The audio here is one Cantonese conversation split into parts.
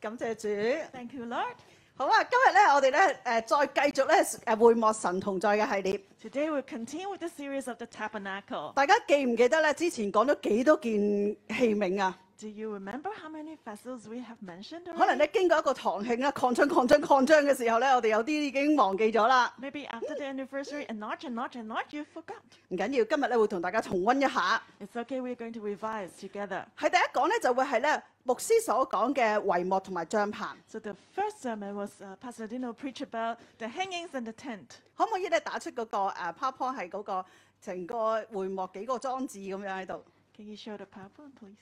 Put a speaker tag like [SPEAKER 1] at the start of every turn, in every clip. [SPEAKER 1] 感謝主。
[SPEAKER 2] Thank you, Lord.
[SPEAKER 1] 好啦，今日咧，我哋咧誒再繼續咧誒會幕神同在嘅系列。
[SPEAKER 2] Today we'll continue with the series of the tabernacle.
[SPEAKER 1] 大家記唔記得咧？之前講咗幾多件器皿啊？
[SPEAKER 2] Do you remember how many vessels we have mentioned
[SPEAKER 1] 可能
[SPEAKER 2] already?
[SPEAKER 1] 咧經過一個堂慶啦，啊擴張擴張擴張嘅時候咧，我哋有啲已經忘記咗啦。
[SPEAKER 2] Maybe after the anniversary, and not, and not, and not, you forgot.
[SPEAKER 1] 唔緊要，今日咧會同大家重温一下。
[SPEAKER 2] It's okay, we're going to revise together.
[SPEAKER 1] 喺第一講咧就會係咧牧師所講嘅帷幕同埋帳棚，
[SPEAKER 2] So the first sermon was uh, Pastor Dino preached about the hangings and the tent.
[SPEAKER 1] 可唔可以咧打出嗰、個誒 PowerPoint 係嗰個成個帷幕幾個裝置咁樣喺度？
[SPEAKER 2] Can you show the PowerPoint, please?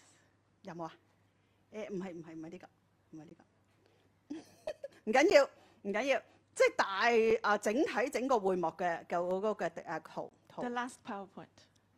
[SPEAKER 1] 有冇啊？誒唔係唔係唔係呢個， 唔係呢個，唔緊要唔緊要，即係大誒、啊整體整個會幕嘅嘅嗰個嘅誒圖圖
[SPEAKER 2] The last PowerPoint.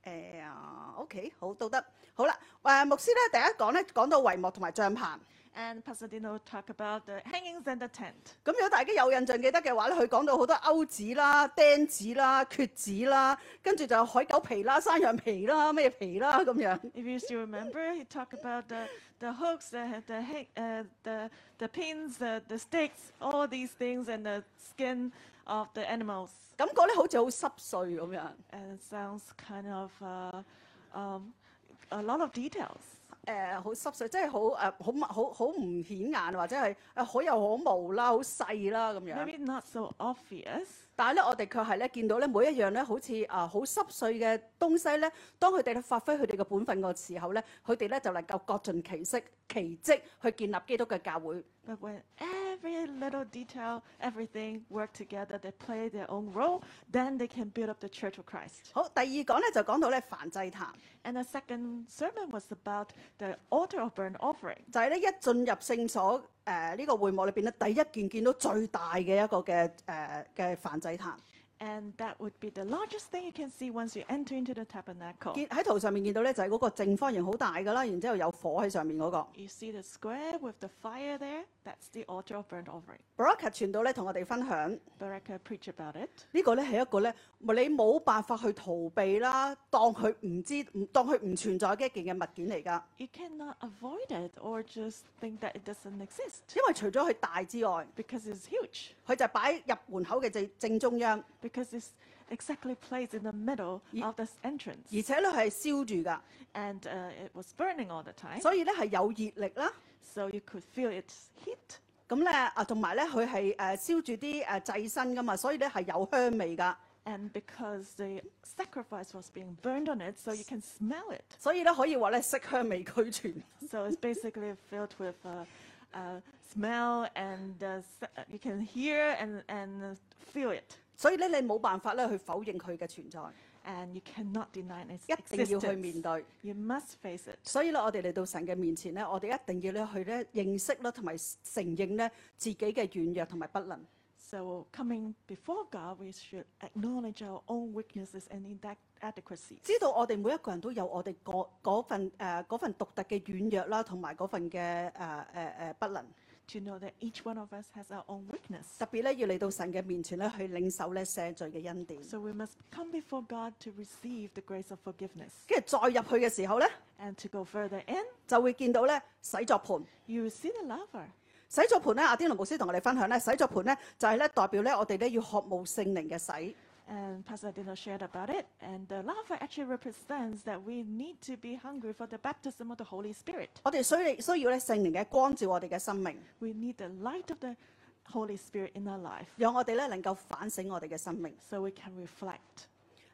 [SPEAKER 1] 誒啊 OK 好都得好啦誒、牧師咧第一講咧講到帷幕同埋帳棚。
[SPEAKER 2] And Pastor Dino talked about the hangings and the tent.
[SPEAKER 1] 咁如果大家有印象記得嘅話咧，佢講到好多鈎子啦、釘子啦、橛子啦，跟住就有海狗皮啦、山羊皮啦、咩皮啦咁樣。
[SPEAKER 2] If you still remember, he talked about the, the hooks, the, the, hang- uh, the, the pins, the, the sticks, all these things, and the skin of the animals.
[SPEAKER 1] 感覺咧好似好濕碎咁樣。
[SPEAKER 2] And it sounds kind of uh, um, a lot of details.
[SPEAKER 1] 誒好濕碎，即係好誒好密好好唔顯眼，啊或者係誒可有可無啦，好細啦咁樣。
[SPEAKER 2] Maybe not so obvious,
[SPEAKER 1] 但係咧，我哋卻係咧見到咧每一樣咧，好似啊好濕碎嘅東西咧，當佢哋咧發揮佢哋嘅本分嘅時候咧，佢哋咧就能夠各盡其色奇蹟去建立基督嘅教會。
[SPEAKER 2] but when every little detail, everything work together, they play their own role, then they can build up the Church of Christ.
[SPEAKER 1] 好，第二講咧就講到咧燔祭壇，
[SPEAKER 2] And the second sermon was about the altar of burnt offering.
[SPEAKER 1] 就係、呢咧一進入聖所誒呢、個會幕裏邊咧，第一件見到最大嘅一個嘅誒嘅燔祭壇，
[SPEAKER 2] And that would be the largest thing you can see once you enter into the tabernacle.
[SPEAKER 1] 見喺圖上面見到咧就係、嗰個正方形好大㗎啦，然之後有火喺上面嗰、個。
[SPEAKER 2] You see the square with the fire there? That's the altar of burnt offering.
[SPEAKER 1] Baraka 傳道咧同我哋分享，
[SPEAKER 2] Baraka preached about it.
[SPEAKER 1] 呢個咧係一個咧你冇辦法去逃避啦，當佢唔知唔當佢唔存在嘅一件嘅物件嚟㗎。
[SPEAKER 2] You cannot avoid it or just think that it doesn't exist
[SPEAKER 1] 因為除咗佢大之外，
[SPEAKER 2] because it's huge,
[SPEAKER 1] 佢就擺入門口嘅正正中央，
[SPEAKER 2] because it's exactly placed in the middle
[SPEAKER 1] Ye-
[SPEAKER 2] of this entrance.
[SPEAKER 1] 而且咧佢係燒住㗎，
[SPEAKER 2] And uh, it was burning all the time,
[SPEAKER 1] 所以咧係有熱力啦。
[SPEAKER 2] so you could feel its heat.
[SPEAKER 1] 咁咧啊，同埋咧佢係誒燒住啲誒祭身噶嘛，所以咧係有香味噶，
[SPEAKER 2] And because the sacrifice was being burned on it, so you can smell it.
[SPEAKER 1] 所以咧可以話咧色香味俱全。
[SPEAKER 2] So it's basically filled with uh, uh, smell, and uh, s- uh, you can hear and, and uh, feel it,
[SPEAKER 1] 所以咧你冇辦法咧去否認佢嘅存在，
[SPEAKER 2] and you cannot deny its
[SPEAKER 1] 一定要去面
[SPEAKER 2] existence.
[SPEAKER 1] 對。
[SPEAKER 2] You must face it.
[SPEAKER 1] 所以咧，我哋嚟到神嘅面前咧，我哋一定要咧去咧認識啦，同埋承認咧自己嘅軟弱同埋不能。
[SPEAKER 2] So coming before God, we should acknowledge our own weaknesses and inadequacies.
[SPEAKER 1] 知道我哋每一個人都有我哋嗰嗰份誒嗰、份獨特嘅軟弱啦，同埋嗰份嘅誒誒誒不能。
[SPEAKER 2] To know that each one of us has our own weakness.
[SPEAKER 1] 特別咧要嚟到神嘅面前咧去領受咧赦罪嘅恩典，
[SPEAKER 2] So we must come before God to receive the grace of forgiveness.
[SPEAKER 1] 跟住再入去嘅時候咧。
[SPEAKER 2] And to go further in,
[SPEAKER 1] 就會見到咧洗作盤。
[SPEAKER 2] you will see the lover.
[SPEAKER 1] 洗作盤咧，阿天龍牧師同我哋分享咧，洗作盤咧就係、咧代表咧我哋咧要渴慕聖靈嘅洗。
[SPEAKER 2] And Pastor Dino shared about it. And the lava actually represents that we need to be hungry for the baptism of the Holy Spirit.
[SPEAKER 1] 我哋需需要咧聖靈嘅光照我哋嘅生命，
[SPEAKER 2] We need the light of the Holy Spirit in our life
[SPEAKER 1] 讓我哋咧能夠反省我哋嘅生命。
[SPEAKER 2] so we can reflect.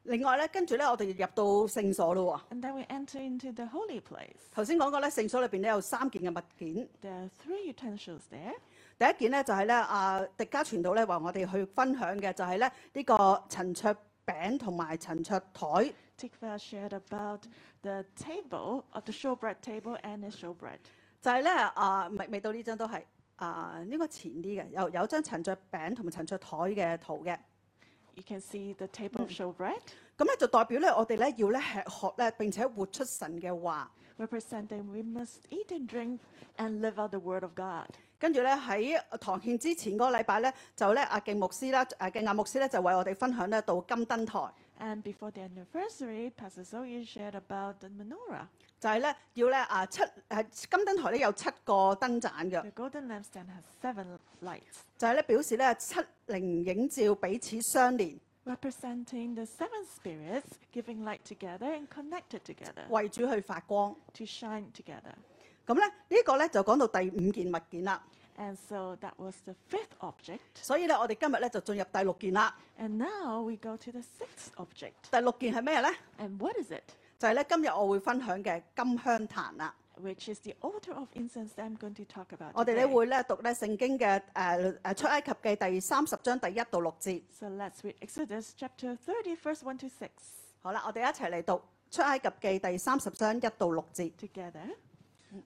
[SPEAKER 1] 另外咧，跟住咧我哋入到聖所咯喎。
[SPEAKER 2] And then we enter into the holy place.
[SPEAKER 1] 頭先講過咧，聖所裏邊咧有三件嘅物件。
[SPEAKER 2] There are three utensils there.
[SPEAKER 1] 第一件咧就係咧啊迪加傳道咧話我哋去分享嘅就係咧呢個陳桌餅同埋陳桌台。
[SPEAKER 2] Tikva shared about the table of the showbread table and the showbread.
[SPEAKER 1] 就係咧啊，未未到呢張都係啊，應該前啲嘅，有有張陳雀餅同埋陳雀台嘅圖嘅。
[SPEAKER 2] You can see the table of showbread
[SPEAKER 1] 咁咧就代表咧，我哋咧要咧吃喝咧，並且活出神嘅話。
[SPEAKER 2] representing we must eat and drink and live out the word of God.
[SPEAKER 1] 跟住咧喺堂慶之前嗰個禮拜咧，就咧阿敬牧師啦，誒敬亞牧師咧就為我哋分享咧到金燈台。
[SPEAKER 2] And before the anniversary, Pastor Zoe shared about the menorah,
[SPEAKER 1] 就係咧要咧啊七誒金燈台咧有七個燈盞嘅，
[SPEAKER 2] the golden lampstand has seven lights,
[SPEAKER 1] 就係咧表示咧七靈影照彼此相連，
[SPEAKER 2] representing the seven spirits giving light together and connected together
[SPEAKER 1] 為主去發光。
[SPEAKER 2] to shine together.
[SPEAKER 1] 咁咧呢個咧就講到第五件物件啦，
[SPEAKER 2] And so that was the fifth object.
[SPEAKER 1] 所以咧我哋今日咧就進入第六件啦。
[SPEAKER 2] And now we go to the sixth object.
[SPEAKER 1] 第六件係咩咧？
[SPEAKER 2] And what is it?
[SPEAKER 1] 就係、咧今日我會分享嘅金香壇啦。
[SPEAKER 2] Which is the altar of incense that I'm going to talk about.
[SPEAKER 1] 我哋咧
[SPEAKER 2] today.
[SPEAKER 1] 會咧讀咧聖經嘅誒誒出埃及記第三十章第一到六節。
[SPEAKER 2] So let's read Exodus chapter 30, verse 1 to 6
[SPEAKER 1] 好啦，我哋一齊嚟讀出埃及記第三十章一到六節。
[SPEAKER 2] together.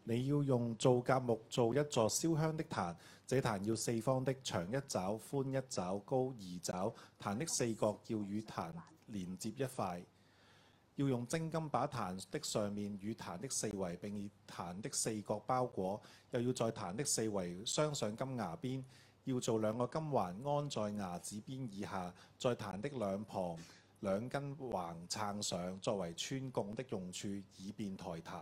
[SPEAKER 3] 你要用皂莢木做一座燒香的壇，這壇要四方的，長一爪，寬一爪，高二爪。壇的四角要與壇連接一塊。要用精金把壇的上面與壇的四圍並以壇的四角包裹，又要在壇的四圍鑲上金牙邊。要做兩個金環安在牙子邊以下，在壇的兩旁兩根橫撐上，作為穿供的用處，以便抬壇。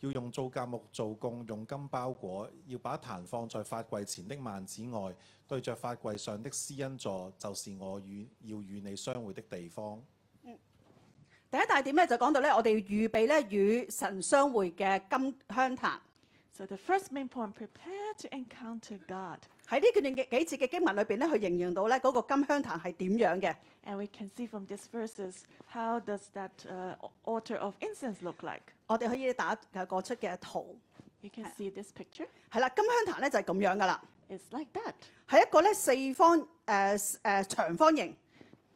[SPEAKER 3] 要用皂莢木做供，用金包裹，要把壇放在法櫃前的幔子外，對着法櫃上的施恩座，就是我與要與你相會的地方。
[SPEAKER 1] 第一大點咧就講到咧，我哋要預備咧與神相會嘅金香壇。
[SPEAKER 2] So the first main point prepare to encounter God.
[SPEAKER 1] 喺呢段嘅幾節嘅經文裏邊咧，佢形容到咧嗰個金香壇係點樣嘅。
[SPEAKER 2] And we can see from these verses how does that uh, al- altar of incense look like?
[SPEAKER 1] 我哋可以打誒個出嘅圖。
[SPEAKER 2] You can see this picture.
[SPEAKER 1] 係啦，金香壇咧就係咁樣噶啦，
[SPEAKER 2] It's like that.
[SPEAKER 1] 係一個咧四方誒誒、長方形，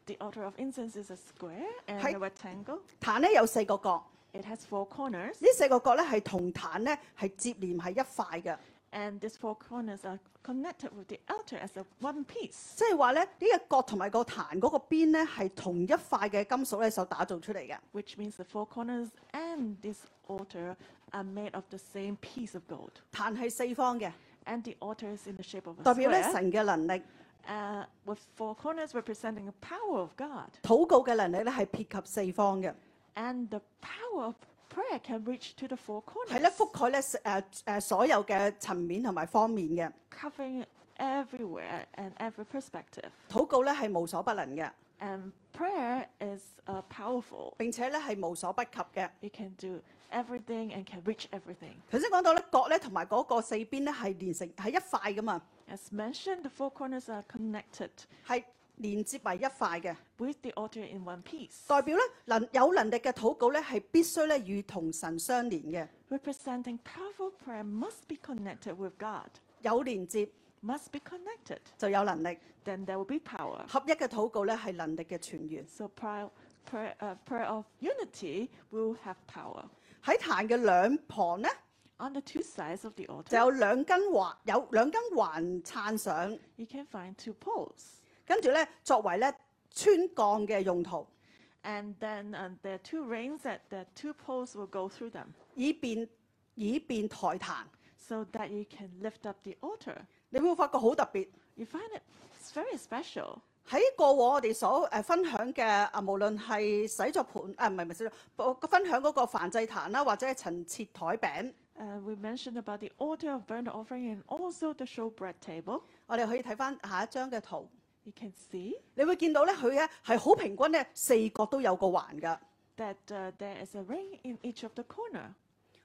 [SPEAKER 2] The altar of incense is a square and
[SPEAKER 1] Hi.
[SPEAKER 2] a rectangle.
[SPEAKER 1] 壇咧有四個角，
[SPEAKER 2] It has four corners,
[SPEAKER 1] 呢四個角咧係同壇咧係接連係一塊嘅，
[SPEAKER 2] and these four corners are connected with the altar as a one piece.
[SPEAKER 1] 即係話咧呢、個角同埋個壇嗰個邊咧係同一塊嘅金屬咧所打造出嚟嘅。
[SPEAKER 2] which means the four corners and this altar are made of the same piece of gold.
[SPEAKER 1] 壇係四方嘅，
[SPEAKER 2] And the altar is in the shape of a
[SPEAKER 1] 代表咧
[SPEAKER 2] square,
[SPEAKER 1] 神嘅能力、
[SPEAKER 2] uh, with four corners representing the power of God.
[SPEAKER 1] 禱告嘅能力咧係遍及四方嘅，
[SPEAKER 2] And the power of prayer can reach to the four
[SPEAKER 1] 係咧
[SPEAKER 2] corners,
[SPEAKER 1] 覆蓋咧誒誒所有嘅層面同埋方面嘅。
[SPEAKER 2] covering everywhere and every perspective.
[SPEAKER 1] 禱告咧係無所不能嘅，
[SPEAKER 2] And prayer is uh, powerful.
[SPEAKER 1] 並且咧係無所不及嘅。
[SPEAKER 2] It can do everything and can reach everything.
[SPEAKER 1] 頭先講到咧角咧同埋嗰個四邊咧係連成係一塊噶嘛，
[SPEAKER 2] As mentioned, the four corners are connected
[SPEAKER 1] 係連接為一塊嘅，
[SPEAKER 2] with the altar in one piece.
[SPEAKER 1] 代表咧能有能力嘅禱告咧係必須咧與同神相連嘅，
[SPEAKER 2] representing powerful prayer must be connected with God,
[SPEAKER 1] 有連接
[SPEAKER 2] must be connected.
[SPEAKER 1] 就有能力，
[SPEAKER 2] Then there will be power.
[SPEAKER 1] 合一嘅禱告咧係能力嘅泉源。
[SPEAKER 2] So prayer, prayer, uh, prayer of unity will have power.
[SPEAKER 1] 喺壇嘅兩旁咧
[SPEAKER 2] On the two sides of the
[SPEAKER 1] 就
[SPEAKER 2] altar,
[SPEAKER 1] 有兩根環，有兩根環撐上，
[SPEAKER 2] you can find two poles.
[SPEAKER 1] 跟住咧作為咧穿鋼嘅用途，
[SPEAKER 2] And then um, there are two rings that the two poles will go through them
[SPEAKER 1] 以便以便抬壇。
[SPEAKER 2] so that you can lift up the altar.
[SPEAKER 1] 你會發覺好特別。
[SPEAKER 2] You find it it's very special.
[SPEAKER 1] 喺過往我哋所誒分享嘅啊，無論係洗作盤啊，唔係唔係洗作，分享嗰個燔祭壇啦，或者係陳設台餅，
[SPEAKER 2] Uh, we mentioned about the altar of burnt offering and also the showbread table.
[SPEAKER 1] 我哋可以睇翻下一張嘅圖，
[SPEAKER 2] You can see
[SPEAKER 1] 你會見到咧佢咧係好平均咧，四角都有個環㗎。
[SPEAKER 2] that uh, there is a ring in each of the corner.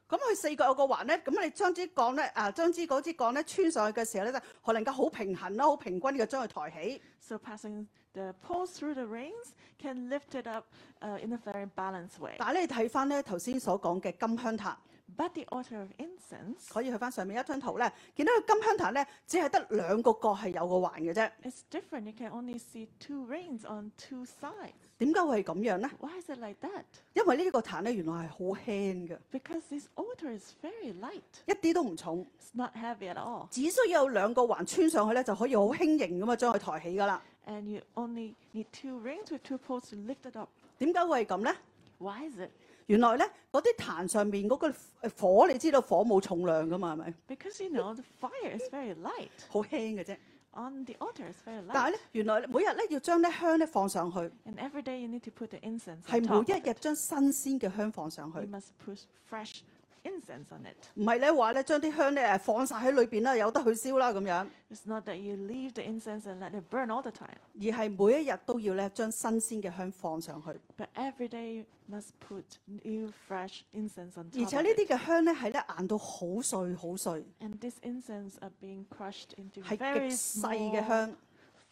[SPEAKER 1] 咁佢四角有個環咧，咁你將支槓咧啊，將支嗰支槓咧穿上去嘅時候咧，就可能夠好平衡啦，好平均嘅將佢抬起。
[SPEAKER 2] So passing the poles through the rings can lift it up uh, in a very balanced way.
[SPEAKER 1] 但係你睇翻咧頭先所講嘅金香壇，
[SPEAKER 2] But the altar of incense
[SPEAKER 1] 可以去翻上面一張圖咧，見到佢金香壇咧只係得兩個角係有個環嘅啫。
[SPEAKER 2] is different. You can only see two rings on two sides.
[SPEAKER 1] 點解會係咁樣咧？
[SPEAKER 2] Why is it like that?
[SPEAKER 1] 因為呢個壇咧原來係好輕嘅，
[SPEAKER 2] Because this altar is very light.
[SPEAKER 1] 一啲都唔重，
[SPEAKER 2] It's not heavy at all.
[SPEAKER 1] 只需要有兩個環穿上去咧就可以好輕盈咁啊將佢抬起噶啦。
[SPEAKER 2] And you only need two rings with two poles to lift it up.
[SPEAKER 1] 點解會係咁咧？
[SPEAKER 2] Why is it?
[SPEAKER 1] 原來咧嗰啲壇上面嗰個火，你知道火冇重量噶嘛，係咪？
[SPEAKER 2] Because you know the fire is very light.
[SPEAKER 1] 好輕嘅啫。
[SPEAKER 2] on the altar. It's very
[SPEAKER 1] 但
[SPEAKER 2] light.
[SPEAKER 1] 係咧，原來每日咧要將啲香咧放上去，
[SPEAKER 2] And every day you need to put the incense
[SPEAKER 1] 係
[SPEAKER 2] on top.
[SPEAKER 1] 每
[SPEAKER 2] of
[SPEAKER 1] 一日
[SPEAKER 2] it.
[SPEAKER 1] 將新鮮嘅香放上去
[SPEAKER 2] You，must put fresh incense on it.
[SPEAKER 1] 唔係咧話咧將啲香咧誒放晒喺裏邊啦，由得佢燒啦咁樣，
[SPEAKER 2] It's not that you leave the incense and let it burn all the time,
[SPEAKER 1] 而係每一日都要咧將新鮮嘅香放上去，
[SPEAKER 2] but every day you must put new fresh incense on top.
[SPEAKER 1] 而且呢
[SPEAKER 2] Of it.
[SPEAKER 1] 啲嘅香咧係咧硬到好碎好碎，
[SPEAKER 2] And this incense are being crushed into
[SPEAKER 1] 係
[SPEAKER 2] very
[SPEAKER 1] 極細嘅
[SPEAKER 2] small,
[SPEAKER 1] 香。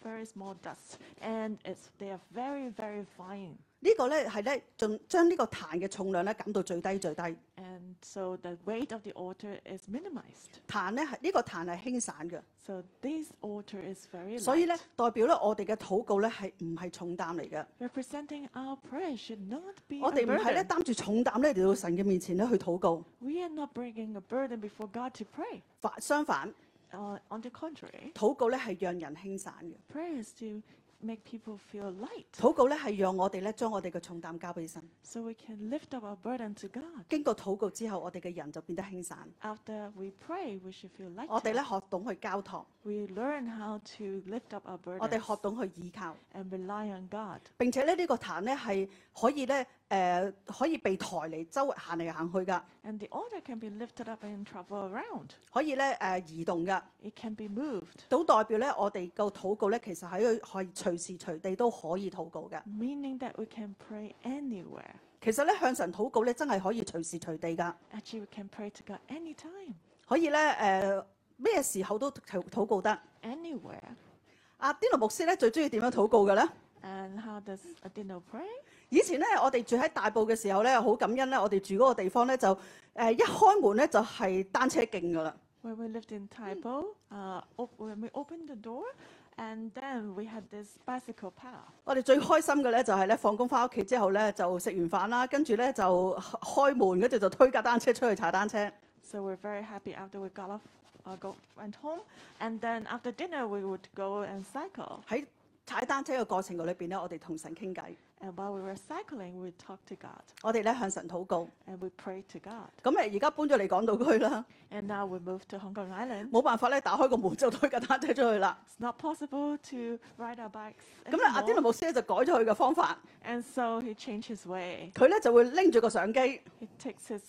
[SPEAKER 2] very small dust, and it's they are very very fine.
[SPEAKER 1] 呢個咧係咧盡將呢個彈嘅重量咧減到最低最低，
[SPEAKER 2] And so the weight of the altar is minimized.
[SPEAKER 1] 彈咧係呢個彈係輕散嘅，
[SPEAKER 2] So this altar is very
[SPEAKER 1] 所以
[SPEAKER 2] light.
[SPEAKER 1] 咧代表咧我哋嘅禱告咧係唔係重擔嚟嘅，
[SPEAKER 2] Representing our prayer should not be
[SPEAKER 1] 我
[SPEAKER 2] a
[SPEAKER 1] 哋唔係咧
[SPEAKER 2] burden.
[SPEAKER 1] 擔住重擔咧嚟到神嘅面前咧去禱告，
[SPEAKER 2] We are not bringing a burden before God to pray.
[SPEAKER 1] 反相反
[SPEAKER 2] Uh, on the contrary,
[SPEAKER 1] 禱告咧係讓人輕散嘅，
[SPEAKER 2] prayer is to make people feel light
[SPEAKER 1] 禱告咧係讓我哋咧將我哋嘅重擔交俾神，
[SPEAKER 2] so we can lift up our burden to God.
[SPEAKER 1] 經過禱告之後，我哋嘅人就變得輕散，
[SPEAKER 2] After we pray, we should feel light.
[SPEAKER 1] 我哋咧學懂去交託，
[SPEAKER 2] We learn how to lift up our
[SPEAKER 1] 我哋
[SPEAKER 2] burden
[SPEAKER 1] 學懂去倚靠，
[SPEAKER 2] and rely on God.
[SPEAKER 1] 並且咧呢個彈咧係可以咧誒、呃可以被抬嚟周圍行嚟行去㗎。
[SPEAKER 2] And the altar can be lifted up and travel around.
[SPEAKER 1] 可以咧誒、呃、移動嘅，
[SPEAKER 2] It can be moved,
[SPEAKER 1] 都代表咧我哋個禱告咧，其實喺佢係隨時隨地都可以禱告嘅。
[SPEAKER 2] meaning that we can pray anywhere.
[SPEAKER 1] 其實咧向神禱告咧，真係可以隨時隨地噶，
[SPEAKER 2] Actually, we can pray to God anytime,
[SPEAKER 1] 可以咧誒咩時候都禱禱告得。
[SPEAKER 2] anywhere.
[SPEAKER 1] 阿啲羅牧師咧最中意點樣禱告嘅咧？
[SPEAKER 2] And how does Adino pray?
[SPEAKER 1] 以前咧我哋住喺大埔嘅時候咧，好感恩咧，我哋住嗰個地方咧就誒、呃一開門咧就係、單車徑噶啦。
[SPEAKER 2] When we lived in Taipo, uh, op- when we opened the door, and then we had this bicycle path.
[SPEAKER 1] 我哋最開心嘅咧就係咧放工翻屋企之後咧就食完飯啦，跟住咧就開門，跟住就推架單車出去踩單車。
[SPEAKER 2] So we're very happy after we got off, uh, go, went home, and then after dinner we would go and cycle.
[SPEAKER 1] 喺踩單車嘅過程裏邊咧，我哋同神傾偈，
[SPEAKER 2] And while we were cycling, we talked to God
[SPEAKER 1] 我哋咧向神禱告。
[SPEAKER 2] and we prayed to God.
[SPEAKER 1] 咁呃誒而家搬咗嚟港島區啦，
[SPEAKER 2] And now we moved to Hong Kong Island.
[SPEAKER 1] 冇辦法咧打開個門就推架單車出去啦。
[SPEAKER 2] It's not possible to ride our bikes
[SPEAKER 1] 咁咧，阿天
[SPEAKER 2] anymore.
[SPEAKER 1] 奴牧師咧就改咗佢嘅方法，
[SPEAKER 2] And so he changed his way.
[SPEAKER 1] 佢咧就會拎住個相機，佢
[SPEAKER 2] He takes his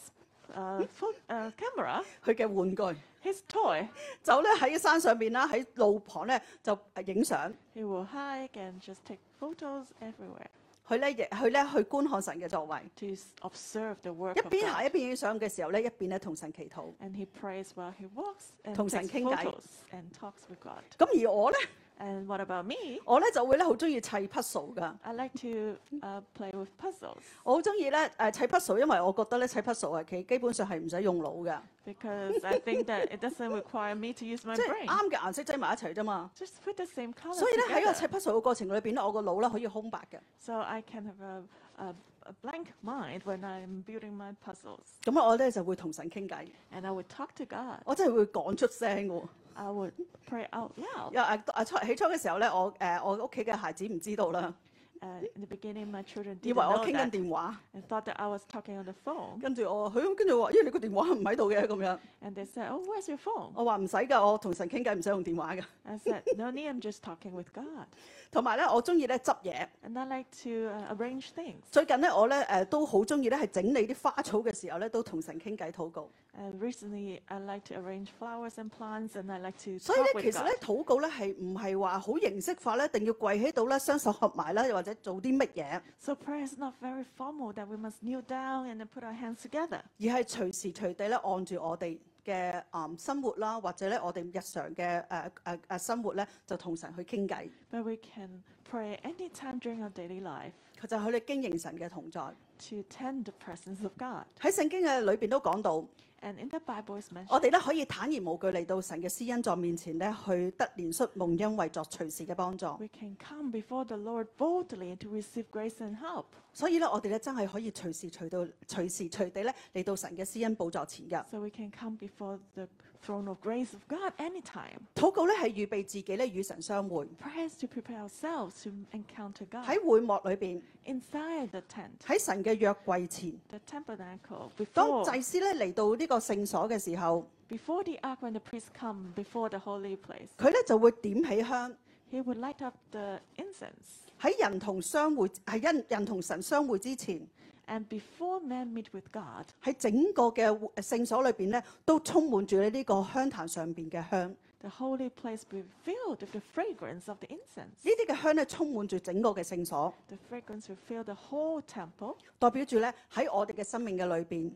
[SPEAKER 2] uh, phone, uh, camera,
[SPEAKER 1] 嘅玩具，
[SPEAKER 2] his toy.
[SPEAKER 1] 就咧喺山上邊啦，喺路旁咧就影相。
[SPEAKER 2] He will hike and just take photos everywhere
[SPEAKER 1] 佢咧亦佢咧去觀看神嘅作為，
[SPEAKER 2] to s- observe the work
[SPEAKER 1] 一
[SPEAKER 2] of
[SPEAKER 1] 邊行一
[SPEAKER 2] God.
[SPEAKER 1] 邊影相嘅時候咧，一邊咧同神祈禱。
[SPEAKER 2] And he prays while he walks and
[SPEAKER 1] Thông
[SPEAKER 2] takes
[SPEAKER 1] sáng khen ngợi.
[SPEAKER 2] photos and talks with God.
[SPEAKER 1] 咁而我咧，
[SPEAKER 2] And what about me?
[SPEAKER 1] 我咧就會咧好中意砌 puzzle 㗎，
[SPEAKER 2] I like to uh, play with puzzles
[SPEAKER 1] 我好中意咧誒砌 puzzle，因為我覺得咧砌 puzzle 係其基本上係唔使用腦㗎。
[SPEAKER 2] because I think that it doesn't require me to use my
[SPEAKER 1] 即係
[SPEAKER 2] brain.
[SPEAKER 1] 啱嘅顏色擠埋一齊啫嘛。
[SPEAKER 2] Just put the same color
[SPEAKER 1] 所以咧喺個砌
[SPEAKER 2] together.
[SPEAKER 1] puzzle 嘅過程裏邊咧，我個腦咧可以空白嘅。
[SPEAKER 2] So I can have a, a, a blank mind when I'm building my puzzles.
[SPEAKER 1] 咁我咧就會同神傾偈，
[SPEAKER 2] And I would talk to God.
[SPEAKER 1] 我真係會講出聲嘅喎。
[SPEAKER 2] I would pray out loud.
[SPEAKER 1] 因為啊啊初起初嘅時候咧，我誒、呃我屋企嘅孩子唔知道啦，
[SPEAKER 2] Uh, in the beginning, my children
[SPEAKER 1] 以
[SPEAKER 2] didn't
[SPEAKER 1] 為我
[SPEAKER 2] know
[SPEAKER 1] 傾緊
[SPEAKER 2] that
[SPEAKER 1] 電話，
[SPEAKER 2] and thought that I was talking on the phone.
[SPEAKER 1] 跟住我佢跟住我話：咦，你個電話唔喺度嘅咁樣。
[SPEAKER 2] And they said, Oh, where's your phone?
[SPEAKER 1] 我話唔使㗎，我同神傾偈唔使用電話㗎。
[SPEAKER 2] I said, No need, I'm just talking with God.
[SPEAKER 1] 同埋咧，我中意咧執嘢。
[SPEAKER 2] And I like to uh, arrange things.
[SPEAKER 1] 最近咧，我咧誒、呃都好中意咧係整理啲花草嘅時候咧，都同神傾偈禱告。
[SPEAKER 2] And recently, I like to arrange flowers and plants, and I like to
[SPEAKER 1] 所以
[SPEAKER 2] talk
[SPEAKER 1] 咧，其
[SPEAKER 2] with
[SPEAKER 1] 實
[SPEAKER 2] God.
[SPEAKER 1] 咧，禱告咧係唔係話好形式化咧，一定要跪喺度咧，雙手合埋啦，又或者做啲乜嘢，
[SPEAKER 2] So prayer is not very formal that we must kneel down and then put our hands together.
[SPEAKER 1] 而係隨時隨地咧按住我哋嘅啊生活啦，或者咧我哋日常嘅誒誒誒生活咧，就同神去傾偈。
[SPEAKER 2] But we can pray anytime during our daily life
[SPEAKER 1] 佢就係佢哋經營神嘅同在。
[SPEAKER 2] to tend the presence of God.
[SPEAKER 1] 喺聖經嘅裏邊都講到，
[SPEAKER 2] And in the Bible, it's mentioned
[SPEAKER 1] 我哋咧可以坦然無懼嚟到神嘅施恩座面前咧，去得憐恤蒙恩惠作隨時嘅幫助。
[SPEAKER 2] we can come before the Lord boldly to receive grace and help.
[SPEAKER 1] 所以咧，我哋咧真係可以隨時隨到隨時隨地咧嚟到神嘅施恩寶座前㗎。
[SPEAKER 2] So we can come before the throne of grace of God anytime.
[SPEAKER 1] 禱告咧係預備自己咧與神相會。
[SPEAKER 2] Prayer is to prepare ourselves to encounter God
[SPEAKER 1] 喺會幕裏邊，
[SPEAKER 2] inside the tent,
[SPEAKER 1] 喺神嘅約櫃前，
[SPEAKER 2] the tabernacle,
[SPEAKER 1] 當
[SPEAKER 2] before
[SPEAKER 1] 祭司咧嚟到呢個個聖所嘅時候，
[SPEAKER 2] Before the ark, when the priests come before the holy place,
[SPEAKER 1] 佢咧就會點起香，
[SPEAKER 2] he would light up the incense.
[SPEAKER 1] 喺人同相會，係因人同神相會之前，
[SPEAKER 2] And before man meet with God,
[SPEAKER 1] 喺整個嘅呃聖所裏邊咧，都充滿住呢個香壇上邊嘅香。呢
[SPEAKER 2] the holy place will be filled with the fragrance of the incense.
[SPEAKER 1] 啲嘅香咧充滿住整個嘅聖所，
[SPEAKER 2] The fragrance will fill the whole temple.
[SPEAKER 1] 代表住咧喺我哋嘅生命嘅裏邊，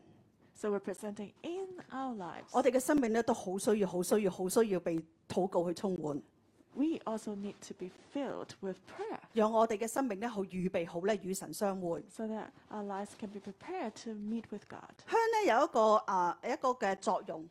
[SPEAKER 2] So representing in our lives,
[SPEAKER 1] 我哋嘅生命咧都好需要、好需要、好需要被禱告去充滿，
[SPEAKER 2] we also need to be filled with prayer
[SPEAKER 1] 讓我哋嘅生命咧好預備好咧與神相會。
[SPEAKER 2] so that our lives can be prepared to meet with God.
[SPEAKER 1] 香咧有一個啊、一個嘅作用，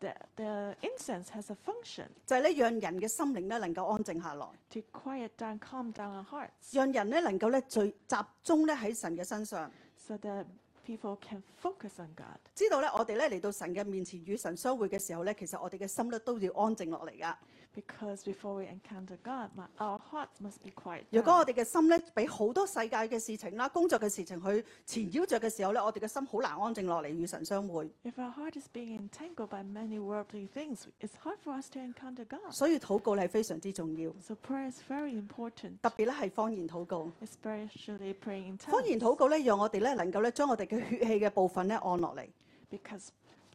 [SPEAKER 2] The, the incense has a function
[SPEAKER 1] 就係、呢，咧讓人嘅心靈咧能夠安靜下來，
[SPEAKER 2] to quiet down, calm down our hearts
[SPEAKER 1] 讓人咧能夠咧最集中咧喺神嘅身上，
[SPEAKER 2] so that people can focus on God.
[SPEAKER 1] 知道咧我哋咧嚟到神嘅面前與神相會嘅時候咧，其實我哋嘅心咧都要安靜落嚟噶。
[SPEAKER 2] 嗯 Because before we encounter God, my, our hearts must be quiet.
[SPEAKER 1] 如果
[SPEAKER 2] down.
[SPEAKER 1] 我哋嘅心咧俾好多世界嘅事情啦、工作嘅事情去纏繞着嘅時候咧，我哋嘅心好難安靜落嚟與神相會。
[SPEAKER 2] If our heart is being entangled by many worldly things, it's hard for us to encounter God.
[SPEAKER 1] 所以禱告係非常之重要，
[SPEAKER 2] So prayer is very important,
[SPEAKER 1] 特別咧係方言禱告。
[SPEAKER 2] especially praying in
[SPEAKER 1] 方言
[SPEAKER 2] tongues,
[SPEAKER 1] 禱告咧，讓我哋咧能夠咧將我哋嘅血氣嘅部分咧按落嚟，
[SPEAKER 2] because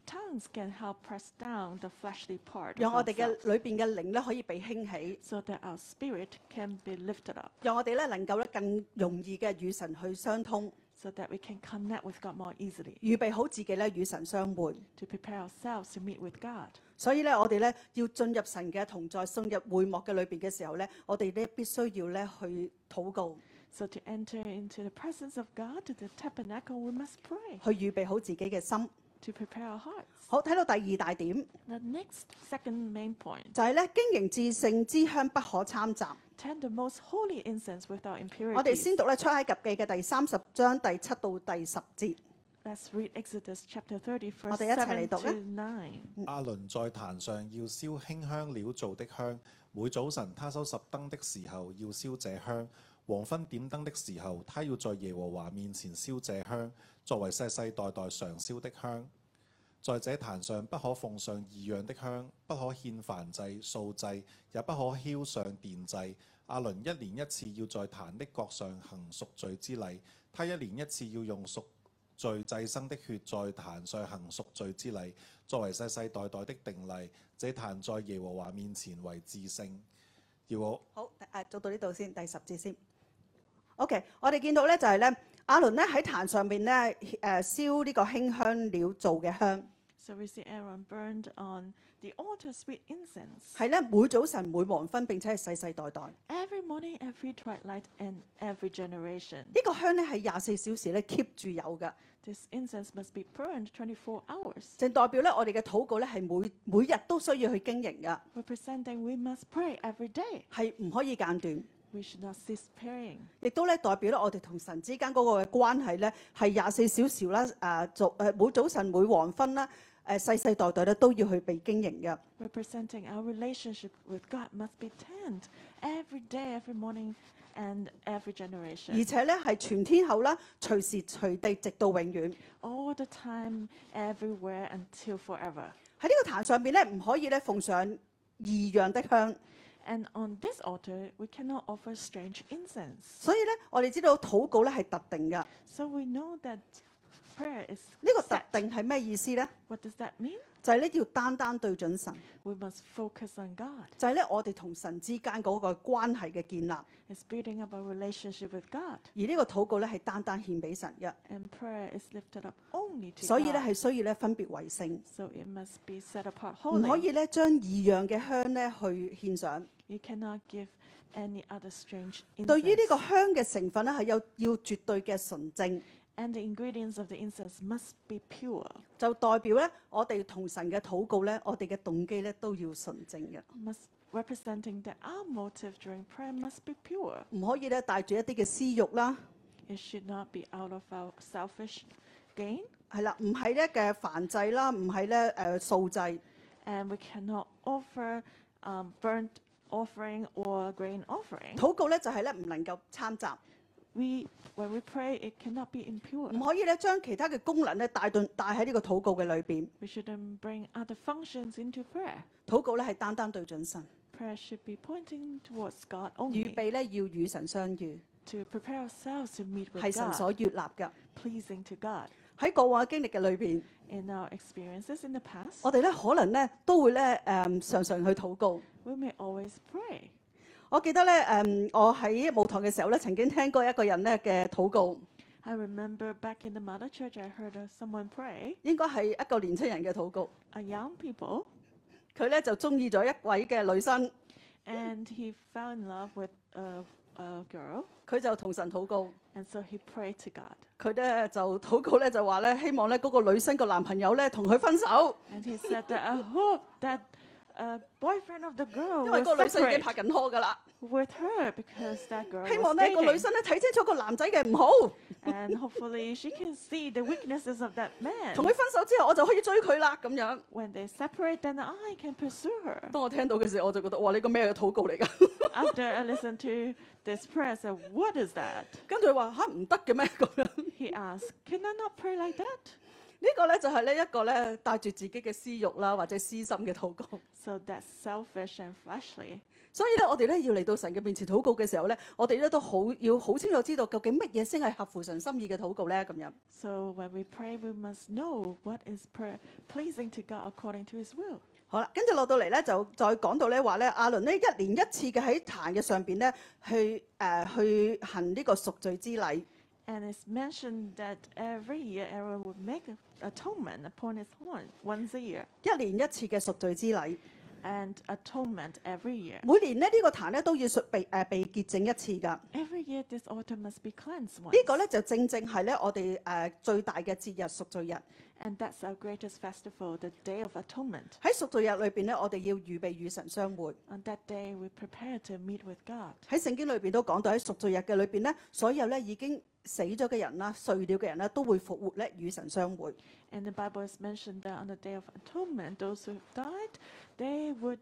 [SPEAKER 2] tongues can help press down the fleshly part, of
[SPEAKER 1] 讓我哋嘅
[SPEAKER 2] ourselves
[SPEAKER 1] 裏邊嘅靈咧可以被興起，
[SPEAKER 2] so that our spirit can be lifted up,
[SPEAKER 1] 讓我哋咧能夠咧更容易嘅與神去相通，
[SPEAKER 2] so that we can connect with God more easily,
[SPEAKER 1] 預備好自己咧與神相會。
[SPEAKER 2] to prepare ourselves to meet with God.
[SPEAKER 1] 所以咧，我哋咧要進入神嘅同在，進入會幕嘅裏邊嘅時候咧，我哋咧必須要咧去禱告。
[SPEAKER 2] So to enter into the presence of God, to the tabernacle, we must pray
[SPEAKER 1] 去預備好自己嘅心。
[SPEAKER 2] to prepare our hearts.
[SPEAKER 1] 好，睇到第二大點
[SPEAKER 2] The next, second main point.
[SPEAKER 1] 就係、咧經營至聖之香不可參雜。
[SPEAKER 2] Tend the most holy incense without
[SPEAKER 1] 我哋
[SPEAKER 2] impurities.
[SPEAKER 1] 先讀咧出埃及記嘅第三十章第七到第十節。
[SPEAKER 2] Let's read Exodus chapter 30, verse
[SPEAKER 1] 我哋一齊
[SPEAKER 2] 7
[SPEAKER 1] 嚟讀啊。
[SPEAKER 2] to 9.
[SPEAKER 3] 阿倫在壇上要燒馨香料做的香，每早晨他收拾燈的時候要燒這香，黃昏點燈的時候，他要在耶和華面前燒這香，作為世世代代常燒的香。在這壇上不可奉上異樣的香，不可獻燔祭、素祭，也不可燒上奠祭。阿倫一年一次要在壇的角上行贖罪之禮，他一年一次要用贖罪祭牲的血在壇上行贖罪之禮。作為世世代代的定例，這壇在耶和華面前為至聖。耶和
[SPEAKER 1] 好，誒做到呢度先，第十節先。OK，我哋見到咧就係咧阿倫咧喺壇上邊咧誒燒呢個馨香料做嘅香，
[SPEAKER 2] So we see Aaron burned on the altar sweet incense
[SPEAKER 1] 係咧每早晨每黃昏並且係世世代代。呢、
[SPEAKER 2] every morning, every twilight, and every generation.
[SPEAKER 1] 個香咧係廿四小時咧 keep 住有㗎，
[SPEAKER 2] This incense must be burned 24 hours,
[SPEAKER 1] 正代表咧我哋嘅禱告咧係每每日都需要去經營㗎，
[SPEAKER 2] representing we must pray every day.
[SPEAKER 1] 係唔可以間斷。
[SPEAKER 2] We should not cease praying.
[SPEAKER 1] 亦都咧代表咧我哋同神之間嗰個嘅關係咧係廿四小時啦，誒、啊早誒、呃每早晨每黃昏啦，誒、呃世世代代咧都要去被經營嘅。
[SPEAKER 2] Representing our relationship with God must be tend every day, every morning, and every generation.
[SPEAKER 1] 而且咧係全天候啦，隨時隨地直到永遠。
[SPEAKER 2] all the time, everywhere, until forever.
[SPEAKER 1] 喺呢個壇上邊咧，唔可以咧奉上異樣的香。
[SPEAKER 2] And on this altar, we cannot offer strange incense.
[SPEAKER 1] 所以咧，我哋知道禱告咧係特定嘅。呢、
[SPEAKER 2] So we know that prayer is
[SPEAKER 1] 個
[SPEAKER 2] set.
[SPEAKER 1] 特定係咩意思咧？
[SPEAKER 2] What does that mean?
[SPEAKER 1] 就係、呢，咧要單單對準神，
[SPEAKER 2] We must focus on God.
[SPEAKER 1] 就係、呢，咧我哋同神之間嗰個關係嘅建立。而
[SPEAKER 2] It's building up our relationship with God.
[SPEAKER 1] 呢個禱告咧係單單獻俾神嘅，
[SPEAKER 2] And prayer is lifted up only to
[SPEAKER 1] 所以咧
[SPEAKER 2] God.
[SPEAKER 1] 係需要咧分別為聖。
[SPEAKER 2] So it must be set apart
[SPEAKER 1] 唔
[SPEAKER 2] holy.
[SPEAKER 1] 可以咧將異樣嘅香咧去獻上。
[SPEAKER 2] You cannot give any other strange
[SPEAKER 1] 對於呢
[SPEAKER 2] incense.
[SPEAKER 1] 個香嘅成分咧係有要絕對嘅純正，
[SPEAKER 2] And the ingredients of the incense must be pure.
[SPEAKER 1] 就代表咧我哋同神嘅禱告咧，我哋嘅動機咧都要純正嘅，
[SPEAKER 2] must representing that our motive during prayer must be pure.
[SPEAKER 1] 唔可以咧帶住一啲嘅私欲啦，
[SPEAKER 2] It should not be out of our selfish gain,
[SPEAKER 1] 係啦，唔係咧嘅燔祭啦，唔係咧誒素祭，
[SPEAKER 2] and we cannot offer um, burnt offering or grain offering.
[SPEAKER 1] 禱告咧就係咧唔能夠參雜，
[SPEAKER 2] we when we pray, it cannot be impure.
[SPEAKER 1] 唔可以咧將其他嘅功能咧帶進帶喺呢個禱告嘅裏邊。
[SPEAKER 2] We shouldn't bring other functions into prayer.
[SPEAKER 1] 禱告咧係單單對準神，
[SPEAKER 2] Prayer should be pointing towards God
[SPEAKER 1] 預
[SPEAKER 2] only
[SPEAKER 1] 備咧要與神相遇，
[SPEAKER 2] to prepare ourselves to meet with
[SPEAKER 1] 係神
[SPEAKER 2] God,
[SPEAKER 1] 所悦納嘅。
[SPEAKER 2] pleasing to God.
[SPEAKER 1] 喺過往嘅經歷嘅裏邊，
[SPEAKER 2] In our experiences in the past,
[SPEAKER 1] 我哋咧可能咧都會咧誒、常常去禱告。
[SPEAKER 2] we may always pray.
[SPEAKER 1] 我記得咧誒、我喺舞堂嘅時候咧，曾經聽過一個人咧嘅禱告，
[SPEAKER 2] I remember back in the mother church, I heard of someone pray,
[SPEAKER 1] 應該係一個年青人嘅禱告。
[SPEAKER 2] a young people,
[SPEAKER 1] 佢咧就中意咗一位嘅女生，
[SPEAKER 2] and he fell in love with a, a girl,
[SPEAKER 1] 佢就同神禱告。
[SPEAKER 2] and so he prayed to God.
[SPEAKER 1] 佢咧就禱告咧就話咧，希望咧嗰個女生個男朋友咧同佢分手，
[SPEAKER 2] And he said that I hope that a boyfriend of the girl
[SPEAKER 1] 因為嗰個
[SPEAKER 2] will
[SPEAKER 1] 女生已經
[SPEAKER 2] separate
[SPEAKER 1] 拍緊拖㗎啦。
[SPEAKER 2] with her because that girl
[SPEAKER 1] 希
[SPEAKER 2] was
[SPEAKER 1] 望咧個女
[SPEAKER 2] dating.
[SPEAKER 1] 生咧睇清楚個男仔嘅唔好，
[SPEAKER 2] And hopefully she can see the weaknesses of that
[SPEAKER 1] 同
[SPEAKER 2] man.
[SPEAKER 1] 佢分手之後我就可以追佢啦咁樣。
[SPEAKER 2] When they separate, then I can pursue her.
[SPEAKER 1] 當我聽到嘅時候，我就覺得哇！呢個咩嘅禱告嚟㗎？
[SPEAKER 2] After I listened to this prayer, I said, What is that?
[SPEAKER 1] 跟住佢話吓唔得嘅咩咁樣？
[SPEAKER 2] He asked, Can I not pray like that?
[SPEAKER 1] 呢個咧就係呢一個咧帶住自己嘅私欲啦，或者私心嘅禱告。
[SPEAKER 2] So that's selfish and fleshly.
[SPEAKER 1] 所以咧，我哋咧要嚟到神嘅面前禱告嘅時候咧，我哋咧都好要好清楚知道究竟乜嘢先係合乎神心意嘅禱告咧咁樣。
[SPEAKER 2] So when we pray, we must know what is pra- pleasing to God according to His will.
[SPEAKER 1] 好啦，跟住落到嚟咧，就再講到咧話咧，阿倫呢一年一次嘅喺壇嘅上邊咧，去誒、呃去行呢個贖罪之禮。
[SPEAKER 2] And it's mentioned that every year Aaron would make a- atonement upon his horn once a year,
[SPEAKER 1] 一年一次嘅贖罪之禮，
[SPEAKER 2] and atonement every year.
[SPEAKER 1] 每年咧呢、呢個壇咧都要贖被誒、呃被潔淨一次㗎。
[SPEAKER 2] Every year, this altar must be cleansed
[SPEAKER 1] 呢
[SPEAKER 2] once,
[SPEAKER 1] 個咧就正正係咧我哋誒、呃最大嘅節日贖罪日。
[SPEAKER 2] and that's our greatest festival, the Day of Atonement.
[SPEAKER 1] 喺贖罪日裏邊咧，我哋要預備與神相會。
[SPEAKER 2] On that day, we prepare to meet with God.
[SPEAKER 1] 喺聖經裏邊都講到喺贖罪日嘅裏邊咧，所有咧已經死咗嘅人啦、睡了嘅人咧都會復活咧與神相會。
[SPEAKER 2] And the Bible has mentioned that on the Day of Atonement, those who have died, they would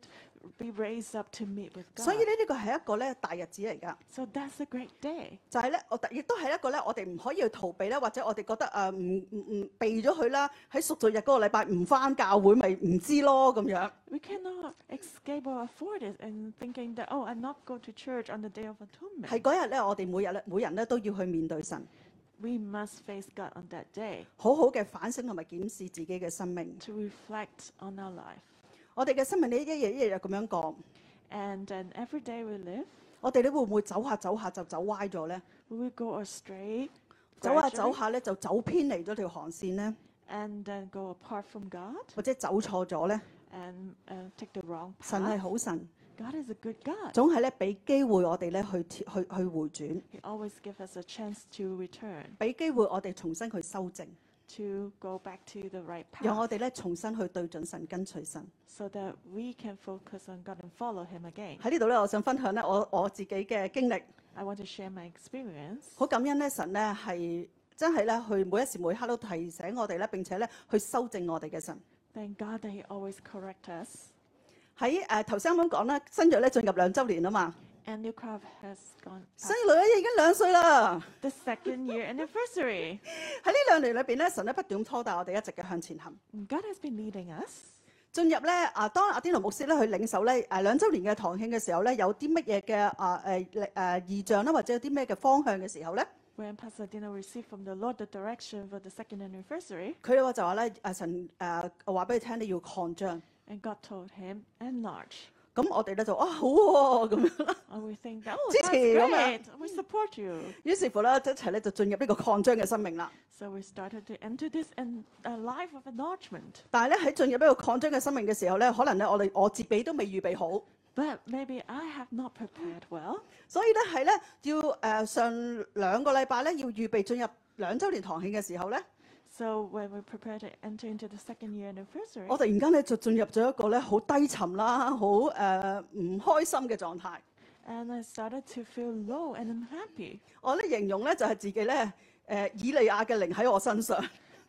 [SPEAKER 2] be raised up to meet with
[SPEAKER 1] 所
[SPEAKER 2] God.
[SPEAKER 1] 以咧呢個係一個咧大日子嚟㗎。
[SPEAKER 2] So that's a great day.
[SPEAKER 1] 就係咧，我亦都係一個咧，我哋唔可以去逃避咧，或者我哋覺得誒唔唔唔避咗佢啦。喺贖罪日嗰個禮拜唔翻教會，咪唔知咯咁樣。
[SPEAKER 2] We cannot escape or afford it and thinking that, oh, I'm not going to church on the Day of Atonement.
[SPEAKER 1] 係嗰日咧，我哋每日咧，每人咧都要去面對神，
[SPEAKER 2] We must face God on that day
[SPEAKER 1] 好好嘅反省同埋檢視自己嘅生命。
[SPEAKER 2] to reflect on our life.
[SPEAKER 1] 我哋嘅生命呢，一日一日咁樣過，
[SPEAKER 2] And then every day we live,
[SPEAKER 1] 我哋咧會唔會走下走下就走歪咗咧？
[SPEAKER 2] we will go astray,
[SPEAKER 1] 走下
[SPEAKER 2] gradually,
[SPEAKER 1] 走下咧就走偏離咗條航線咧，
[SPEAKER 2] and then go apart from God
[SPEAKER 1] 或者走錯咗咧？
[SPEAKER 2] and uh, take the wrong
[SPEAKER 1] 神係
[SPEAKER 2] path.
[SPEAKER 1] 好神，
[SPEAKER 2] God is a good God.
[SPEAKER 1] 總係咧俾機會我哋咧去去去回轉，
[SPEAKER 2] He always gives us a chance to return,
[SPEAKER 1] 俾機會我哋重新去修正。
[SPEAKER 2] to go back to the right
[SPEAKER 1] 讓我
[SPEAKER 2] path,
[SPEAKER 1] 哋咧重新去對準神、跟隨神。
[SPEAKER 2] so that we can focus on God and follow Him again.
[SPEAKER 1] 喺呢度咧，我想分享咧我我自己嘅經歷，
[SPEAKER 2] I want to share my experience.
[SPEAKER 1] 好感恩咧神咧係真係咧去每一時每刻都提醒我哋咧，並且咧去修正我哋嘅神。
[SPEAKER 2] Thank God that He always corrects us.
[SPEAKER 1] 喺誒頭先啱啱講啦，新約咧進入兩週年啊嘛，
[SPEAKER 2] And New Crop has gone
[SPEAKER 1] 新約女咧已經兩歲啦。
[SPEAKER 2] the second year anniversary.
[SPEAKER 1] 喺呢兩年裏邊咧，神咧不斷咁拖帶我哋一直嘅向前行。
[SPEAKER 2] And God has been leading us.
[SPEAKER 1] 進入咧啊，當阿天奴牧師咧去領受咧誒兩週年嘅堂慶嘅時候咧，有啲乜嘢嘅啊誒力誒異象啦，或者有啲咩嘅方向嘅時候咧，
[SPEAKER 2] When Pasadena received from the Lord the direction for the second anniversary,
[SPEAKER 1] 佢話就話咧誒神誒話俾佢聽，你要擴張。
[SPEAKER 2] and God told him, enlarge.
[SPEAKER 1] 咁我哋咧就啊好喎咁樣啦，
[SPEAKER 2] And we think, oh,
[SPEAKER 1] Did
[SPEAKER 2] that's
[SPEAKER 1] he? Oh,
[SPEAKER 2] great. We support you.
[SPEAKER 1] 於是乎咧一齊咧就進入呢個擴張嘅生命啦。
[SPEAKER 2] So we started to enter this en- a life of enlargement.
[SPEAKER 1] 但係咧喺進入呢個擴張嘅生命嘅時候咧，可能咧我哋我自己都未預備好，
[SPEAKER 2] But maybe I have not prepared well.
[SPEAKER 1] 所以咧係咧要誒、呃上兩個禮拜咧要預備進入兩週年堂慶嘅時候咧，
[SPEAKER 2] So when we prepare to enter into the second year anniversary,
[SPEAKER 1] 我突然間咧就進入咗一個咧好低沉啦、好誒唔開心嘅狀態。
[SPEAKER 2] and I started to feel low and unhappy.
[SPEAKER 1] 我咧形容咧就係、自己咧誒、呃以利亞嘅靈喺我身上，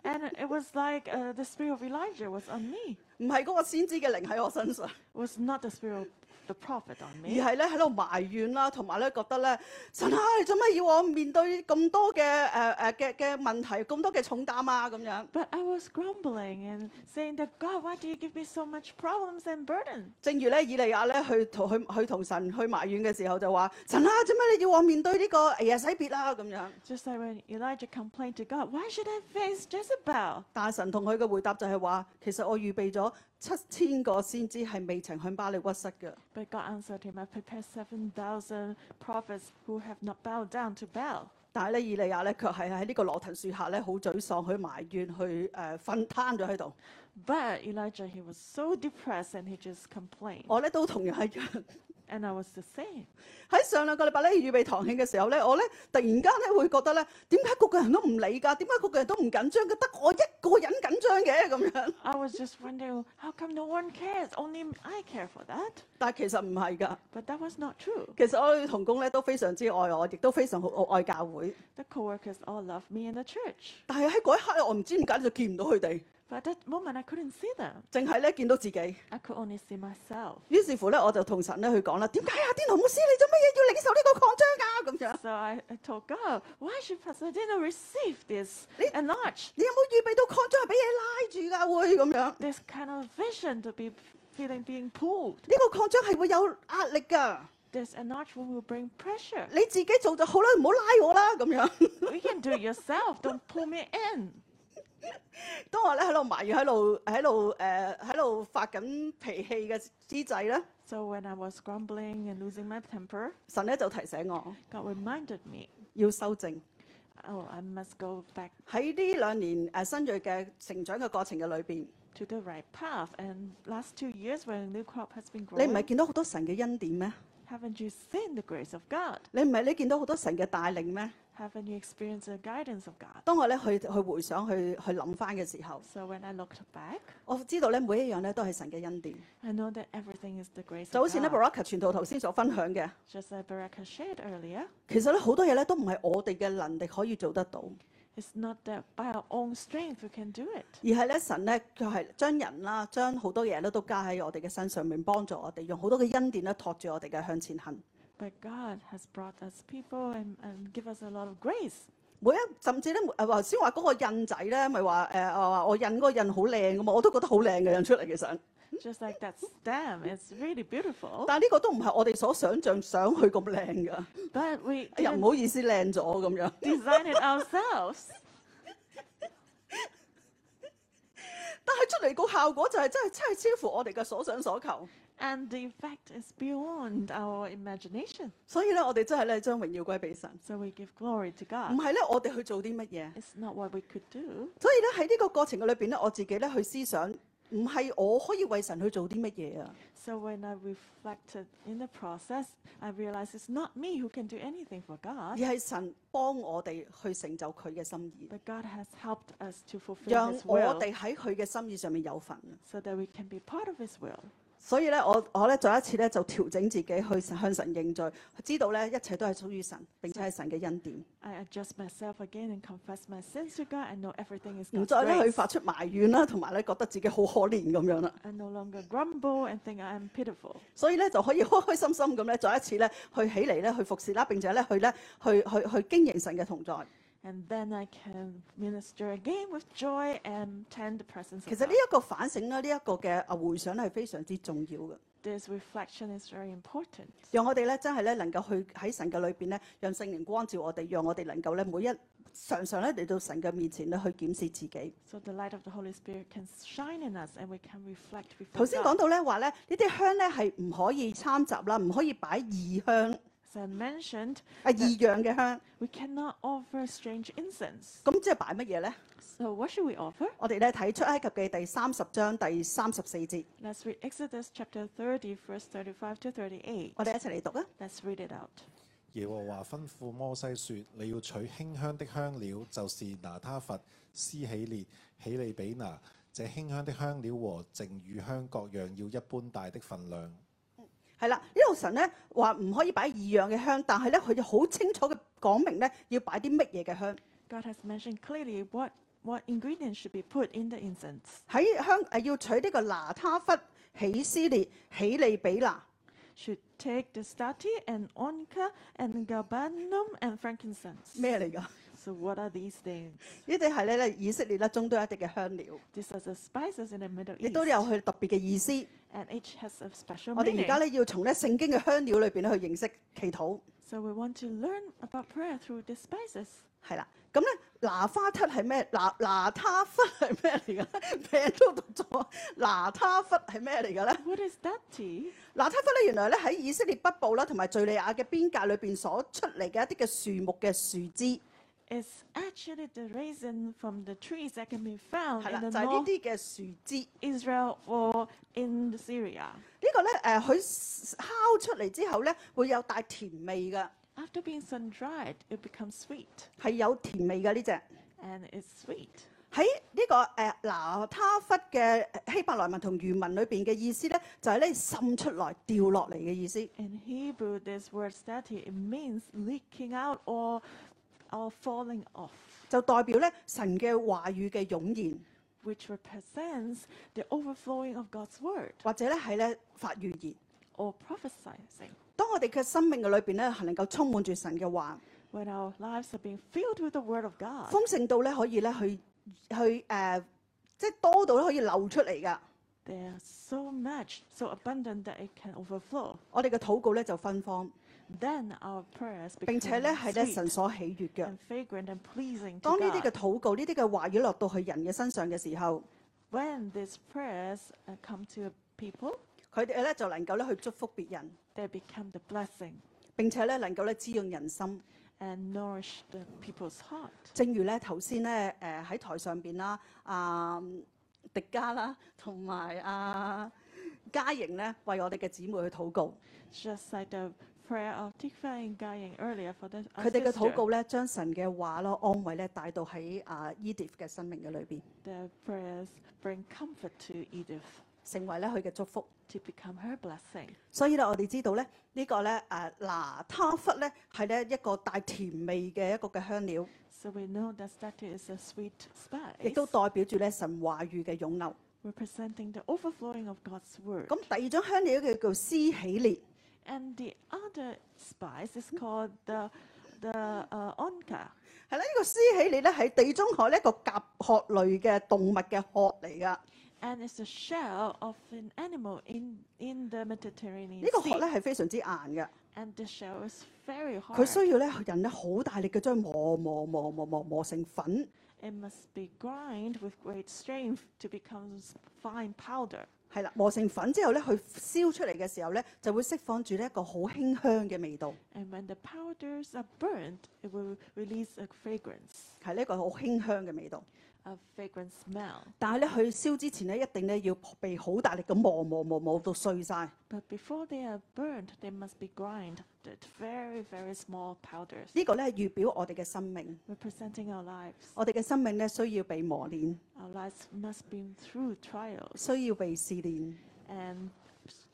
[SPEAKER 2] And it was like uh, the spirit of Elijah was on me.
[SPEAKER 1] 唔係嗰個先知嘅靈喺我身上。
[SPEAKER 2] It was not the spirit the profit on
[SPEAKER 1] 而
[SPEAKER 2] me.
[SPEAKER 1] 係咧喺度埋怨啦，同埋咧覺得咧神啊，你做乜要我面對咁多嘅誒誒嘅嘅問題，咁多嘅重擔啊咁樣？
[SPEAKER 2] But I was grumbling and saying that God, why do you give me so much problems and burden?
[SPEAKER 1] 正如咧以利亞咧去同去去同神去埋怨嘅時候就話：神啊，做乜你要我面對呢個耶洗別啊咁樣？
[SPEAKER 2] Just like when Elijah complained to God, why should I face Jezebel?
[SPEAKER 1] 但神同佢嘅回答就係話：其實我預備咗七千個先知係未曾向巴利屈膝嘅。
[SPEAKER 2] But God answered him, I prepared 7,000 prophets who have not bowed down to Baal.
[SPEAKER 1] 但係咧，以利亞咧，卻係喺呢個羅騰樹下咧，好沮喪，去埋怨，去誒瞓、攤咗喺度。
[SPEAKER 2] But Elijah, he was so depressed and he just complained.
[SPEAKER 1] 我咧都同樣一樣。
[SPEAKER 2] And I was the same.
[SPEAKER 1] 喺上兩個禮拜咧預備堂慶嘅時候咧，我咧突然間咧會覺得咧，點解個個人都唔理㗎？點解個個人都唔緊張嘅？得我一個人緊張嘅咁樣。
[SPEAKER 2] I was just wondering, how come no one cares? Only m- I care for that.
[SPEAKER 1] 但係其實唔係㗎。
[SPEAKER 2] But that was not true.
[SPEAKER 1] 其實我哋同工咧都非常之愛我，亦都非常好愛教會。
[SPEAKER 2] The coworkers all loved me in the church.
[SPEAKER 1] 但係喺嗰一刻咧，我唔知點解就見唔到佢哋，
[SPEAKER 2] But at that moment, I couldn't see them.
[SPEAKER 1] 淨係咧見到自己。
[SPEAKER 2] I could only see myself.
[SPEAKER 1] 於是乎咧，我就同神咧去講啦：點解啊，天堂牧師你做乜嘢要領受呢個擴張㗎？咁樣。
[SPEAKER 2] So I, I told God, why should Pasadena receive this and not
[SPEAKER 1] 你有冇預備到擴張係俾嘢拉住㗎？會咁樣？呢、
[SPEAKER 2] this kind of vision to be feeling being pulled?
[SPEAKER 1] 個擴張係會有壓力㗎。
[SPEAKER 2] This enlargement will bring pressure.
[SPEAKER 1] 你自己做就好啦，唔好拉我啦咁樣。
[SPEAKER 2] you can do it yourself. Don't pull me in.
[SPEAKER 1] 當我咧喺度埋怨，喺度喺度誒喺度發緊脾氣嘅之際咧，
[SPEAKER 2] So when I was grumbling and losing my temper,
[SPEAKER 1] 神咧就提醒我
[SPEAKER 2] God reminded me,
[SPEAKER 1] 要修正。
[SPEAKER 2] oh, I must go back
[SPEAKER 1] 喺呢兩年誒、呃新锐嘅成長嘅過程嘅裏邊，
[SPEAKER 2] to the right path. And last two years when New Crop has been
[SPEAKER 1] 你唔係
[SPEAKER 2] growing,
[SPEAKER 1] 見到好多神嘅恩典咩？
[SPEAKER 2] haven't you seen the grace of God?
[SPEAKER 1] 你唔係你見到好多神嘅帶領咩？
[SPEAKER 2] Haven't you experienced the guidance of God?
[SPEAKER 1] 當我咧去去回想去去諗翻嘅時候，
[SPEAKER 2] So when I looked back,
[SPEAKER 1] 我知道咧每一樣咧都係神嘅恩典，
[SPEAKER 2] I know that everything is the grace
[SPEAKER 1] 就好似咧
[SPEAKER 2] of God.
[SPEAKER 1] Baraka 傳道頭先所分享嘅，
[SPEAKER 2] Just like Baraka shared earlier,
[SPEAKER 1] 其實咧好多嘢咧都唔係我哋嘅能力可以做得到，
[SPEAKER 2] it's not that by our own strength we can do it.
[SPEAKER 1] 而係咧神咧佢係將人啦，將好多嘢咧都加喺我哋嘅身上面，幫助我哋用好多嘅恩典咧托住我哋嘅向前行。
[SPEAKER 2] But God has brought us people and, and give us a lot of grace.
[SPEAKER 1] 每一甚至咧，誒頭先話嗰個印仔咧，咪話誒我話我印嗰個印好靚噶嘛，我都覺得好靚嘅印出嚟其實，
[SPEAKER 2] Just like that stem, it's really beautiful.
[SPEAKER 1] 但係呢個都唔係我哋所想像想去咁靚噶，
[SPEAKER 2] But we
[SPEAKER 1] 哎呀唔
[SPEAKER 2] didn't
[SPEAKER 1] 好意思靚咗咁樣。
[SPEAKER 2] design it ourselves.
[SPEAKER 1] 但係出嚟個效果就係真係真係超乎我哋嘅所想所求，
[SPEAKER 2] And the effect is beyond our imagination.
[SPEAKER 1] 所以咧我哋真係咧將榮耀歸俾神，
[SPEAKER 2] So we give glory to
[SPEAKER 1] 唔
[SPEAKER 2] God.
[SPEAKER 1] 係咧我哋去做啲乜嘢。
[SPEAKER 2] It's not what we could do.
[SPEAKER 1] 所以咧喺呢個過程嘅裏邊咧，我自己咧去思想，唔係我可以為神去做啲乜嘢啊，
[SPEAKER 2] So when I reflected in the process, I realized it's not me who can do anything for
[SPEAKER 1] 而
[SPEAKER 2] God,
[SPEAKER 1] 係神幫我哋去成就佢嘅心意，
[SPEAKER 2] but God has helped us to fulfill
[SPEAKER 1] 讓
[SPEAKER 2] His
[SPEAKER 1] 我
[SPEAKER 2] will
[SPEAKER 1] 哋喺佢嘅心意上面有份。
[SPEAKER 2] so that we can be part of His will.
[SPEAKER 1] 所以咧，我我咧再一次咧就調整自己去向神認罪，知道咧一切都係屬於神，並且係神嘅恩典，
[SPEAKER 2] I adjust myself again and confess my sins to God. I know everything is
[SPEAKER 1] 唔
[SPEAKER 2] God's
[SPEAKER 1] 再咧去
[SPEAKER 2] grace.
[SPEAKER 1] 發出埋怨啦，同埋咧覺得自己好可憐咁樣啦。
[SPEAKER 2] I no longer grumble and think I am pitiful.
[SPEAKER 1] 所以咧就可以開開心心咁咧，再一次咧去起嚟咧去服侍啦，並且咧去咧去去去經營神嘅同在。
[SPEAKER 2] And then I can minister again with joy and tend the presence
[SPEAKER 1] 其
[SPEAKER 2] of
[SPEAKER 1] 實
[SPEAKER 2] God.
[SPEAKER 1] 呢一個反省咧，呢、一個嘅啊回想咧係非常之重要嘅，
[SPEAKER 2] This reflection is very important
[SPEAKER 1] 讓我哋咧真係咧能夠去喺神嘅裏邊咧，讓聖靈光照我哋，讓我哋能夠咧每一常常咧嚟到神嘅面前咧去檢視自己。
[SPEAKER 2] so the light of the Holy Spirit can shine in us and we can reflect
[SPEAKER 1] 頭
[SPEAKER 2] before
[SPEAKER 1] 先
[SPEAKER 2] God.
[SPEAKER 1] 講到咧話咧，呢啲香咧係唔可以參雜啦，唔可以擺異香
[SPEAKER 2] As I mentioned,
[SPEAKER 1] 啊異樣嘅香，
[SPEAKER 2] we cannot offer strange incense.
[SPEAKER 1] 咁即係擺乜嘢咧？
[SPEAKER 2] So what should we offer?
[SPEAKER 1] 我哋咧睇出埃及記第三十章第三十四節，
[SPEAKER 2] Let's read Exodus chapter 30, verse 35 to 38.
[SPEAKER 1] 我哋一齊嚟讀啊！
[SPEAKER 2] Let's read it out.
[SPEAKER 3] 耶和華吩咐摩西說：你要取馨香的香料，就是拿他佛、斯喜列、喜利比拿。這馨香的香料和淨乳香各樣要一般大的份量。
[SPEAKER 1] 係啦，呢度神咧話唔可以擺異樣嘅香，但係咧佢就好清楚嘅講明咧要擺啲乜嘢嘅香。
[SPEAKER 2] God has mentioned clearly what, what ingredients should be put in the
[SPEAKER 1] 呃
[SPEAKER 2] incense.
[SPEAKER 1] 喺香誒要取呢個拿他忽、喜斯列、喜利比拿，
[SPEAKER 2] should take the stati and onca and galbanum and frankincense.
[SPEAKER 1] 咩嚟㗎？
[SPEAKER 2] So what are these things?
[SPEAKER 1] 呢啲係咧以色列啦、中東一啲嘅香料，
[SPEAKER 2] These are the spices in the Middle
[SPEAKER 1] 亦
[SPEAKER 2] East,
[SPEAKER 1] 都有佢特別嘅意思。
[SPEAKER 2] and each has a special
[SPEAKER 1] 我哋而家
[SPEAKER 2] meaning.
[SPEAKER 1] 咧要從咧聖經嘅香料裏邊咧去認識祈禱，
[SPEAKER 2] So we want to learn about prayer through the spices.
[SPEAKER 1] 係啦。咁咧拿花漆係咩？拿拿他忽係咩嚟㗎？ 名都讀咗，拿他忽係咩嚟㗎咧？
[SPEAKER 2] What is that tea?
[SPEAKER 1] 拿他忽咧原來咧喺以色列北部啦同埋敍利亞嘅邊界裏邊所出嚟嘅一啲嘅樹木嘅樹枝，
[SPEAKER 2] It's actually the raisin from the trees that can be found
[SPEAKER 1] 係啦，就
[SPEAKER 2] in
[SPEAKER 1] 係
[SPEAKER 2] the
[SPEAKER 1] 呢
[SPEAKER 2] north
[SPEAKER 1] 啲嘅樹枝。
[SPEAKER 2] Israel or in the Syria.
[SPEAKER 1] 呢個咧誒，佢烤出嚟之後咧，會有帶甜味嘅，
[SPEAKER 2] After being sun dried, it becomes sweet,
[SPEAKER 1] 係有甜味嘅呢只。
[SPEAKER 2] and it's sweet.
[SPEAKER 1] 喺呢、個誒拿他忽嘅希伯來文同原文裏邊嘅意思咧，就係咧滲出來、掉落嚟嘅意思。
[SPEAKER 2] In Hebrew, this word stati it means leaking out or or falling off,
[SPEAKER 1] 就代表咧神嘅話語嘅湧現，
[SPEAKER 2] which represents the overflowing of God's word
[SPEAKER 1] 或者咧係咧發預言。
[SPEAKER 2] or prophesying.
[SPEAKER 1] 當我哋嘅生命嘅裏邊咧，係能夠充滿住神嘅話，
[SPEAKER 2] When our lives are being filled with the word of God,
[SPEAKER 1] 豐盛到咧可以咧去去誒、呃即係多到咧可以流出嚟㗎。
[SPEAKER 2] they're so much, so abundant that it can overflow.
[SPEAKER 1] 我哋嘅禱告咧就芬芳，
[SPEAKER 2] Then our prayers
[SPEAKER 1] 並
[SPEAKER 2] become
[SPEAKER 1] 且咧係咧
[SPEAKER 2] sweet
[SPEAKER 1] 神所喜悅嘅。
[SPEAKER 2] and fragrant and pleasing to
[SPEAKER 1] 當呢啲
[SPEAKER 2] God.
[SPEAKER 1] 嘅禱告、呢啲嘅話語落到去人嘅身上嘅時候，
[SPEAKER 2] When these prayers uh, come to people,
[SPEAKER 1] 佢哋咧就能夠咧去祝福別人，
[SPEAKER 2] they become the blessing
[SPEAKER 1] 並且咧能夠咧滋養人心。
[SPEAKER 2] and nourish the people's heart.
[SPEAKER 1] 正如咧頭先咧誒喺台上邊啦，啊迪加啦，同埋啊嘉瑩咧為我哋嘅姊妹去禱告，
[SPEAKER 2] Just like the prayer of Tikva and Gayeng earlier for the
[SPEAKER 1] 佢哋嘅
[SPEAKER 2] 啊
[SPEAKER 1] 禱
[SPEAKER 2] sister,
[SPEAKER 1] 告咧將神嘅話咯安慰咧帶到喺啊 Edith 嘅生命嘅裏邊，
[SPEAKER 2] their prayers bring comfort to Edith
[SPEAKER 1] 成為咧佢嘅祝福。
[SPEAKER 2] to become her blessing.
[SPEAKER 1] 所以咧，我哋知道咧，呢個咧誒拿他忽咧係咧一個帶甜味嘅一個嘅香料。
[SPEAKER 2] So we know that statue is a sweet
[SPEAKER 1] 亦都
[SPEAKER 2] spice,
[SPEAKER 1] 代表住咧神話語嘅湧流。
[SPEAKER 2] representing the overflowing of God's word.
[SPEAKER 1] 咁第二種香料叫做施喜列，
[SPEAKER 2] And the other spice is called the the uh, onka.
[SPEAKER 1] 係啦，呢、個施喜列咧喺地中海呢一個甲殼類嘅動物嘅殼嚟㗎。
[SPEAKER 2] and it's the shell of an animal in in the Mediterranean
[SPEAKER 1] 呢、個
[SPEAKER 2] Sea.
[SPEAKER 1] 殼咧係非常之硬嘅，
[SPEAKER 2] And the shell is very
[SPEAKER 1] 佢
[SPEAKER 2] hard.
[SPEAKER 1] 需要咧人咧好大力嘅將磨磨磨磨磨磨成粉，
[SPEAKER 2] It must be grind with great strength to become s- fine powder.
[SPEAKER 1] 係啦，磨成粉之後咧，佢燒出嚟嘅時候咧就會釋放住呢一個好馨香嘅味道，
[SPEAKER 2] And when the powders are burnt, it will release a fragrance,
[SPEAKER 1] 係呢一個好馨香嘅味道。
[SPEAKER 2] a fragrant smell.
[SPEAKER 1] 但係咧，佢燒之前咧，一定咧要被好大力咁磨磨磨磨到碎晒。
[SPEAKER 2] But before they are burnt, they must be grind to very, very small powders,
[SPEAKER 1] 呢個咧預表我哋嘅生命。
[SPEAKER 2] representing our lives.
[SPEAKER 1] 我哋嘅生命咧需要被磨練，
[SPEAKER 2] Our lives must be through trials
[SPEAKER 1] 需要被試煉，
[SPEAKER 2] and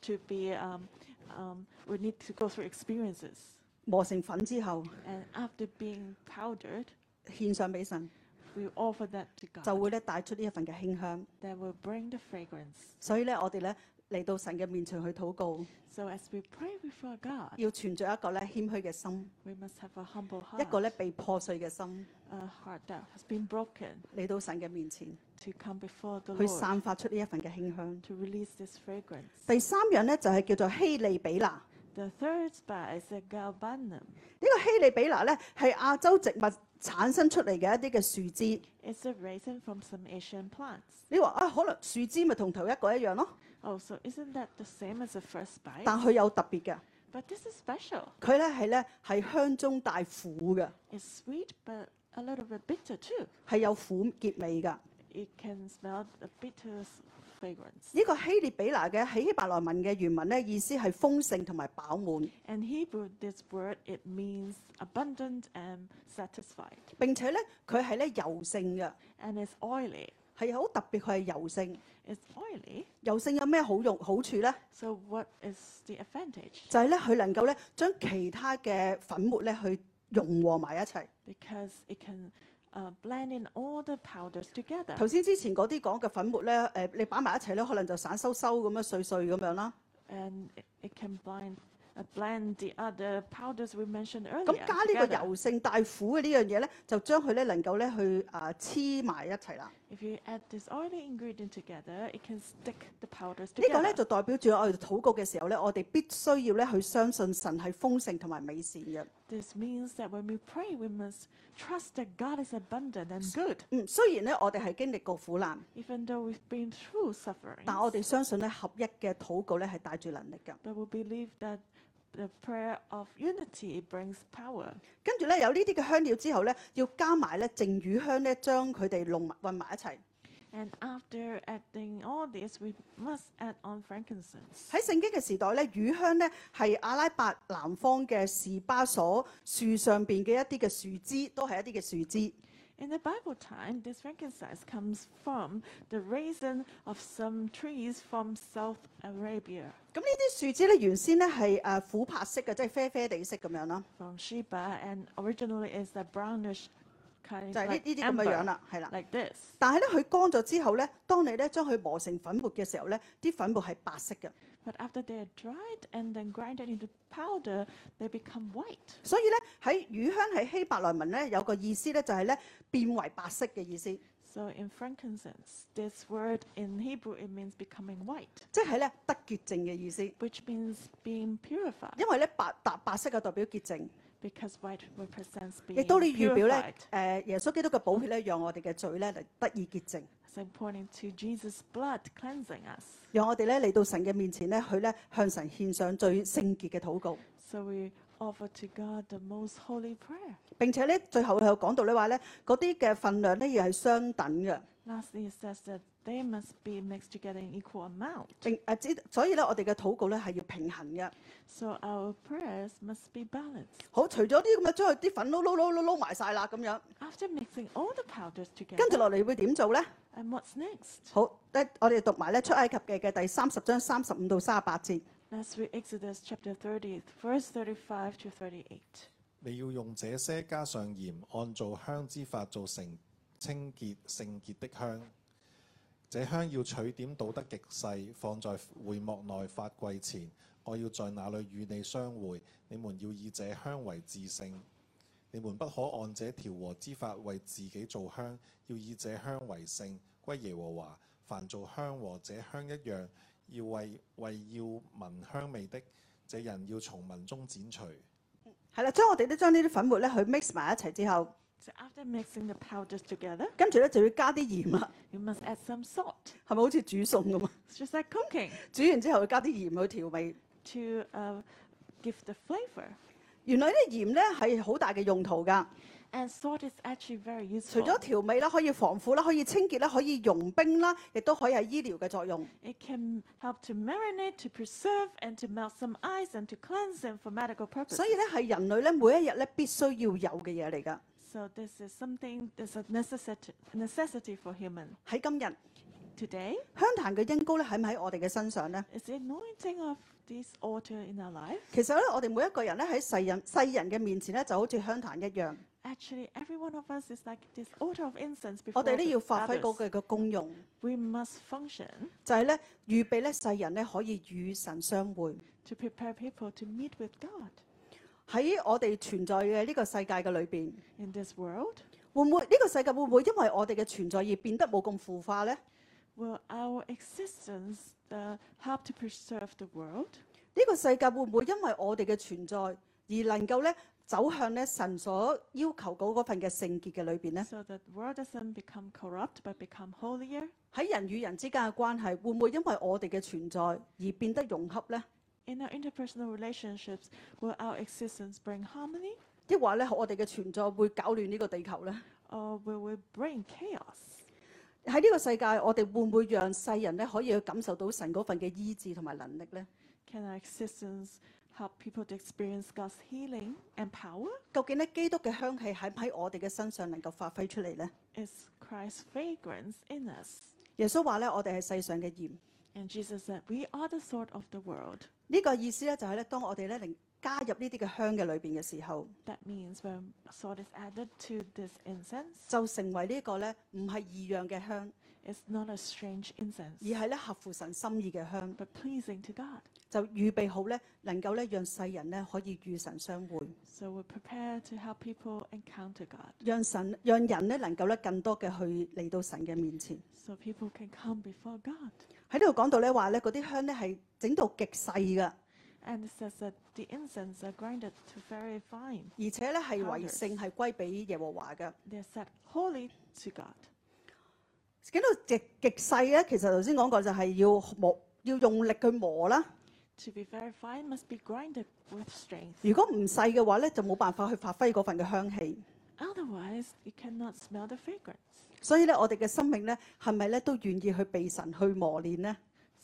[SPEAKER 2] to be, um, um, we need to go through experiences.
[SPEAKER 1] 磨成粉之後
[SPEAKER 2] And after being powdered,
[SPEAKER 1] 獻上俾神，
[SPEAKER 2] we offer that to
[SPEAKER 1] 就
[SPEAKER 2] God.
[SPEAKER 1] 會咧帶出呢一份嘅馨香。
[SPEAKER 2] That will bring the fragrance.
[SPEAKER 1] 所以咧，我哋咧嚟到神嘅面前去禱告，
[SPEAKER 2] So as we pray before God,
[SPEAKER 1] 要存着一個咧謙虛嘅心，
[SPEAKER 2] we must have a humble
[SPEAKER 1] 一
[SPEAKER 2] heart,
[SPEAKER 1] 個咧被破碎嘅心，
[SPEAKER 2] a heart that has been broken,
[SPEAKER 1] 嚟到神嘅面前，
[SPEAKER 2] to come before the
[SPEAKER 1] 去
[SPEAKER 2] Lord
[SPEAKER 1] 散發出呢一份嘅馨香。
[SPEAKER 2] to release this fragrance.
[SPEAKER 1] 第三樣咧就係、叫做希利比拿。呢、
[SPEAKER 2] The third spice, the galbanum,
[SPEAKER 1] 個希利比拿咧係亞洲植物產生出嚟嘅一啲嘅樹枝。
[SPEAKER 2] is a raisin from some Asian plants.
[SPEAKER 1] 你話啊，可能樹枝咪同頭一個一樣咯，
[SPEAKER 2] Oh, so isn't that the same as the first spice?
[SPEAKER 1] 但佢有特別嘅。
[SPEAKER 2] But this is special.
[SPEAKER 1] 佢咧係咧係香中帶苦嘅，
[SPEAKER 2] It's sweet, but a little bit bitter too.
[SPEAKER 1] 係有苦結味㗎。
[SPEAKER 2] It can smell the bitter s- fragrance.
[SPEAKER 1] 呢、個希列比拿嘅喺希伯來文嘅原文咧，意思係豐盛同埋飽滿。
[SPEAKER 2] In Hebrew, this word it means abundant and satisfied,
[SPEAKER 1] 並且咧佢係咧油性嘅，
[SPEAKER 2] and it's oily.
[SPEAKER 1] 係好特別，佢係油性。
[SPEAKER 2] It's oily.
[SPEAKER 1] 油性有咩好用好處咧？
[SPEAKER 2] So what is the advantage?
[SPEAKER 1] 就係咧佢能夠咧將其他嘅粉末咧去融和埋一齊。
[SPEAKER 2] Because it can uh, blend in all the powders together.
[SPEAKER 1] 頭先之前嗰啲講嘅粉末咧，誒、你擺埋一齊咧，可能就散收收咁樣碎碎咁樣啦。
[SPEAKER 2] and it, it can bind, uh, blend the other powders we mentioned
[SPEAKER 1] 咁
[SPEAKER 2] earlier.
[SPEAKER 1] 加呢
[SPEAKER 2] together.
[SPEAKER 1] 個油性大苦嘅呢樣嘢咧，就將佢咧能夠咧去啊黐埋一齊啦。
[SPEAKER 2] If you add this oily ingredient together, it can stick the powders
[SPEAKER 1] 呢
[SPEAKER 2] together.
[SPEAKER 1] 個咧就代表住我哋禱告嘅時候咧，我哋必須要咧去相信神係豐盛同埋美善嘅。
[SPEAKER 2] This means that when we pray, we must trust that God is abundant and good,
[SPEAKER 1] 嗯，雖然咧我哋係經歷過苦難，
[SPEAKER 2] even though we've been through suffering.
[SPEAKER 1] 但我哋相信咧合一嘅禱告咧係帶住能力嘅。
[SPEAKER 2] But we believe that the prayer of unity brings power.
[SPEAKER 1] 跟住咧有呢啲嘅香料之後咧，要加埋咧淨乳香咧，將佢哋弄埋混埋一齊。
[SPEAKER 2] And after adding all this, we must add on frankincense.
[SPEAKER 1] 喺聖經嘅時代咧，乳香咧係阿拉伯南方嘅士巴所樹上邊嘅一啲嘅樹枝，都係一啲嘅樹枝。
[SPEAKER 2] In the Bible time, this frankincense comes from the raisin of some trees from South Arabia,
[SPEAKER 1] 咁呢啲樹枝咧原先咧係誒琥珀色嘅，即係啡啡地色咁樣啦，
[SPEAKER 2] from Sheba, and originally is the brownish
[SPEAKER 1] 就
[SPEAKER 2] kind
[SPEAKER 1] 係呢呢啲
[SPEAKER 2] like
[SPEAKER 1] 咁嘅樣
[SPEAKER 2] amber,
[SPEAKER 1] 啦，係啦。
[SPEAKER 2] like this.
[SPEAKER 1] 但係咧，佢乾咗之後咧，當你咧將佢磨成粉末嘅時候咧，啲粉末係白色嘅，
[SPEAKER 2] But after they are dried and then grinded into powder, they become white.
[SPEAKER 1] 所以咧喺乳香喺希伯來文咧有個意思咧就係咧變為白色嘅意思，
[SPEAKER 2] So in frankincense, this word in Hebrew it means becoming white,
[SPEAKER 1] 即係咧得潔淨嘅意思。
[SPEAKER 2] which means being purified,
[SPEAKER 1] 因為咧白白白色嘅代表潔淨，
[SPEAKER 2] because white represents
[SPEAKER 1] 亦
[SPEAKER 2] being
[SPEAKER 1] 都你預表咧誒
[SPEAKER 2] purified.、
[SPEAKER 1] 耶穌基督嘅寶血咧，讓我哋嘅罪咧嚟得以潔淨，
[SPEAKER 2] So pointing to Jesus' blood cleansing us.
[SPEAKER 1] 讓我哋咧嚟到神嘅面前咧，佢咧向神獻上最聖潔嘅禱告。
[SPEAKER 2] So we offer to God the most holy prayer.
[SPEAKER 1] 並且咧最後佢又講到咧話咧嗰啲嘅份量咧要係相等嘅。
[SPEAKER 2] Lastly, it says that they must be mixed together in equal amount.
[SPEAKER 1] 並誒啊知，所以咧我哋嘅禱告咧係要平衡嘅。
[SPEAKER 2] So our prayers must be balanced.
[SPEAKER 1] 好，除咗啲咁嘅將佢啲粉撈撈撈撈撈埋晒啦咁樣，
[SPEAKER 2] After mixing all the powders
[SPEAKER 1] 跟住
[SPEAKER 2] together,
[SPEAKER 1] 落嚟會點做咧？
[SPEAKER 2] and what's next?
[SPEAKER 1] 好，咧我哋讀埋咧出埃及記嘅第三十章三十五到三十八節。
[SPEAKER 2] Let's read Exodus chapter 30, verse 35 to 38.
[SPEAKER 3] 你要用這些加上鹽，按照香之法做成清潔聖潔的香。這香要取點倒得極細，放在會幕內法櫃前。我要在那裏與你相會，你們要以這香為至聖。你們不可按這調和之法為自己做香，要以這香為聖，歸耶和華。凡做香和這香一樣，要為為要聞香味的，這人要從民中剪除。
[SPEAKER 1] 係啦，將我哋都將呢啲粉末咧去 mix 埋一齊之後，
[SPEAKER 2] So after mixing the powders together,
[SPEAKER 1] 跟住咧就要加啲鹽啦，
[SPEAKER 2] you must add some salt.
[SPEAKER 1] 係咪好似煮餸咁啊？
[SPEAKER 2] It's just like cooking
[SPEAKER 1] 煮完之後要加啲鹽去調味。
[SPEAKER 2] to uh, give the flavor.
[SPEAKER 1] 原來咧鹽咧係好大嘅用途㗎，
[SPEAKER 2] And salt is actually very
[SPEAKER 1] 除
[SPEAKER 2] useful.
[SPEAKER 1] 咗調味啦，可以防腐啦，可以清潔啦，可以溶冰啦，亦都可以係醫療嘅作用。
[SPEAKER 2] It can help to marinate, to preserve, and to melt some ice and to cleanse them for medical
[SPEAKER 1] 所
[SPEAKER 2] purposes.
[SPEAKER 1] 以咧係人類咧每一日咧必須要有嘅嘢嚟㗎。
[SPEAKER 2] So this is something that's a necessity, necessity for human.
[SPEAKER 1] 喺今日，
[SPEAKER 2] Today,
[SPEAKER 1] 香壇嘅恩膏咧喺唔喺我哋嘅身上咧？
[SPEAKER 2] is the anointing of this altar in our life.
[SPEAKER 1] 其實咧，我哋每一個人咧喺世人世人嘅面前咧，就好似香壇一樣，
[SPEAKER 2] Actually, every one of us is like this altar of incense
[SPEAKER 1] 我
[SPEAKER 2] before
[SPEAKER 1] 哋
[SPEAKER 2] the
[SPEAKER 1] 咧要發揮嗰
[SPEAKER 2] others.
[SPEAKER 1] 個嘅功用，
[SPEAKER 2] We must function
[SPEAKER 1] 就係咧預備咧世人咧可以與神相會。
[SPEAKER 2] to prepare people to meet with God
[SPEAKER 1] 喺我哋存在嘅呢個世界嘅裏邊，
[SPEAKER 2] in this world.
[SPEAKER 1] 會唔會呢、個世界會唔會因為我哋嘅存在而變得冇咁腐化呢？呢、
[SPEAKER 2] Will our existence uh, help to preserve the world?
[SPEAKER 1] 個世界會唔會因為我哋嘅存在而能夠咧走向咧神所要求嗰嗰份嘅聖潔嘅裏邊呢？
[SPEAKER 2] So that the world doesn't become corrupt but become holier.
[SPEAKER 1] 喺人與人之間嘅關係，會唔會因為我哋嘅存在而變得融洽呢？
[SPEAKER 2] In our interpersonal relationships, will our existence bring harmony
[SPEAKER 1] 抑或咧我哋嘅存在會搞亂呢個地球呢？
[SPEAKER 2] or will we bring chaos?
[SPEAKER 1] 喺呢個世界，我哋會唔會讓世人咧可以去感受到神嗰份嘅醫治同埋能力呢？
[SPEAKER 2] Can our existence help people to experience God's healing and power?
[SPEAKER 1] 究竟咧基督嘅香氣喺唔喺我哋嘅身上能夠發揮出嚟呢？
[SPEAKER 2] Is Christ's fragrance in us?
[SPEAKER 1] 耶穌話咧，我哋係世上嘅鹽。
[SPEAKER 2] And Jesus said, We are the salt of the world.
[SPEAKER 1] 呢個意思咧就係咧，當我哋咧能加入呢啲嘅香嘅裏邊嘅時候，
[SPEAKER 2] That means when salt is added to this incense,
[SPEAKER 1] 就成為呢個咧唔係異樣嘅香，
[SPEAKER 2] is not a strange incense,
[SPEAKER 1] 而係咧合乎神心意嘅香，
[SPEAKER 2] but pleasing to God.
[SPEAKER 1] 就預備好咧，能夠咧讓世人咧可以與神相會，
[SPEAKER 2] So we're prepared to help people encounter God,
[SPEAKER 1] 讓神讓人咧能夠咧更多嘅去嚟到神嘅面前。
[SPEAKER 2] so people can come before God.
[SPEAKER 1] 喺呢度講到咧話咧，嗰啲香咧係整到極細㗎，
[SPEAKER 2] And it says that the incense are grinded to very fine.
[SPEAKER 1] 而且咧係為
[SPEAKER 2] Powders
[SPEAKER 1] 聖係歸俾耶和華嘅。
[SPEAKER 2] They're set holy to God.
[SPEAKER 1] 整到極極細咧，其實頭先講過就係要磨，要用力去磨啦。
[SPEAKER 2] To be very fine must be grinded with strength.
[SPEAKER 1] 如果唔細嘅話咧，就冇辦法去發揮嗰份嘅香氣。
[SPEAKER 2] Otherwise, you cannot smell the fragrance.
[SPEAKER 1] 所以咧，我哋嘅生命咧，係咪咧都願意去被神去磨練呢？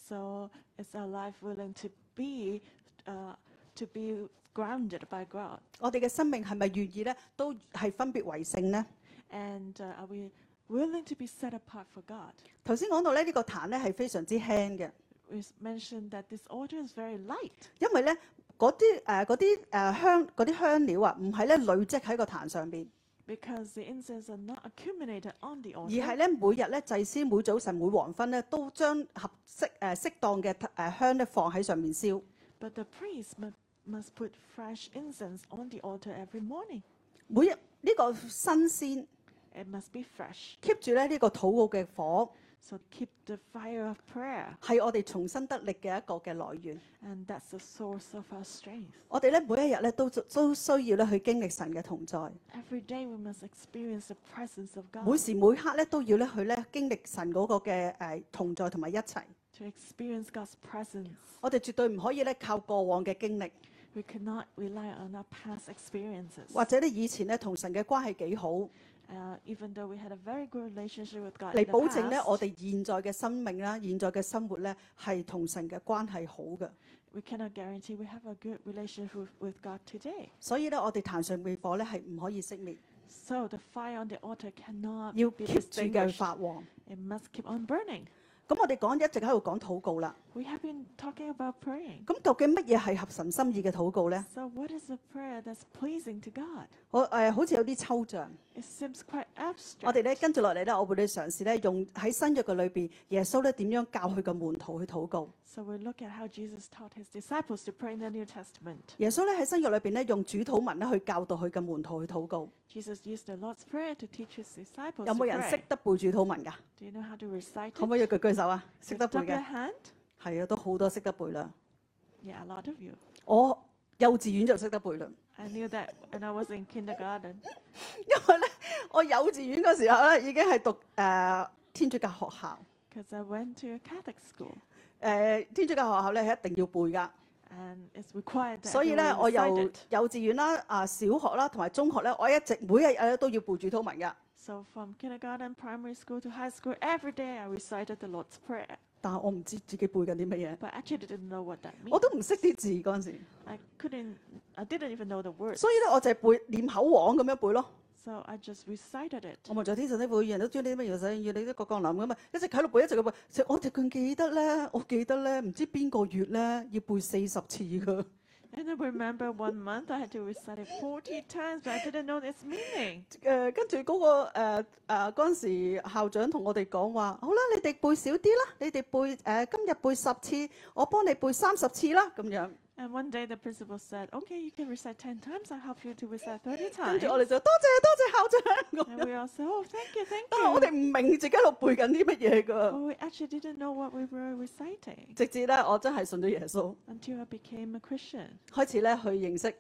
[SPEAKER 2] So is our life willing to be uh, to be grounded by God?
[SPEAKER 1] 我哋嘅生命係咪願意咧都係分別為聖呢？
[SPEAKER 2] And uh, are we willing to be set apart for God?
[SPEAKER 1] 頭先講到咧，呢、個壇咧係非常之輕嘅，
[SPEAKER 2] We s- mentioned that this order is very light
[SPEAKER 1] 因為咧嗰啲誒嗰啲誒香嗰啲香料啊，唔係咧累積喺個壇上邊，
[SPEAKER 2] because the incense are not accumulated on the
[SPEAKER 1] 而
[SPEAKER 2] altar,
[SPEAKER 1] 係咧每日咧祭司每早晨每黃昏咧都將合適誒適當嘅誒香咧放喺上面燒。
[SPEAKER 2] but the priest mu- must put fresh incense on the altar every morning.
[SPEAKER 1] 每日呢個新鮮
[SPEAKER 2] It must be fresh.
[SPEAKER 1] keep 住咧呢個禱告嘅火，
[SPEAKER 2] So keep the fire of prayer,
[SPEAKER 1] 係我哋重新得力嘅一個嘅來源。
[SPEAKER 2] and that's the source of our strength.
[SPEAKER 1] 我哋咧每一日咧都都需要咧去經歷神嘅同在，
[SPEAKER 2] Every day we must experience the presence of God.
[SPEAKER 1] 每時每刻咧都要咧去咧經歷神嗰個嘅誒同在同埋一齊。
[SPEAKER 2] to experience God's presence.
[SPEAKER 1] 我哋絕對唔可以咧靠過往嘅經歷，
[SPEAKER 2] We cannot rely on our past experiences.
[SPEAKER 1] 或者咧以前咧同神嘅關係幾好，
[SPEAKER 2] Uh, even though we had a very good relationship with God,
[SPEAKER 1] 嚟
[SPEAKER 2] in
[SPEAKER 1] 保
[SPEAKER 2] the
[SPEAKER 1] 證咧我
[SPEAKER 2] past,
[SPEAKER 1] 哋現在嘅生命啦、現在嘅生活咧係同神嘅關係好嘅。
[SPEAKER 2] we cannot guarantee we have a good relationship with, with God today.
[SPEAKER 1] 所以咧，我哋壇上嘅火咧係唔可以熄滅，
[SPEAKER 2] So the fire on the altar cannot
[SPEAKER 1] 要
[SPEAKER 2] be
[SPEAKER 1] keep 住嘅
[SPEAKER 2] extinguished.
[SPEAKER 1] 發旺。
[SPEAKER 2] It must keep on burning.
[SPEAKER 1] 咁我哋講一直喺度講禱告啦。
[SPEAKER 2] We have been talking about praying.
[SPEAKER 1] 咁究竟乜嘢係合神心意嘅禱告呢？
[SPEAKER 2] So what is a prayer that's pleasing to God?
[SPEAKER 1] 我誒、好似有啲抽象。
[SPEAKER 2] It seems quite abstract.
[SPEAKER 1] 我哋咧跟住落嚟咧，我會咧嘗試咧用喺新約嘅裏邊，耶穌咧點樣教佢嘅門徒去禱告。
[SPEAKER 2] So we look at how Jesus taught his disciples to pray in the New Testament.
[SPEAKER 1] 耶穌咧喺新約裏邊咧用主禱文咧去教導佢嘅門徒去禱告。
[SPEAKER 2] Jesus used the Lord's Prayer to teach his disciples
[SPEAKER 1] 有
[SPEAKER 2] to
[SPEAKER 1] 冇人
[SPEAKER 2] pray.
[SPEAKER 1] 識哦得背主禱文㗎？
[SPEAKER 2] Do you know how to recite
[SPEAKER 1] 可唔
[SPEAKER 2] it?
[SPEAKER 1] 可以舉舉手啊？識得
[SPEAKER 2] Lift
[SPEAKER 1] 背
[SPEAKER 2] up your
[SPEAKER 1] 嘅
[SPEAKER 2] hand?
[SPEAKER 1] 係啊，都好多識得背啦。
[SPEAKER 2] Yeah, a lot of you.
[SPEAKER 1] 我幼稚園就識得背啦，
[SPEAKER 2] I knew that when I was in kindergarten
[SPEAKER 1] 因為咧 我幼稚園嗰時候咧已經係讀誒、呃天主教學校。
[SPEAKER 2] because I went to a Catholic school
[SPEAKER 1] 誒、天主教學校咧係一定要背㗎。
[SPEAKER 2] and it's required that
[SPEAKER 1] 所以
[SPEAKER 2] you
[SPEAKER 1] 咧，我
[SPEAKER 2] recite
[SPEAKER 1] 由
[SPEAKER 2] it.
[SPEAKER 1] 幼稚園啦、啊小學啦同埋中學咧，我一直每一日咧都要背住禱文噶。
[SPEAKER 2] So from kindergarten, primary school to high school, every day I recited the Lord's Prayer.
[SPEAKER 1] 但係我唔知自己背緊啲乜嘢，
[SPEAKER 2] But I actually didn't know what that
[SPEAKER 1] 我
[SPEAKER 2] means.
[SPEAKER 1] 都唔識啲字嗰陣時，
[SPEAKER 2] I couldn't, I didn't even know the words.
[SPEAKER 1] 所以咧我就係背念口簧咁樣背咯。
[SPEAKER 2] So I just recited it.
[SPEAKER 1] 我望在天上的背，人都知你啲乜嘢使，要你啲國降臨咁啊，一直喺度背，一直咁背。就我哋更記得咧，我記得咧，唔知邊個月咧要背四十次噶。
[SPEAKER 2] And I remember one month I had to recite it 40 times, but I didn't know its meaning.
[SPEAKER 1] 誒、跟住嗰個誒誒嗰陣時，校長同我哋講話：好啦，你哋背少啲啦，你哋背誒、呃今日背十次，我幫你背三十次啦，咁樣。
[SPEAKER 2] And one day the principal said, Okay, you can recite 10 times, I'll help you to recite 30
[SPEAKER 1] 跟
[SPEAKER 2] times.
[SPEAKER 1] 住我哋就多謝多謝校長咁
[SPEAKER 2] And
[SPEAKER 1] 樣。
[SPEAKER 2] we all said, Oh, thank you, thank
[SPEAKER 1] 但係我
[SPEAKER 2] you.
[SPEAKER 1] 哋唔明自己喺度背緊啲乜嘢㗎。
[SPEAKER 2] But we actually didn't know what we were reciting
[SPEAKER 1] 直至咧，我真係信咗耶穌，
[SPEAKER 2] until I became a Christian.
[SPEAKER 1] 開始咧去認識，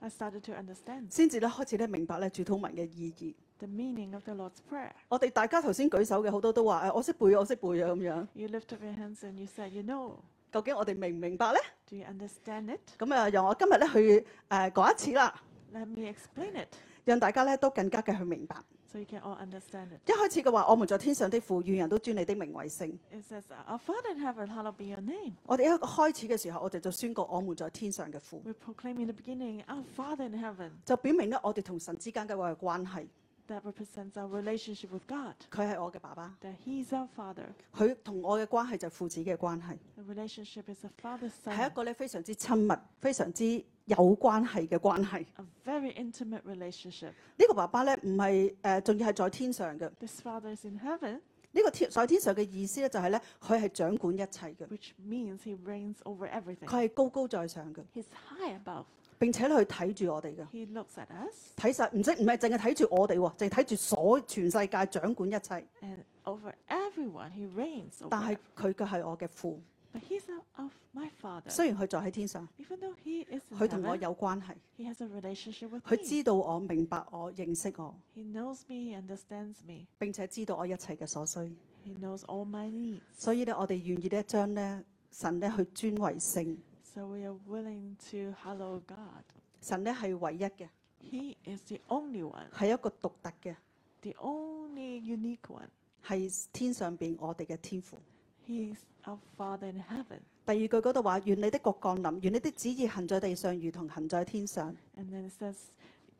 [SPEAKER 2] I started to understand
[SPEAKER 1] 先至咧開始咧明白咧主禱文嘅意義。
[SPEAKER 2] the meaning of the Lord's Prayer.
[SPEAKER 1] 我哋大家頭先舉手嘅好多都話：誒、我識背，我識背啊咁樣。
[SPEAKER 2] You lift up your hands and you said, You know,
[SPEAKER 1] 究竟我哋明唔明白咧？
[SPEAKER 2] do you understand it?
[SPEAKER 1] 咁啊，由我今日咧去誒、呃、講一次啦，
[SPEAKER 2] Let me explain it
[SPEAKER 1] 讓大家咧都更加嘅去明白。
[SPEAKER 2] so you can all understand it.
[SPEAKER 1] 一開始嘅話，我們在天上的父，願人都尊你的名為聖。
[SPEAKER 2] It says, Our Father in heaven, hallowed be your name.
[SPEAKER 1] 我哋一開始嘅時候，我哋就宣告我們在天上嘅父，
[SPEAKER 2] We proclaim in the beginning, Our Father in heaven.
[SPEAKER 1] 就表明咧我哋同神之間嘅嗰個關係。
[SPEAKER 2] That represents our relationship with God,
[SPEAKER 1] 佢係我嘅爸爸，
[SPEAKER 2] that He's our Father.
[SPEAKER 1] 佢同我嘅關係就係父子嘅關係，
[SPEAKER 2] The relationship is a father son,
[SPEAKER 1] 係一個咧非常之親密、非常之有關係嘅關係。
[SPEAKER 2] a very intimate relationship.
[SPEAKER 1] 呢、個爸爸咧唔係誒，呃仲要係在天上嘅，
[SPEAKER 2] This father is in heaven,
[SPEAKER 1] 呢個天上天上嘅意思咧，就係咧，佢係掌管一切嘅，
[SPEAKER 2] which means he reigns over everything.
[SPEAKER 1] 佢係高高在上嘅，
[SPEAKER 2] He's high above.
[SPEAKER 1] 並且佢睇住我哋嘅，
[SPEAKER 2] He looks at us
[SPEAKER 1] 睇晒唔知唔係淨係睇住我哋喎，淨係睇住所全世界掌管一切。
[SPEAKER 2] and over everyone. He reigns over.
[SPEAKER 1] 但係
[SPEAKER 2] ev-
[SPEAKER 1] 佢嘅係我嘅父，
[SPEAKER 2] But he's not of my father.
[SPEAKER 1] 雖然佢在喺天上，
[SPEAKER 2] Even though he is in
[SPEAKER 1] 佢同我
[SPEAKER 2] heaven,
[SPEAKER 1] 有關係，
[SPEAKER 2] he has a relationship with
[SPEAKER 1] 佢
[SPEAKER 2] me.
[SPEAKER 1] 知道我、明白我、認識我，
[SPEAKER 2] He knows me. He understands me.
[SPEAKER 1] 並且知道我一切嘅所需。
[SPEAKER 2] He knows all my needs.
[SPEAKER 1] 所以咧，我哋願意咧將咧神咧去尊為聖，
[SPEAKER 2] So we are willing to hallow God.
[SPEAKER 1] 神咧係唯一嘅，
[SPEAKER 2] He is the only one,
[SPEAKER 1] 係一個獨特嘅，
[SPEAKER 2] the only unique one.
[SPEAKER 1] 係天上邊我哋嘅天父。
[SPEAKER 2] He's our Father in heaven.
[SPEAKER 1] 第二句嗰度話：願你的國降臨，願你的旨意行在地上，如同行在天上。
[SPEAKER 2] And then it says,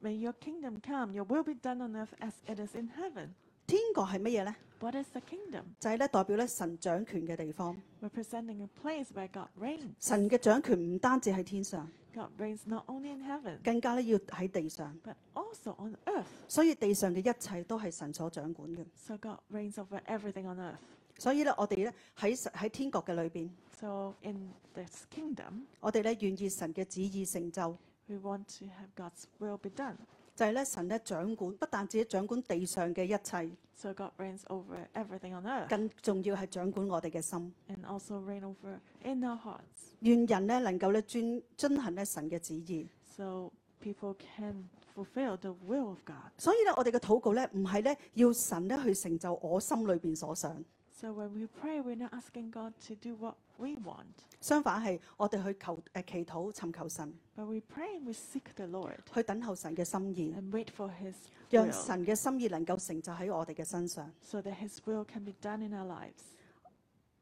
[SPEAKER 2] May your kingdom come, your will be done on earth as it is in heaven.
[SPEAKER 1] 天國係乜嘢呢？
[SPEAKER 2] What is the kingdom?
[SPEAKER 1] 就係、咧代表咧神掌權嘅地方。
[SPEAKER 2] Representing a place where God reigns.
[SPEAKER 1] 神嘅掌權唔單止喺天上，
[SPEAKER 2] God reigns not only in heaven,
[SPEAKER 1] 更加咧要喺地上。
[SPEAKER 2] but also on earth.
[SPEAKER 1] 所以地上嘅一切都係神所掌管嘅。
[SPEAKER 2] So God reigns over everything on earth.
[SPEAKER 1] 所以咧，我哋咧喺神喺天國嘅裏邊，
[SPEAKER 2] So in this kingdom,
[SPEAKER 1] 我哋咧願意神嘅旨意成就，
[SPEAKER 2] we want to have God's will be done.
[SPEAKER 1] 就係、咧神咧掌管，不但止掌管地上嘅一切，
[SPEAKER 2] So God reigns over everything on earth.
[SPEAKER 1] 更重要係掌管我哋嘅心。
[SPEAKER 2] and also reign over in our hearts.
[SPEAKER 1] 願人咧能夠咧遵遵行咧神嘅旨意。
[SPEAKER 2] So people can fulfill the will of God.
[SPEAKER 1] 所以咧，我哋嘅禱告咧，唔係咧要神咧去成就我心裏邊所想，
[SPEAKER 2] So when we pray, we're not asking God to do what we want,
[SPEAKER 1] 相反係我哋去求誒、呃祈禱尋求神，
[SPEAKER 2] but we pray and we seek the Lord
[SPEAKER 1] 去等候神嘅心意，
[SPEAKER 2] and wait for His
[SPEAKER 1] 讓
[SPEAKER 2] will
[SPEAKER 1] 神嘅心意能夠成就喺我哋嘅身上。
[SPEAKER 2] so that His will can be done in our lives.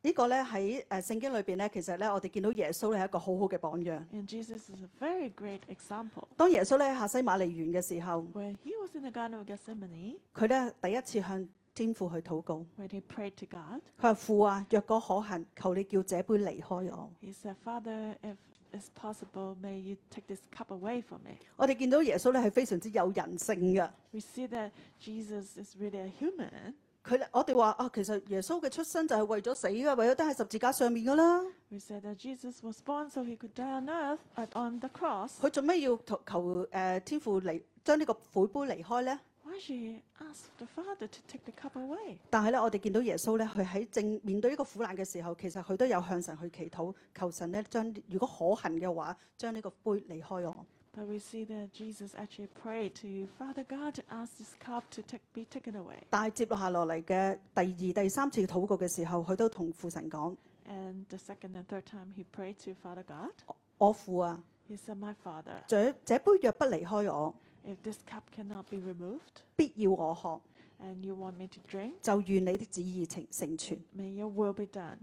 [SPEAKER 1] 呢個咧喺誒聖經裏邊咧，其實咧我哋見到耶穌咧係一個好好嘅榜樣。
[SPEAKER 2] And Jesus is a very great example.
[SPEAKER 1] 當耶穌咧喺下西馬利園嘅時候，
[SPEAKER 2] When he was in the Garden of Gethsemane,
[SPEAKER 1] 佢咧第一次向天父去禱告，
[SPEAKER 2] when he prayed to God,
[SPEAKER 1] 佢話：父啊，若果可行，求你叫這杯離開我。
[SPEAKER 2] he said, Father, if it's possible, may you take this cup away from me.
[SPEAKER 1] 我哋見到耶穌咧係非常之有人性嘅。
[SPEAKER 2] We see that Jesus is really a human.
[SPEAKER 1] 佢哋我哋話啊，其實耶穌嘅出生就係為咗死嘅，為咗釘喺十字架上面噶啦。
[SPEAKER 2] We said that Jesus was born so he could die on earth, uh, on the cross.
[SPEAKER 1] 佢做咩要求求誒、呃天父離將呢個苦杯離開呢？
[SPEAKER 2] Why should he ask the Father to take the cup away?
[SPEAKER 1] 但係咧，我哋見到耶穌咧，佢喺正面對呢個苦難嘅時候，其實佢都有向神去祈禱，求神咧將如果可行嘅話，將呢個杯離開我。
[SPEAKER 2] But we see that Jesus actually prayed to Father God to ask this cup to take, be taken away.
[SPEAKER 1] 但係接落下落嚟嘅第二、第三次禱告嘅時候，佢都同父神講：
[SPEAKER 2] And the second and third time he prayed to Father God,
[SPEAKER 1] 我父啊，
[SPEAKER 2] he said, My Father,
[SPEAKER 1] 這這杯若不離開我，
[SPEAKER 2] if this cup cannot be removed
[SPEAKER 1] 必要我喝，
[SPEAKER 2] and you want me to drink,
[SPEAKER 1] 就願你的旨意成成全，
[SPEAKER 2] may your will be done.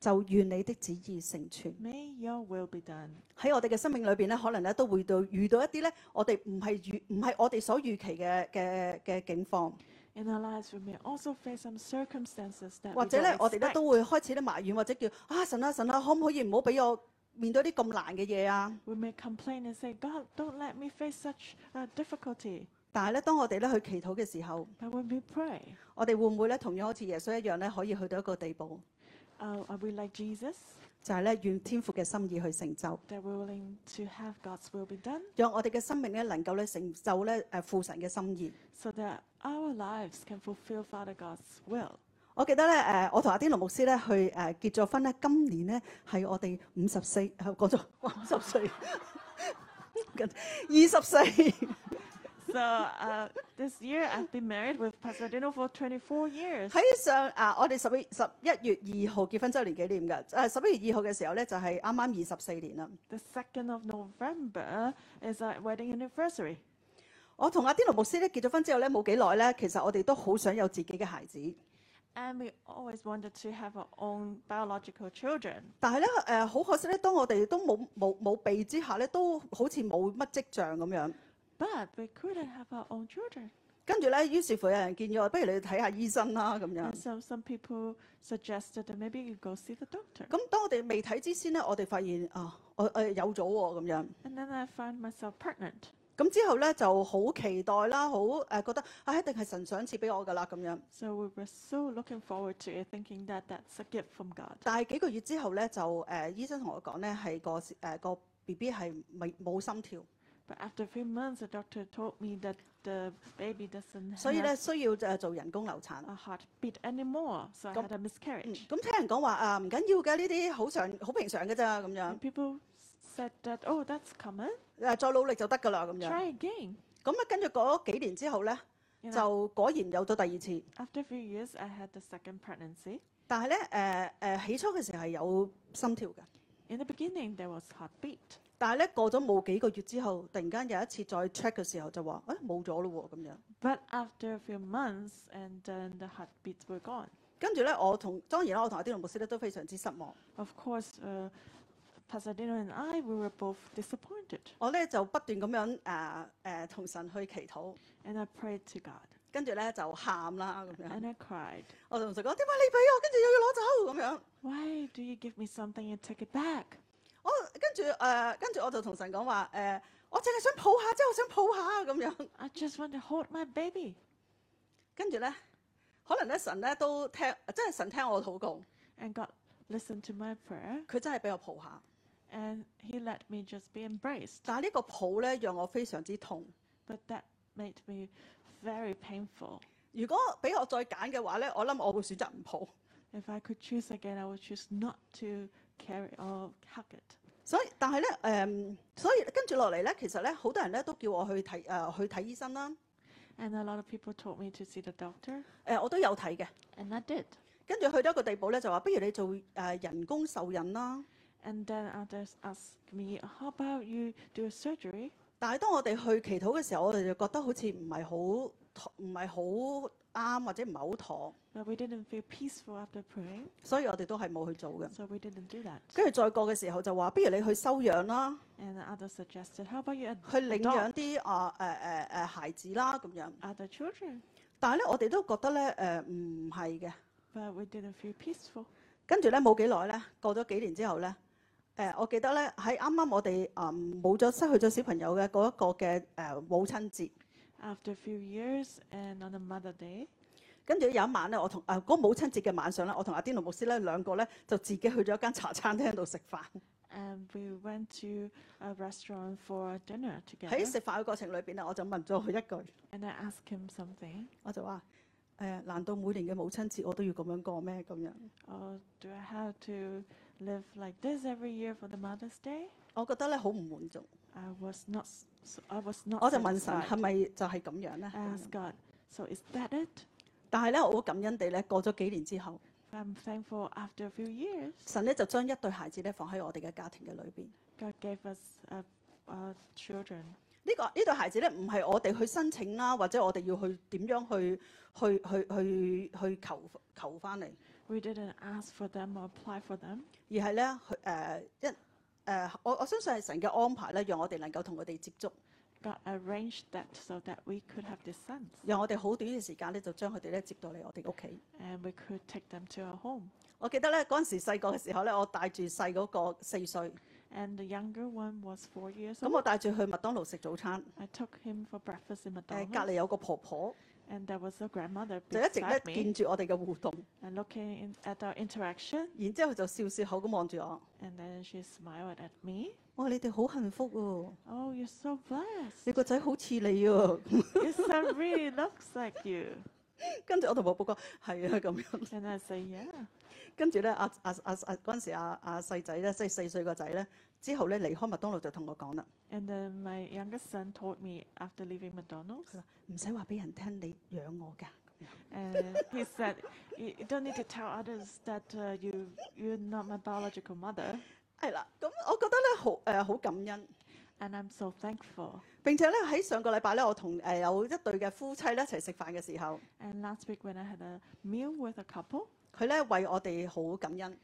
[SPEAKER 1] 就願你的旨意成全。
[SPEAKER 2] May your will be done.
[SPEAKER 1] 喺我哋嘅生命裏邊咧，可能咧都會到遇到一啲咧，我哋唔係預唔係我哋所預期嘅嘅嘅境況，
[SPEAKER 2] In our lives, we may also face some circumstances that
[SPEAKER 1] 或
[SPEAKER 2] we
[SPEAKER 1] 者咧
[SPEAKER 2] don't
[SPEAKER 1] 我哋咧
[SPEAKER 2] expect.
[SPEAKER 1] 都會開始咧埋怨，或者叫啊神啊神啊，可唔可以唔好俾我面對啲咁難嘅嘢啊？
[SPEAKER 2] We may complain and say, God, don't let me face such uh, difficulty.
[SPEAKER 1] 但係咧，當我哋咧去祈禱嘅時候，
[SPEAKER 2] But when we pray,
[SPEAKER 1] 我哋會唔會咧同樣好似耶穌一樣咧，可以去到一個地步，
[SPEAKER 2] uh, are we like Jesus,
[SPEAKER 1] 就係咧願天父嘅心意去成就，
[SPEAKER 2] that we're willing to have God's will be done
[SPEAKER 1] 讓我哋嘅生命咧能夠咧成就咧誒父神嘅心意。
[SPEAKER 2] so that our lives can fulfill Father God's will?
[SPEAKER 1] 我記得咧，誒、我同阿天龍牧師咧去誒、結咗婚咧，今年咧係我哋五十四，講咗五十歲， 二十四。
[SPEAKER 2] So uh, this year, I've been married with Pastor Dino for 24 years.
[SPEAKER 1] 喺上啊，我哋十一十一月二號結婚週年紀念㗎，誒十一月二號嘅時候咧就係啱啱二十四年啦。
[SPEAKER 2] The 2nd of November is our wedding anniversary.
[SPEAKER 1] 我同阿天龍牧師咧結咗婚之後咧冇幾耐咧，其實我哋都好想有自己嘅孩子，
[SPEAKER 2] And we always wanted to have our own biological children.
[SPEAKER 1] 但係咧誒好可惜咧，當我哋都冇冇冇備之下咧，都好似冇乜跡象咁樣。
[SPEAKER 2] But we couldn't have our own children.
[SPEAKER 1] 跟住咧，於是乎有人建議我，不如你去睇下醫生啦咁樣
[SPEAKER 2] And。so some people suggested that maybe you go see the doctor.
[SPEAKER 1] 咁當我哋未睇之先咧，我哋發現啊，我誒、有咗喎咁樣。
[SPEAKER 2] And then I found myself pregnant.
[SPEAKER 1] 咁之後咧就好期待啦，好誒、呃、覺得啊，一定係神賞賜俾我㗎啦咁樣。
[SPEAKER 2] So we were so looking forward to it, thinking that that's a gift from God.
[SPEAKER 1] 但係幾個月之後咧，就誒、呃、醫生同我講咧，係個誒、呃、個 B B 係咪冇心跳，
[SPEAKER 2] But after a few months, the doctor told me that the baby doesn't
[SPEAKER 1] 所以咧
[SPEAKER 2] have
[SPEAKER 1] 需要誒做人工流產。
[SPEAKER 2] a heartbeat anymore, so I
[SPEAKER 1] Cấm-
[SPEAKER 2] had a
[SPEAKER 1] 嗯
[SPEAKER 2] miscarriage.
[SPEAKER 1] 咁聽人講話啊，唔緊要嘅，呢啲好常好平常嘅咋咁樣
[SPEAKER 2] And，people said that, oh, that's common.
[SPEAKER 1] 誒再努力就得㗎啦咁樣。
[SPEAKER 2] Try again.
[SPEAKER 1] 咁啊，跟住嗰幾年之後咧，
[SPEAKER 2] You know,
[SPEAKER 1] 就果然有咗第二次。
[SPEAKER 2] after a few years, I had the second pregnancy.
[SPEAKER 1] 但係咧誒誒，起初嘅時候係有心跳嘅，
[SPEAKER 2] In the beginning, there was heartbeat.
[SPEAKER 1] 但係咧過咗冇幾個月之後，突然間有一次再 check 嘅時候就話誒冇咗咯喎咁樣。
[SPEAKER 2] But after a few months, and then the heartbeats were gone.
[SPEAKER 1] 跟住咧，我同當然啦，我同阿啲老牧師咧都非常之失望。
[SPEAKER 2] Of course, uh, Pasadena and I, we were both disappointed.
[SPEAKER 1] 我咧就不斷咁樣誒誒同神去祈禱，
[SPEAKER 2] And I prayed to God,
[SPEAKER 1] 跟住咧就喊啦咁樣。
[SPEAKER 2] and I cried.
[SPEAKER 1] 我同神講：點解你俾我，跟住又要攞走咁樣？
[SPEAKER 2] Why do you give me something and take it back?
[SPEAKER 1] 我跟住誒，呃跟住我就同神講話誒，我淨係想抱下，即係我想抱下咁樣。
[SPEAKER 2] I just want to hold my baby.
[SPEAKER 1] 跟住咧，可能咧神咧都聽，即係神聽我禱告，
[SPEAKER 2] And God listened to my prayer,
[SPEAKER 1] 佢真係俾我抱下。
[SPEAKER 2] and He let me just be embraced.
[SPEAKER 1] 但係呢個抱咧，讓我非常之痛。
[SPEAKER 2] But that made me very painful.
[SPEAKER 1] 如果俾我再揀嘅話咧，我諗我會選擇唔抱。
[SPEAKER 2] If I could choose again, I would choose not to carry or hug it.
[SPEAKER 1] 所以，但係咧，誒、所以跟住落嚟咧，其實咧，好多人咧都叫我去睇誒、呃去睇醫生啦。誒、
[SPEAKER 2] And a lot of people told me to see the doctor,
[SPEAKER 1] 我都有睇嘅。
[SPEAKER 2] and I did.
[SPEAKER 1] 跟住去到一個地步咧，就話不如你做誒、呃人工受孕啦。
[SPEAKER 2] And then others asked me, How about you do a surgery?
[SPEAKER 1] 但係當我哋去祈禱嘅時候，我哋就覺得好似唔係好妥唔係好啱，或者唔係好妥，
[SPEAKER 2] But we didn't feel peaceful after praying,
[SPEAKER 1] 所以我哋都係冇去做嘅。
[SPEAKER 2] so we didn't do that.
[SPEAKER 1] 跟住再過嘅時候就話，不如你去收養啦，
[SPEAKER 2] And others suggested, How about you ad-
[SPEAKER 1] 去領
[SPEAKER 2] adopt
[SPEAKER 1] 養啲啊誒誒誒孩子啦咁樣。
[SPEAKER 2] other children?
[SPEAKER 1] 但係咧，我哋都覺得咧誒唔係嘅。
[SPEAKER 2] But we didn't feel peaceful.
[SPEAKER 1] 跟住咧冇幾耐咧，過咗幾年之後咧，誒、我記得咧喺啱啱我哋誒冇咗失去咗小朋友嘅嗰一個嘅誒、呃母親節，
[SPEAKER 2] After a few years, and on a Mother Day,
[SPEAKER 1] 跟住有一晚咧，我同誒嗰母親節嘅晚上咧，我同阿天奴牧師咧兩個咧就自己去咗一間茶餐廳度食飯。
[SPEAKER 2] and um, we went to a restaurant for dinner
[SPEAKER 1] 喺
[SPEAKER 2] together.
[SPEAKER 1] 食飯嘅過程裏邊咧，我就問咗佢一句，
[SPEAKER 2] And I asked him something.
[SPEAKER 1] 我就話：誒、難道每年嘅母親節我都要咁樣過咩？咁樣，
[SPEAKER 2] Oh, do I have to live like this every year for the Mother's Day?
[SPEAKER 1] 我覺得咧好唔滿足。
[SPEAKER 2] I was not. s- s- I was not.
[SPEAKER 1] 我就問神
[SPEAKER 2] satisfied.
[SPEAKER 1] 係咪就係咁樣咧？
[SPEAKER 2] I asked God, so is that it?
[SPEAKER 1] 但係咧，我好感恩地咧，過咗幾年之後，
[SPEAKER 2] I'm thankful after a few years,
[SPEAKER 1] 神咧就將一對孩子咧放喺我哋嘅家庭嘅裏邊。
[SPEAKER 2] God gave us uh, uh, children.
[SPEAKER 1] 呢、個呢對孩子咧，唔係我哋去申請啦，或者我哋要去點樣去去去去去求求翻嚟，
[SPEAKER 2] We didn't ask for them or apply for them,
[SPEAKER 1] 而係咧去誒一誒、呃我我相信係神嘅安排咧，讓我哋能夠同佢哋接觸，
[SPEAKER 2] God arranged that so that we could have these sons
[SPEAKER 1] 讓我哋好短嘅時間咧就將佢哋咧接到嚟我哋屋企。
[SPEAKER 2] and we could take them to our home.
[SPEAKER 1] 我記得咧嗰陣時細個嘅時候咧，我帶住細嗰個四歲，
[SPEAKER 2] And the younger one was four years
[SPEAKER 1] 咁
[SPEAKER 2] old.
[SPEAKER 1] 我帶住去麥當勞食早餐。
[SPEAKER 2] I took him for breakfast in
[SPEAKER 1] 誒隔
[SPEAKER 2] McDonald's,
[SPEAKER 1] 離有個婆婆，
[SPEAKER 2] and there was a grandmother
[SPEAKER 1] 就一直咧
[SPEAKER 2] beside
[SPEAKER 1] 見
[SPEAKER 2] me
[SPEAKER 1] 住我哋嘅互動，
[SPEAKER 2] and looking in, at our interaction.
[SPEAKER 1] 然之後就笑笑口咁望住我。
[SPEAKER 2] And then she smiled at me.
[SPEAKER 1] 我話你哋好幸福喎、
[SPEAKER 2] Oh, you're so blessed.
[SPEAKER 1] 你個仔好似你喎、
[SPEAKER 2] Your son really looks like you.
[SPEAKER 1] 跟住我同寶寶講係啊咁樣，
[SPEAKER 2] And I say, yeah.
[SPEAKER 1] 跟住咧阿阿阿阿嗰陣時阿阿細仔咧，即係四歲個仔咧，之後咧離開麥當勞就同我講啦，
[SPEAKER 2] And then my youngest son told me after leaving McDonald's,
[SPEAKER 1] 唔使話俾人聽你養我㗎。
[SPEAKER 2] and he said, "You you don't need to tell others that uh, you you're not my biological mother."
[SPEAKER 1] 係啦，咁我覺得咧好呃誒好、感恩。
[SPEAKER 2] And I'm so thankful.
[SPEAKER 1] 並且咧喺上個禮拜咧，我同誒、呃有一對嘅夫妻咧一齊食飯嘅時候，
[SPEAKER 2] And last week when I had a meal with a couple,
[SPEAKER 1] 佢咧為我哋好感恩，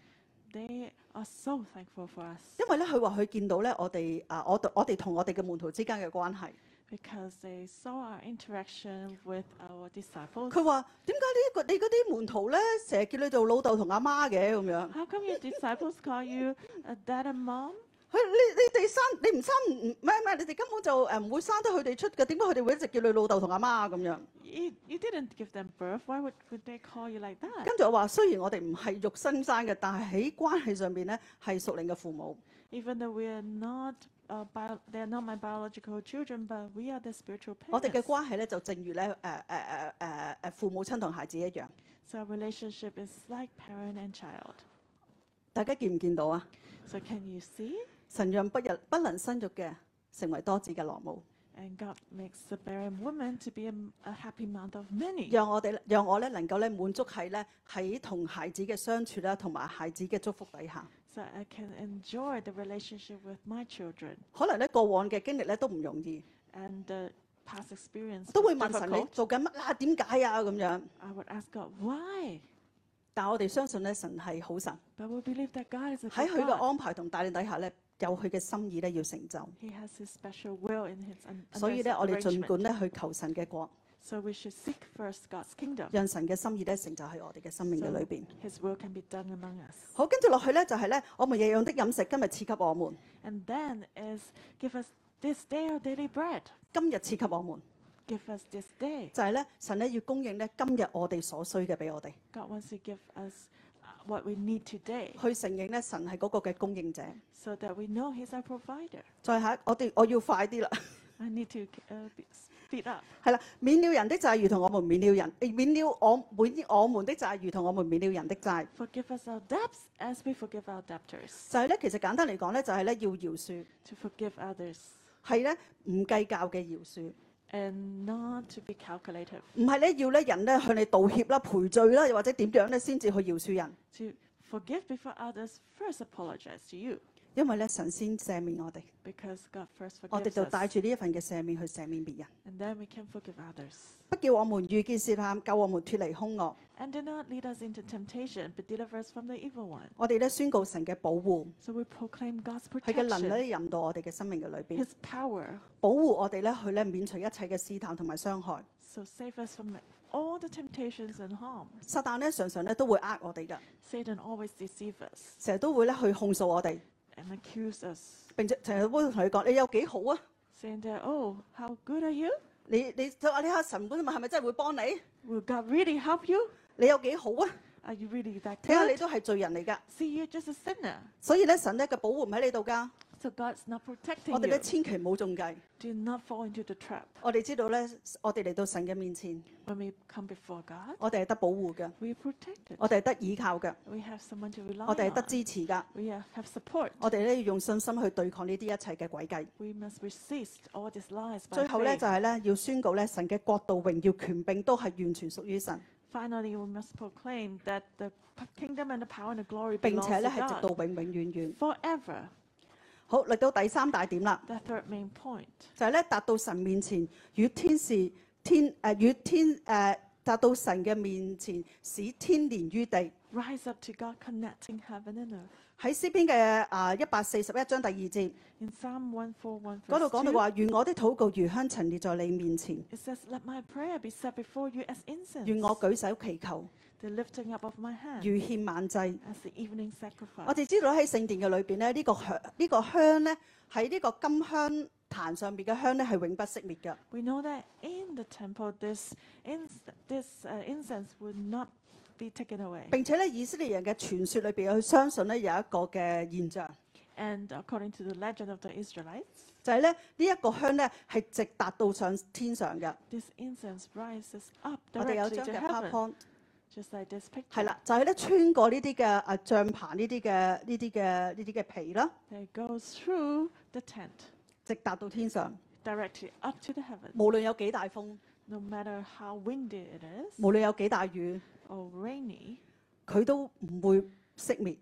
[SPEAKER 2] they are so thankful for us
[SPEAKER 1] 因為咧佢話佢見到咧我哋啊我我哋同我哋嘅門徒之間嘅關係，
[SPEAKER 2] because they saw our interaction with our disciples.
[SPEAKER 1] 佢話點解呢個你嗰啲門徒咧成日叫你做老豆同阿媽嘅咁樣？
[SPEAKER 2] How come your disciples call you uh, dad and mom?
[SPEAKER 1] 佢你你哋生你唔生唔唔係唔係，你哋根本就誒唔會生得佢哋出嘅，點解佢哋會一直叫你老豆同阿媽咁樣？
[SPEAKER 2] You, you didn't give them birth. Why would, would they call you like that?
[SPEAKER 1] 跟住我話，雖然我哋唔係肉身生嘅，但係喺關係上邊咧係屬靈嘅父母。
[SPEAKER 2] Even though we are not, uh, bio, they're not my biological children, but we are the spiritual
[SPEAKER 1] 我哋嘅
[SPEAKER 2] parents.
[SPEAKER 1] 關係咧就正如咧誒誒誒誒誒父母親同孩子一樣。
[SPEAKER 2] So our relationship is like parent and child.
[SPEAKER 1] 大家見唔見到啊？
[SPEAKER 2] So can you see?
[SPEAKER 1] 神讓不日不能生育嘅成為多子嘅羅母，
[SPEAKER 2] And God makes the barren woman to be a, m- a happy mother of many.
[SPEAKER 1] 讓我哋讓我咧能夠咧滿足喺咧喺同孩子嘅相處啦，同埋孩子嘅祝福底下。
[SPEAKER 2] So I can enjoy the relationship with my children.
[SPEAKER 1] 可能咧過往嘅經歷咧都唔容易，
[SPEAKER 2] And the past experience
[SPEAKER 1] 都會
[SPEAKER 2] was
[SPEAKER 1] 問神你
[SPEAKER 2] difficult.
[SPEAKER 1] 做緊乜啊？點解啊？咁樣。
[SPEAKER 2] I would ask God, why?
[SPEAKER 1] 但我哋相信咧，神係好神，
[SPEAKER 2] But we believe that God is a
[SPEAKER 1] 喺
[SPEAKER 2] good
[SPEAKER 1] 佢嘅
[SPEAKER 2] God.
[SPEAKER 1] 安排同帶領底下咧，有佢嘅心意咧要成就。
[SPEAKER 2] He has His special will in His un-
[SPEAKER 1] 所
[SPEAKER 2] under
[SPEAKER 1] 以
[SPEAKER 2] his
[SPEAKER 1] 咧，我哋儘
[SPEAKER 2] arrangement.
[SPEAKER 1] 管咧去求神嘅國，
[SPEAKER 2] So we should seek first God's kingdom.
[SPEAKER 1] 讓神嘅心意咧成就喺我哋嘅生命嘅
[SPEAKER 2] So
[SPEAKER 1] 裏邊。
[SPEAKER 2] His will can be done among us.
[SPEAKER 1] 好，跟住落去咧就係咧，我們日用的飲食今日賜給我們，
[SPEAKER 2] And then is give us this day our daily bread.
[SPEAKER 1] 今日賜給我們，
[SPEAKER 2] Give us this day.
[SPEAKER 1] 就係咧神咧要供應咧今日我哋所需嘅俾我哋，
[SPEAKER 2] God wants to give us uh, what we need today
[SPEAKER 1] 去承認咧神係嗰個嘅供應者。
[SPEAKER 2] so that we know He's our provider.
[SPEAKER 1] 再下，我哋我要快啲啦，
[SPEAKER 2] I need to uh, be- speed up.
[SPEAKER 1] 係啦，免了人的債，如同我們免了人，誒免了我免我們的債，如同我們免了人的債。
[SPEAKER 2] Forgive us our debts as we forgive our debtors.
[SPEAKER 1] 就係咧，其實簡單嚟講咧，就係咧要饒恕，
[SPEAKER 2] To forgive others
[SPEAKER 1] 係咧唔計較嘅饒恕，
[SPEAKER 2] and not to be calculative.
[SPEAKER 1] 唔係咧要咧人咧向你道歉啦、賠罪啦，又或者點樣咧先至去饒恕人，
[SPEAKER 2] To forgive before others first apologize to you
[SPEAKER 1] 因為咧神先赦免我哋，
[SPEAKER 2] because God first
[SPEAKER 1] 我哋
[SPEAKER 2] forgives
[SPEAKER 1] 就帶
[SPEAKER 2] us.
[SPEAKER 1] 住呢一份嘅赦免去赦免別人，
[SPEAKER 2] And then we can forgive others.
[SPEAKER 1] 不叫我們遇見試探，救我們脱離兇惡。
[SPEAKER 2] And do not lead us into temptation, but deliver us from the evil one.
[SPEAKER 1] 我哋咧宣告神嘅保護，
[SPEAKER 2] So we proclaim God's
[SPEAKER 1] 佢嘅能
[SPEAKER 2] protection,
[SPEAKER 1] 力引導我哋嘅生命嘅裏邊，
[SPEAKER 2] His power.
[SPEAKER 1] 保護我哋咧去咧免除一切嘅試探同埋傷害。
[SPEAKER 2] So save us from all the temptations and harm.
[SPEAKER 1] 撒旦咧常常咧都會呃我哋㗎，
[SPEAKER 2] Satan always deceives us
[SPEAKER 1] 成日都會咧去控訴我哋，
[SPEAKER 2] and accuses us,
[SPEAKER 1] 並且成日都會同佢講你有幾好啊！
[SPEAKER 2] saying that, oh, how good are you?
[SPEAKER 1] 你你就話你下神本係咪真係會幫你？
[SPEAKER 2] Will God really help you?
[SPEAKER 1] 你有幾好啊？
[SPEAKER 2] Are you really that
[SPEAKER 1] 睇下你
[SPEAKER 2] good?
[SPEAKER 1] 都係罪人嚟㗎，
[SPEAKER 2] See, you're just a sinner.
[SPEAKER 1] 所以咧神咧嘅保護唔喺你度㗎。
[SPEAKER 2] So God's not protecting
[SPEAKER 1] 我哋咧
[SPEAKER 2] you.
[SPEAKER 1] 千祈唔好中計。
[SPEAKER 2] Do not fall into the trap.
[SPEAKER 1] 我哋知道咧，我哋嚟到神嘅面前，
[SPEAKER 2] When we come before God,
[SPEAKER 1] 我哋係得保護嘅，
[SPEAKER 2] we are protected.
[SPEAKER 1] 我哋係得倚靠嘅，
[SPEAKER 2] We have someone to rely
[SPEAKER 1] 我哋係得
[SPEAKER 2] on.
[SPEAKER 1] 支持㗎。
[SPEAKER 2] We uh, have support.
[SPEAKER 1] 我哋咧要用信心去對抗呢啲一切嘅詭計。
[SPEAKER 2] We must resist all these lies
[SPEAKER 1] 最
[SPEAKER 2] by
[SPEAKER 1] 後咧
[SPEAKER 2] faith.
[SPEAKER 1] 就係咧要宣告咧神嘅國度、榮耀、權柄都係完全屬於神，
[SPEAKER 2] Finally, we must proclaim that the p- kingdom and the power and the glory
[SPEAKER 1] 並
[SPEAKER 2] belongs
[SPEAKER 1] 且
[SPEAKER 2] to
[SPEAKER 1] 咧係直到
[SPEAKER 2] God
[SPEAKER 1] 永永遠遠。
[SPEAKER 2] forever.
[SPEAKER 1] 好，嚟到第三大點啦。
[SPEAKER 2] The third main point
[SPEAKER 1] 就係咧達到神面前與天使天誒、呃、與天誒、呃、達到神嘅面前，使天連於地。
[SPEAKER 2] rise up to God, connecting heaven and earth.
[SPEAKER 1] 喺詩篇嘅啊一百四十一章第二節
[SPEAKER 2] In Psalm 141,
[SPEAKER 1] 嗰度講
[SPEAKER 2] verse
[SPEAKER 1] 到
[SPEAKER 2] 2,
[SPEAKER 1] 話，願我的禱告如香陳列在你面前，
[SPEAKER 2] it says, Let my prayer be set before you as
[SPEAKER 1] 願
[SPEAKER 2] incense,
[SPEAKER 1] 我舉手祈求，
[SPEAKER 2] the lifting up of my hand
[SPEAKER 1] 如獻晚祭。
[SPEAKER 2] as the evening sacrifice.
[SPEAKER 1] 我哋知道喺聖殿嘅裏邊咧，呢、個香呢、個香咧喺呢個金香壇上邊嘅香咧係永不熄滅嘅。
[SPEAKER 2] We know that in the temple, this, ins- this uh, incense would not be taken away.
[SPEAKER 1] 並且咧，以色列人嘅傳說裏邊，佢相信咧有一個嘅現象。
[SPEAKER 2] And according to the legend of the Israelites,
[SPEAKER 1] 就係咧呢一個香咧係直達到上天上嘅。
[SPEAKER 2] this incense rises up
[SPEAKER 1] 我哋有
[SPEAKER 2] directly
[SPEAKER 1] 張
[SPEAKER 2] to
[SPEAKER 1] 嘅
[SPEAKER 2] heaven,
[SPEAKER 1] PowerPoint，
[SPEAKER 2] just like this
[SPEAKER 1] 係
[SPEAKER 2] picture.
[SPEAKER 1] 啦，就係咧穿過呢啲嘅啊帳棚呢啲嘅呢啲嘅呢啲嘅皮啦，
[SPEAKER 2] That it goes through the tent,
[SPEAKER 1] 直達到天上。
[SPEAKER 2] directly up to the heaven.
[SPEAKER 1] 無論有幾大風，
[SPEAKER 2] No matter how windy it is
[SPEAKER 1] 無論有幾大雨，
[SPEAKER 2] or rainy,
[SPEAKER 1] 佢都唔會熄滅。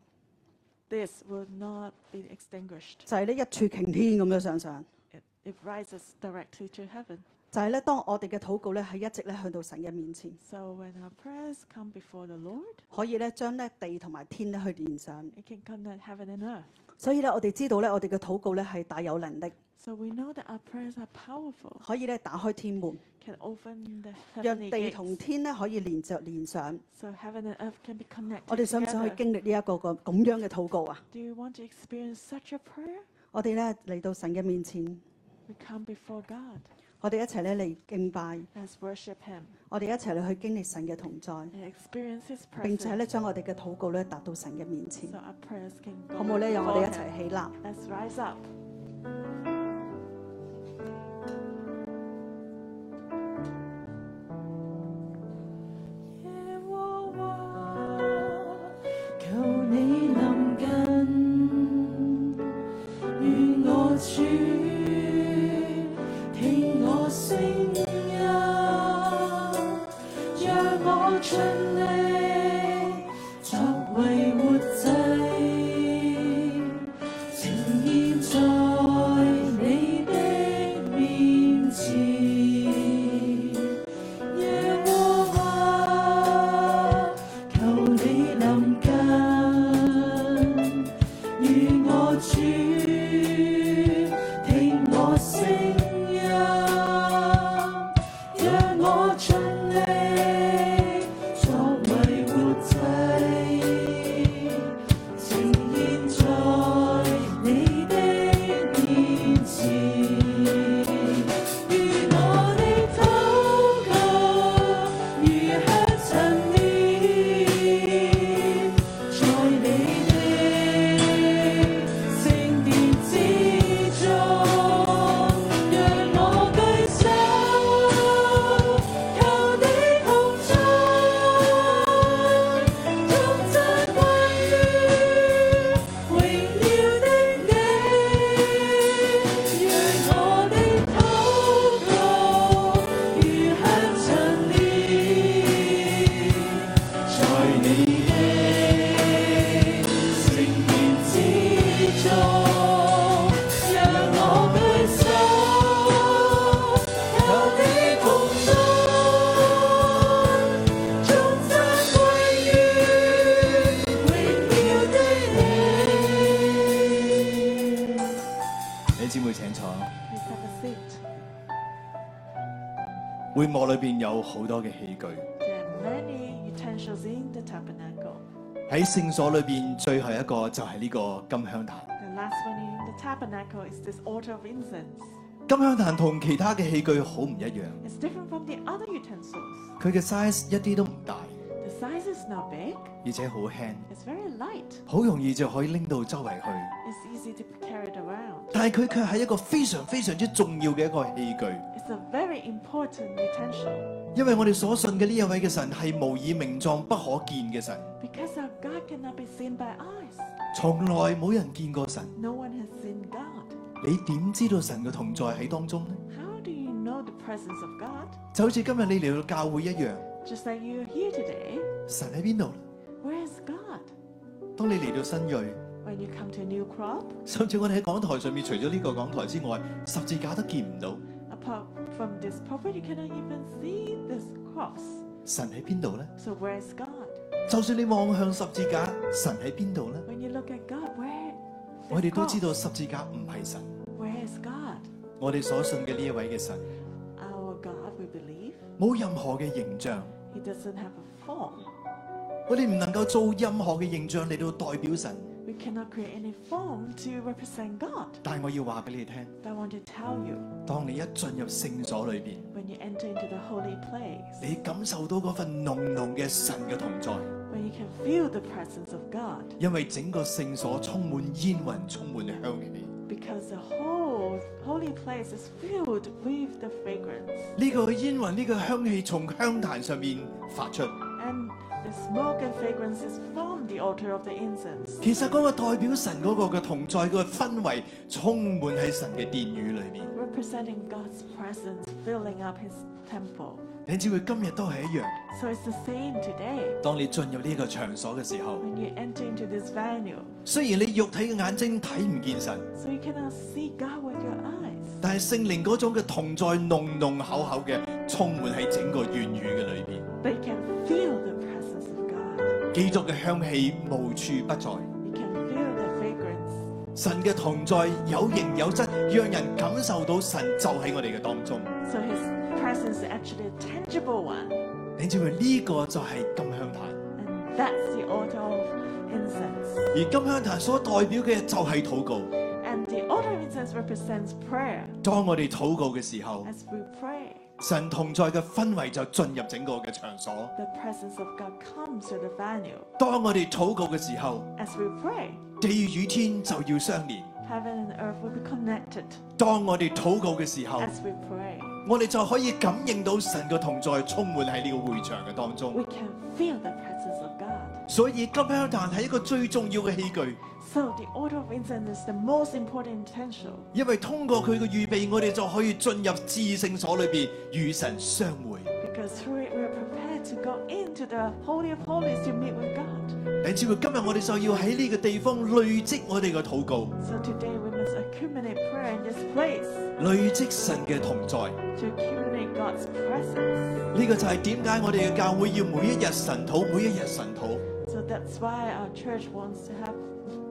[SPEAKER 2] this will not be extinguished.
[SPEAKER 1] 就係呢一柱擎天咁樣上上。
[SPEAKER 2] It, it rises directly to heaven.
[SPEAKER 1] 就係咧，當我哋嘅禱告咧係一直咧向到神嘅面前，
[SPEAKER 2] So when our prayers come before the Lord,
[SPEAKER 1] 可以咧將咧地同埋天咧去連上。
[SPEAKER 2] it can connect heaven and earth.
[SPEAKER 1] 所以咧，我哋知道咧，我哋嘅禱告咧係大有能力，
[SPEAKER 2] So we know that our prayers are powerful,
[SPEAKER 1] 可以咧打開天門，
[SPEAKER 2] can open the
[SPEAKER 1] 讓
[SPEAKER 2] heavenly
[SPEAKER 1] 地
[SPEAKER 2] gates.
[SPEAKER 1] 同天咧可以連着連上。
[SPEAKER 2] So heaven and earth can be
[SPEAKER 1] 我
[SPEAKER 2] connected
[SPEAKER 1] 哋想唔想去
[SPEAKER 2] together.
[SPEAKER 1] 經歷呢一個個咁樣嘅禱告啊？
[SPEAKER 2] Do you want to experience such a prayer?
[SPEAKER 1] 我哋咧嚟到神嘅面前，
[SPEAKER 2] We come before God.
[SPEAKER 1] 我哋一齊咧嚟敬拜，
[SPEAKER 2] Let's worship Him
[SPEAKER 1] 我哋一齊咧去經歷神嘅同在，
[SPEAKER 2] and experience His
[SPEAKER 1] 並且
[SPEAKER 2] presence.
[SPEAKER 1] 咧將我哋嘅禱告咧達到神嘅面前
[SPEAKER 2] So，our prayers can
[SPEAKER 1] 好唔好咧？讓我
[SPEAKER 2] before
[SPEAKER 1] 哋一
[SPEAKER 2] Him.
[SPEAKER 1] 齊起立。
[SPEAKER 2] Let's rise up.
[SPEAKER 4] Thank you
[SPEAKER 5] 你姊妹請坐。
[SPEAKER 2] Please have a seat.
[SPEAKER 5] 會幕裏邊有好多嘅器具，
[SPEAKER 2] There are many utensils in the tabernacle.
[SPEAKER 5] 喺聖所裏邊最後一個就係呢個金香壇。
[SPEAKER 2] The last one in the tabernacle is this altar of incense.
[SPEAKER 5] 金香壇同其他嘅器具好唔一樣，
[SPEAKER 2] It's different from the other utensils.
[SPEAKER 5] 佢嘅 size 一啲都唔大，
[SPEAKER 2] The size is not big,
[SPEAKER 5] 而且好輕，
[SPEAKER 2] it's very light,
[SPEAKER 5] 好容易就可以拎到周圍去。
[SPEAKER 2] it's easy to be carried around.
[SPEAKER 5] 但係佢卻係一個非常非常之重要嘅一個器具，
[SPEAKER 2] It's a very important utensil
[SPEAKER 5] 因為我哋所信嘅呢一位嘅神係無以名狀、不可見嘅神，
[SPEAKER 2] because our God cannot be seen by eyes.
[SPEAKER 5] 從來冇人見過神。
[SPEAKER 2] No one has seen God.
[SPEAKER 5] 你點知道神嘅同在喺當中呢？
[SPEAKER 2] How do you know the presence of God?
[SPEAKER 5] 就好似今日你嚟到教會一樣，
[SPEAKER 2] Just like you're here today,
[SPEAKER 5] 神喺邊度？
[SPEAKER 2] where is God?
[SPEAKER 5] 當你嚟到新锐，
[SPEAKER 2] When you come to a new crop,
[SPEAKER 5] 甚至我哋喺講台上面，除咗呢個講台之外，十字架都見唔到，
[SPEAKER 2] apart from this pulpit, you cannot even see this cross.
[SPEAKER 5] 神喺邊度呢？
[SPEAKER 2] So where is God?
[SPEAKER 5] 就算你望向十字架，神喺邊度呢？
[SPEAKER 2] When you look at God, where? is
[SPEAKER 5] 我哋都
[SPEAKER 2] God?
[SPEAKER 5] 知道十字架唔係神，
[SPEAKER 2] Where is God?
[SPEAKER 5] 我哋所信嘅呢一位嘅神，
[SPEAKER 2] Our God, we believe,
[SPEAKER 5] 冇任何嘅形象，
[SPEAKER 2] He doesn't have a form.
[SPEAKER 5] 我哋唔能夠做任何嘅形象嚟到代表神。
[SPEAKER 2] We cannot create any form to represent God.
[SPEAKER 5] 但係我要話俾你聽，
[SPEAKER 2] But I want to tell you,
[SPEAKER 5] 當你一進入聖所裏邊，
[SPEAKER 2] when you enter into the holy place,
[SPEAKER 5] 你感受到嗰份濃濃嘅神嘅同在，
[SPEAKER 2] when you can feel the presence of God,
[SPEAKER 5] 因為整個聖所充滿煙雲，充滿香氣。
[SPEAKER 2] because the whole holy place is filled with the fragrance,
[SPEAKER 5] 呢個煙雲，呢個香氣從香壇上面發出。
[SPEAKER 2] and the smoke and fragrance is from the altar of the incense.
[SPEAKER 5] 其實嗰個代表神嗰個嘅同在嘅氛圍，充滿喺神嘅殿宇裏面。
[SPEAKER 2] Representing God's presence, filling up His temple.
[SPEAKER 5] 你知佢今日都係一樣。
[SPEAKER 2] So it's the same today.
[SPEAKER 5] 當你進入呢個場所嘅時候，
[SPEAKER 2] When you enter into this venue,
[SPEAKER 5] 雖然你肉體嘅眼睛睇唔見神，
[SPEAKER 2] so you cannot see God with your eyes,
[SPEAKER 5] 但係聖靈嗰種嘅同在濃濃厚厚嘅，充滿喺整個院宇嘅裏面。
[SPEAKER 2] but you can feel the presence of God.
[SPEAKER 5] 基督嘅香氣無處不在，
[SPEAKER 2] You can feel the fragrance.
[SPEAKER 5] 神嘅同在有形有質，讓人感受到神就喺我哋嘅當中。
[SPEAKER 2] So His presence is actually a tangible one,
[SPEAKER 5] 你知唔知呢個就係金香壇？
[SPEAKER 2] and that's the altar of incense.
[SPEAKER 5] 而金香壇所代表嘅就係禱告，
[SPEAKER 2] And The utterances represents prayer.
[SPEAKER 5] 當我哋禱告嘅時候，
[SPEAKER 2] As we pray,
[SPEAKER 5] 神同在嘅氛圍就進入整個嘅場所。
[SPEAKER 2] the presence of God comes to the venue.
[SPEAKER 5] 當我哋禱告嘅時候，
[SPEAKER 2] As we pray,
[SPEAKER 5] 地與天就要相連。
[SPEAKER 2] heaven and earth will be connected.
[SPEAKER 5] 當我哋禱告嘅時候，
[SPEAKER 2] As we pray,
[SPEAKER 5] 我哋就可以感應到神嘅同在充滿喺呢個會場嘅當
[SPEAKER 2] we
[SPEAKER 5] 中。
[SPEAKER 2] can feel the presence of God.
[SPEAKER 5] 所以金香壇係一個最重要嘅器具，
[SPEAKER 2] So the order of incense is the most important intention
[SPEAKER 5] 因為通過佢嘅預備，我哋就可以進入至聖所裏邊與神相會。
[SPEAKER 2] because through it we are prepared to go into the holy of holies to meet with God.
[SPEAKER 5] 弟兄姊妹，今日我哋就要喺呢個地方累積我哋嘅禱告，
[SPEAKER 2] So today we must accumulate prayer in this place
[SPEAKER 5] 累積神嘅同在。
[SPEAKER 2] to accumulate God's presence.
[SPEAKER 5] 呢個就係點解我哋嘅教會要每一日神禱，每一日神禱，
[SPEAKER 2] So that's why our church wants to have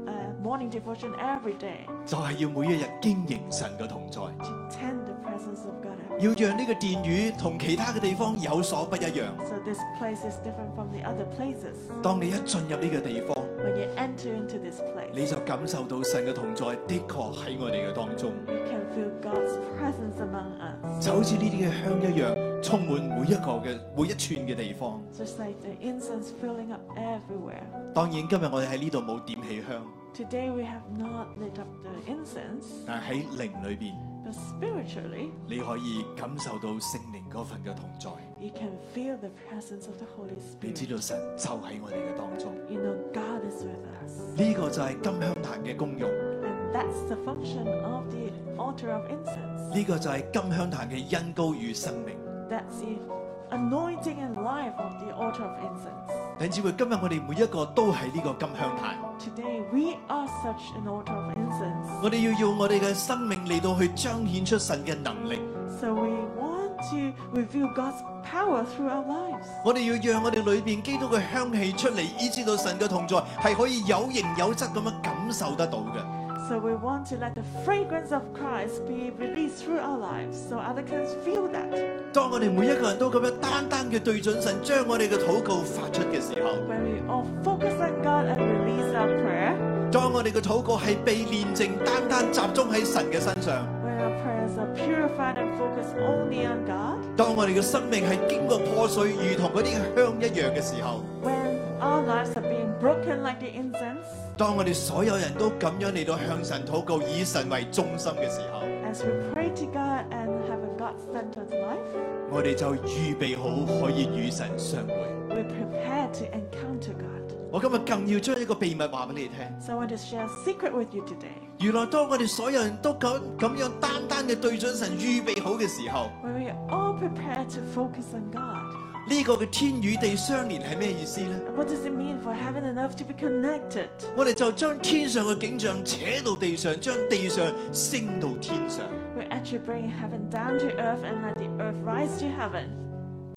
[SPEAKER 2] uh, morning devotion every day
[SPEAKER 5] 就係要每一日經營神嘅同在，
[SPEAKER 2] to tend the presence of God. every-
[SPEAKER 5] 要讓呢個殿宇同其他嘅地方有所不一樣。
[SPEAKER 2] So this place is different from the other places.
[SPEAKER 5] 當你一進入呢個地方，
[SPEAKER 2] When you enter into this
[SPEAKER 5] 你
[SPEAKER 2] place,
[SPEAKER 5] 就感受到神嘅同在，的確喺我哋嘅當中，
[SPEAKER 2] you can feel God's presence among us.
[SPEAKER 5] 就好似呢啲嘅香一樣，充滿每一個嘅每一寸嘅地方。
[SPEAKER 2] Just like the incense filling up everywhere.
[SPEAKER 5] 當然今日我哋喺呢度冇點起香，
[SPEAKER 2] Today we have not lit up the incense,
[SPEAKER 5] 但係喺靈裏邊，
[SPEAKER 2] but spiritually
[SPEAKER 5] 你可以感受到聖靈嗰份嘅同在。
[SPEAKER 2] you can feel the presence of the Holy
[SPEAKER 5] 你知
[SPEAKER 2] Spirit.
[SPEAKER 5] 道神就喺我哋嘅當中，
[SPEAKER 2] You know God is with us.
[SPEAKER 5] 呢、個就係金香壇嘅功用，呢、
[SPEAKER 2] And that's the function of the altar of incense.
[SPEAKER 5] 個就係金香壇嘅恩高與生命。
[SPEAKER 2] That's the anointing and life of the altar of incense.
[SPEAKER 5] 弟兄姊妹，今日我哋每一個都係呢個金香壇，
[SPEAKER 2] Today we are such an altar of incense.
[SPEAKER 5] 我哋要用我哋嘅生命嚟到去彰顯出神嘅能力。
[SPEAKER 2] So we want to reveal God's power through our lives.
[SPEAKER 5] 我哋要讓我哋裏邊基督嘅香氣出嚟，以至到神嘅同在係可以有形有質咁樣感受得到嘅。
[SPEAKER 2] So we want to let the fragrance of Christ be released through our lives so others can feel that.
[SPEAKER 5] 當我哋每一個人都咁樣單單嘅對準神，將我哋嘅禱告發出嘅時候，
[SPEAKER 2] When we all focus on God and release our prayer,
[SPEAKER 5] 當我哋嘅禱告係被煉淨，單單集中喺神嘅身上，
[SPEAKER 2] when our prayers are purified and focused only on God,
[SPEAKER 5] 當我哋嘅生命係經過破碎，如同嗰啲香一樣嘅時候，
[SPEAKER 2] when our lives are being broken like the incense,
[SPEAKER 5] 當我哋所有人都咁樣嚟到向神禱告，以神為中心嘅時候，
[SPEAKER 2] as we pray to God and have a God-centered life,
[SPEAKER 5] 我哋就預備好可以與神相會。
[SPEAKER 2] we're prepared to encounter God.
[SPEAKER 5] 我今日更要將一個秘密話俾你聽。
[SPEAKER 2] So I want to share a secret with you today.
[SPEAKER 5] 原來當我哋所有人都咁咁樣單單嘅對準神預備好嘅時候，
[SPEAKER 2] When we are all prepared to focus on God,
[SPEAKER 5] 呢、個嘅天與地相連係咩意思呢？
[SPEAKER 2] and what does it mean for heaven and earth to be connected?
[SPEAKER 5] 我哋就將天上嘅景象扯到地上，將地上升到天上。
[SPEAKER 2] We actually bring heaven down to earth and let the earth rise to heaven.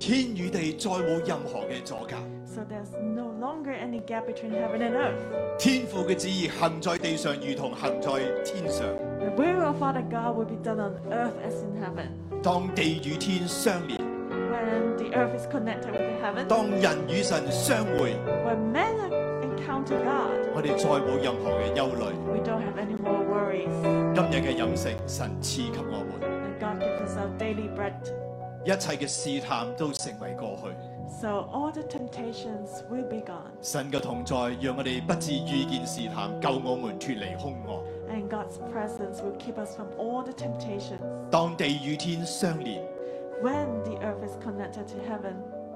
[SPEAKER 5] 天與地再冇任何嘅阻隔，
[SPEAKER 2] So there's no longer any gap between heaven and earth.
[SPEAKER 5] 天父嘅旨意行在地上，如同行在天上。
[SPEAKER 2] The will of Father God will be done on earth as in heaven.
[SPEAKER 5] 當地與天相連，
[SPEAKER 2] When the earth is connected with the heaven,
[SPEAKER 5] 當人與神相會，
[SPEAKER 2] when men encounter God,
[SPEAKER 5] 我哋再冇任何嘅憂慮。
[SPEAKER 2] we don't have any more worries.
[SPEAKER 5] 今日嘅飲食，神賜給我們，
[SPEAKER 2] And God gives us our daily bread.
[SPEAKER 5] 一切嘅試探都成為過去。
[SPEAKER 2] So all the temptations will be gone.
[SPEAKER 5] 神嘅同在，讓我哋不致遇見試探，救我們脱離兇惡。
[SPEAKER 2] And God's presence will keep us from all the temptations.
[SPEAKER 5] 當地與天相連，
[SPEAKER 2] When the earth is connected to heaven,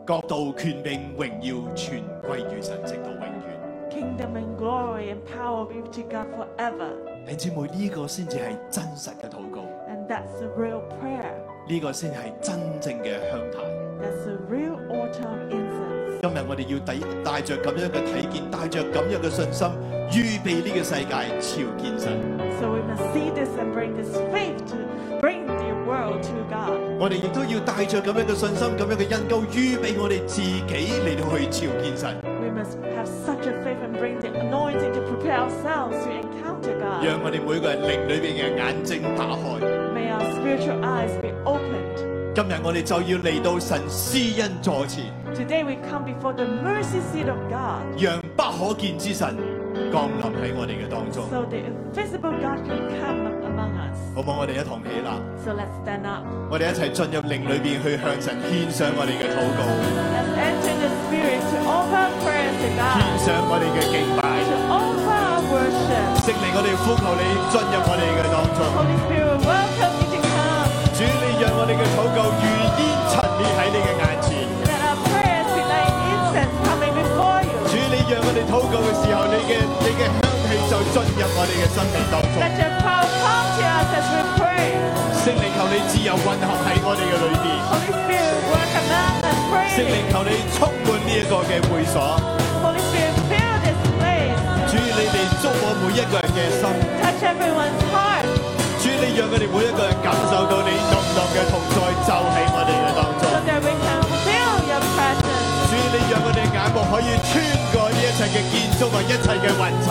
[SPEAKER 5] 國度、權柄、榮耀，全歸於神，直到永遠。
[SPEAKER 2] kingdom and glory and power will be to God forever.
[SPEAKER 5] 弟兄姊妹，呢、個先至係真實嘅禱告，呢、
[SPEAKER 2] And that's the real prayer.
[SPEAKER 5] 個先係真正嘅香壇。
[SPEAKER 2] That's the real autumn incense.
[SPEAKER 5] 今日我哋要底帶着咁樣嘅睇見，帶着咁樣嘅信心，預備呢個世界朝見神。
[SPEAKER 2] So we must see this and bring this faith to bring the world to God.
[SPEAKER 5] 我哋亦都要帶着咁樣嘅信心，咁樣嘅恩膏，預備我哋自己嚟到去朝見神。
[SPEAKER 2] We must have such a faith and bring the anointing to prepare ourselves to encounter God.
[SPEAKER 5] 讓我哋每個人靈裏邊嘅眼睛打開。
[SPEAKER 2] May our spiritual eyes be opened.
[SPEAKER 5] 今日我哋就要嚟到神施恩座前，
[SPEAKER 2] Today we come before the mercy seat of God
[SPEAKER 5] 讓不可見之神降臨喺我哋嘅當中，
[SPEAKER 2] So the invisible God can come among us.
[SPEAKER 5] 好唔好？我哋一同起立，
[SPEAKER 2] So let's stand up.
[SPEAKER 5] 我哋一齊進入靈裏邊去向神獻上我哋嘅禱告，
[SPEAKER 2] Let's enter the spirit to offer prayers to
[SPEAKER 5] 獻
[SPEAKER 2] God,
[SPEAKER 5] 上我哋嘅敬拜。
[SPEAKER 2] to offer our worship.
[SPEAKER 5] 聖靈，我哋呼求你進入我哋嘅當中。
[SPEAKER 2] Holy Spirit, welcome you to come.
[SPEAKER 5] 主，你讓我哋嘅禱告如煙塵列喺你嘅眼前。
[SPEAKER 2] Let our prayers be like incense coming before you.
[SPEAKER 5] 主，你讓我哋禱告嘅時候，你嘅你嘅香氣就進入我哋嘅生命當中。
[SPEAKER 2] Let your power come to us as we pray.
[SPEAKER 5] 聖靈，求你自由運行喺我哋嘅裏邊。
[SPEAKER 2] Holy Spirit, work among us
[SPEAKER 5] 聖靈
[SPEAKER 2] pray.
[SPEAKER 5] 求你充滿呢一個嘅會所。
[SPEAKER 2] Holy Spirit, fill this place.
[SPEAKER 5] 主，你哋觸摸每一個人嘅心。
[SPEAKER 2] Touch everyone's heart.
[SPEAKER 5] 主，你讓我哋每一個人感受到你濃濃嘅同在就喺我哋嘅當中
[SPEAKER 2] So。that we can feel your presence.
[SPEAKER 5] 主，你讓我哋眼目可以穿過呢一切嘅建築啊和一切嘅雲層。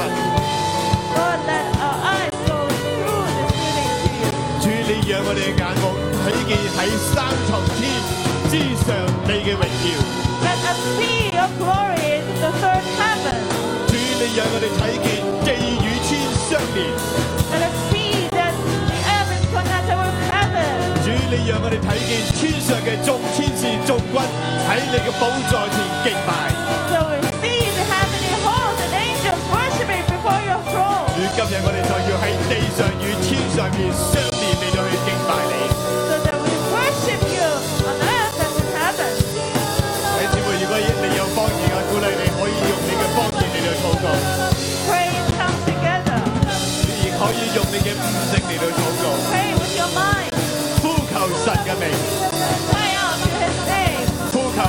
[SPEAKER 2] Lord, let our eyes go through this building to you.
[SPEAKER 5] 主，你讓我哋嘅眼目睇見喺三重天之上你嘅榮耀。
[SPEAKER 2] Let us see your glory in the third heaven.
[SPEAKER 5] 主，你讓我哋睇見地與天相連。
[SPEAKER 2] Let us see that the earth is connected with heaven.
[SPEAKER 5] 主，你讓我哋睇見天上嘅眾天使眾君喺你嘅寶座前敬拜。
[SPEAKER 2] So we see the heavenly hosts and angels worshiping before your throne.
[SPEAKER 5] 主，今日我哋就要喺地上與天上面相連嚟到去敬拜你。
[SPEAKER 2] So that we worship you on earth as in heaven.
[SPEAKER 5] 弟兄姊妹，如果你有方言嘅，鼓勵你可以用你嘅方言嚟到禱告，
[SPEAKER 2] Pray in tongues together.
[SPEAKER 5] 亦可以用你嘅悟性嚟到禱告，
[SPEAKER 2] Pray with your mind.
[SPEAKER 5] 呼求神嘅名。
[SPEAKER 2] Cry out to his name.
[SPEAKER 5] 呼求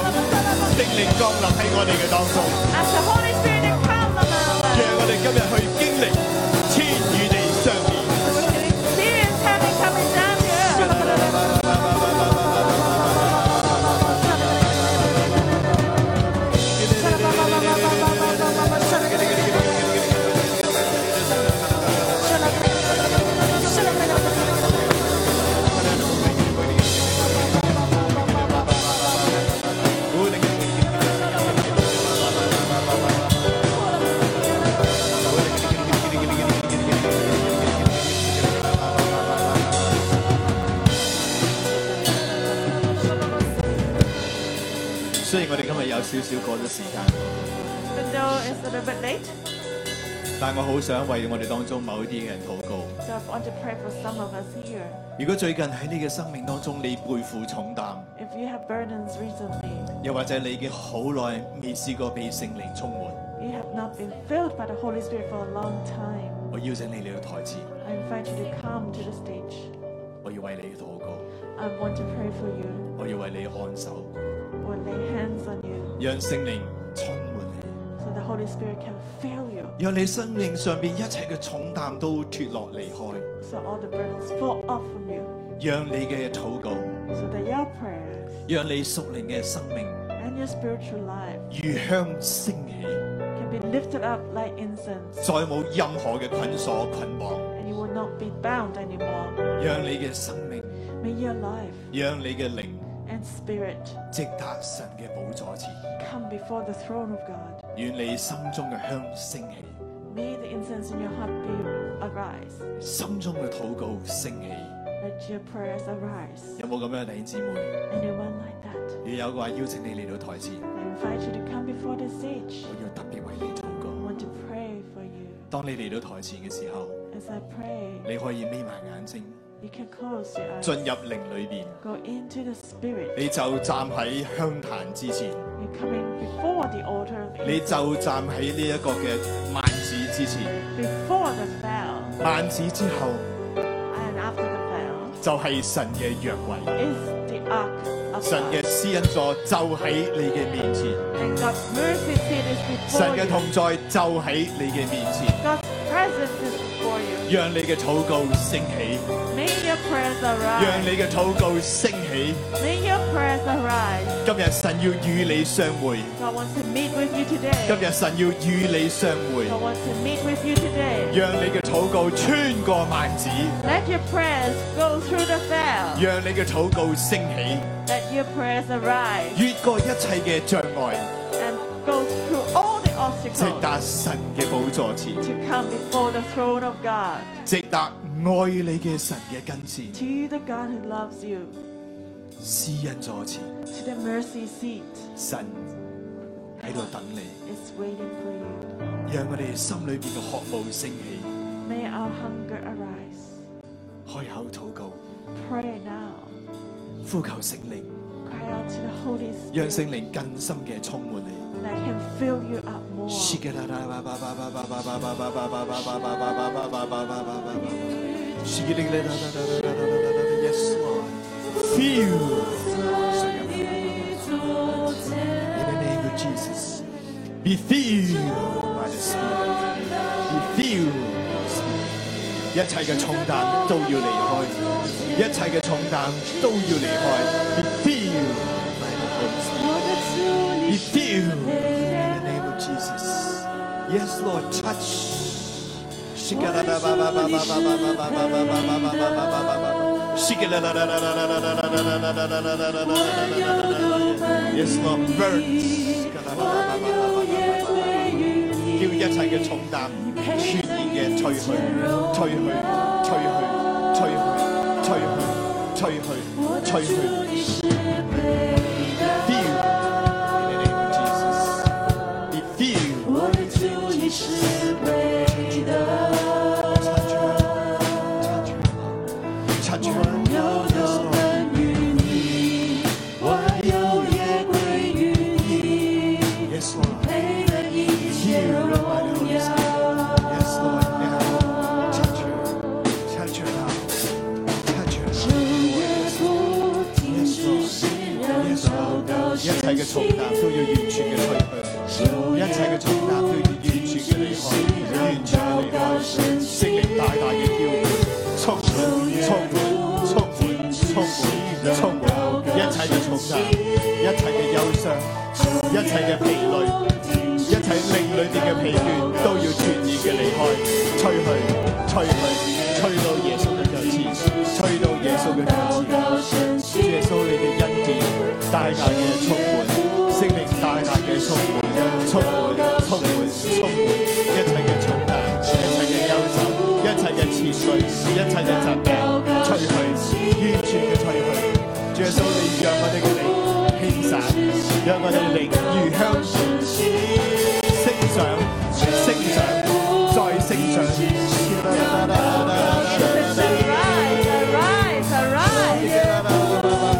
[SPEAKER 5] 聖靈降臨喺我哋嘅當中，
[SPEAKER 2] As the Holy Spirit comes among
[SPEAKER 5] 讓
[SPEAKER 2] us,
[SPEAKER 5] 我哋今日去經歷天與地相連。
[SPEAKER 2] we can experience heaven coming down to earth.
[SPEAKER 5] 雖然我哋今日有少少過咗時間，
[SPEAKER 2] Even though it's a little bit late,
[SPEAKER 5] 但我好想為我哋當中某啲嘅人禱告。
[SPEAKER 2] so I want to pray for some of us here.
[SPEAKER 5] 如果最近喺你嘅生命當中，你背負重擔，
[SPEAKER 2] If you have burdens recently,
[SPEAKER 5] 又或者你已經好耐未試過被聖靈充滿，
[SPEAKER 2] you have not been filled by the Holy Spirit for a long time,
[SPEAKER 5] 我邀請你嚟到台前，
[SPEAKER 2] I invite you to come to the stage.
[SPEAKER 5] 我要為你禱告，
[SPEAKER 2] I want to pray for you.
[SPEAKER 5] 我要為你按手，
[SPEAKER 2] We'll lay hands on you
[SPEAKER 5] 讓聖靈充滿你。
[SPEAKER 2] so the Holy Spirit can fill you,
[SPEAKER 5] 讓你生命上邊一切嘅重擔都脱落離開，
[SPEAKER 2] so all the burdens fall off from you,
[SPEAKER 5] 讓你嘅禱告，
[SPEAKER 2] so that your prayers
[SPEAKER 5] 讓你屬靈嘅生命
[SPEAKER 2] and your spiritual life
[SPEAKER 5] 如香升起，
[SPEAKER 2] can be lifted up like incense,
[SPEAKER 5] 再冇任何嘅捆鎖捆綁，
[SPEAKER 2] and you will not be bound anymore.
[SPEAKER 5] 讓你嘅生命，
[SPEAKER 2] May your life
[SPEAKER 5] 讓你嘅靈
[SPEAKER 2] and spirit
[SPEAKER 5] 直達神嘅寶座前，
[SPEAKER 2] come before the throne of God.
[SPEAKER 5] 願你心中嘅香升起，
[SPEAKER 2] May the incense in your heart be arise.
[SPEAKER 5] 心中嘅禱告升起。
[SPEAKER 2] Let your prayers arise.
[SPEAKER 5] 有冇咁樣嘅弟兄姊妹？
[SPEAKER 2] Anyone like that?
[SPEAKER 5] 如果有嘅話，邀請你嚟到台前，
[SPEAKER 2] I invite you to come before the stage.
[SPEAKER 5] 我要特別為你禱
[SPEAKER 2] I
[SPEAKER 5] 告。
[SPEAKER 2] want to pray for you.
[SPEAKER 5] 當你嚟到台前嘅時候，
[SPEAKER 2] As I pray,
[SPEAKER 5] 你可以眯埋眼睛，
[SPEAKER 2] you can close your eyes.
[SPEAKER 5] 進入靈裏邊。
[SPEAKER 2] Go into the spirit.
[SPEAKER 5] 你就站喺香壇之前，
[SPEAKER 2] You're coming before the altar of
[SPEAKER 5] 你
[SPEAKER 2] incense,
[SPEAKER 5] 就站喺呢一個嘅幔子之前，
[SPEAKER 2] before the veil,
[SPEAKER 5] 幔子之後
[SPEAKER 2] and after the
[SPEAKER 5] 就係神嘅約櫃，
[SPEAKER 2] veil is the ark of
[SPEAKER 5] 神嘅
[SPEAKER 2] God.
[SPEAKER 5] 施恩座就喺你嘅面前，
[SPEAKER 2] And God's mercy seat is
[SPEAKER 5] 神
[SPEAKER 2] before
[SPEAKER 5] 嘅同
[SPEAKER 2] you.
[SPEAKER 5] 在就喺你嘅面前，
[SPEAKER 2] God's presence is before you.
[SPEAKER 5] 讓你嘅禱告升起，
[SPEAKER 2] May your prayers
[SPEAKER 5] 讓
[SPEAKER 2] arise.
[SPEAKER 5] 你嘅禱告升起。
[SPEAKER 2] May your prayers arise.
[SPEAKER 5] 今日神要與你相會，
[SPEAKER 2] God wants to meet with you
[SPEAKER 5] 今
[SPEAKER 2] today.
[SPEAKER 5] 日神要與你相會，
[SPEAKER 2] God wants to meet with you today.
[SPEAKER 5] 讓你嘅禱告穿過幔子，
[SPEAKER 2] Let your prayers go through the veil.
[SPEAKER 5] 讓你嘅禱告升起，
[SPEAKER 2] Let your prayers arise
[SPEAKER 5] 越過一切嘅障礙。
[SPEAKER 2] and go through all the obstacles.
[SPEAKER 5] 直達神嘅寶座前，
[SPEAKER 2] to come before the throne of God,
[SPEAKER 5] 直達愛你嘅神嘅跟前，
[SPEAKER 2] to the God who loves you,
[SPEAKER 5] 施恩座前，
[SPEAKER 2] to the mercy seat.
[SPEAKER 5] 神喺度等你，
[SPEAKER 2] It's waiting for
[SPEAKER 5] 讓我哋心裏邊嘅渴慕升起，
[SPEAKER 2] you. May our hunger arise.
[SPEAKER 5] 開口禱告，
[SPEAKER 2] Pray now.
[SPEAKER 5] 呼求聖靈，
[SPEAKER 2] Cry out to the Holy
[SPEAKER 5] 讓聖
[SPEAKER 2] Spirit.
[SPEAKER 5] 靈更深嘅充滿你。
[SPEAKER 2] Let Him fill you up more.
[SPEAKER 5] Yes, Lord. Feel. In the name of Jesus. Be filled by the Spirit. Be filled. 一切嘅重擔都要離開，一切嘅重擔都要離開。Be filled by the Holy Spirit. Be filled in the name of Jesus. Yes, Lord, touch. Yes, Lord, burn. 叫一切嘅重擔全然嘅退去，退去，退去，退去，退去，退去，退去。Feel in the name of Jesus. Be filled. Touch her. Touch her. Touch her. Yes, Lord. 我有夜归于你，Yes Lord，配得一切荣耀。Yes Lord，now touch her，touch her now，touch her now，Yes Lord，一切嘅重擔都要完全嘅退去，一切嘅重擔都要完全嘅離開，完全嘅離開，聖靈大大嘅叫喚，充滿，充滿，充滿，充滿，充滿，一切嘅重擔，一切嘅憂傷，一切嘅疲累。一切令裏邊嘅疲倦都要全然嘅離開，吹去，吹去，吹到耶穌嘅腳前，吹到耶穌嘅腳前。主耶穌，你嘅恩典大大嘅充滿，聖靈大大嘅充滿，充滿，充滿，充滿，一切嘅重擔，一切嘅憂愁，一切嘅纏累，一切嘅疾病，吹去，完全嘅吹去。主耶穌，你讓我哋嘅靈輕散，讓我哋靈如香。升上，升上，再升上。
[SPEAKER 2] Arise, arise, arise.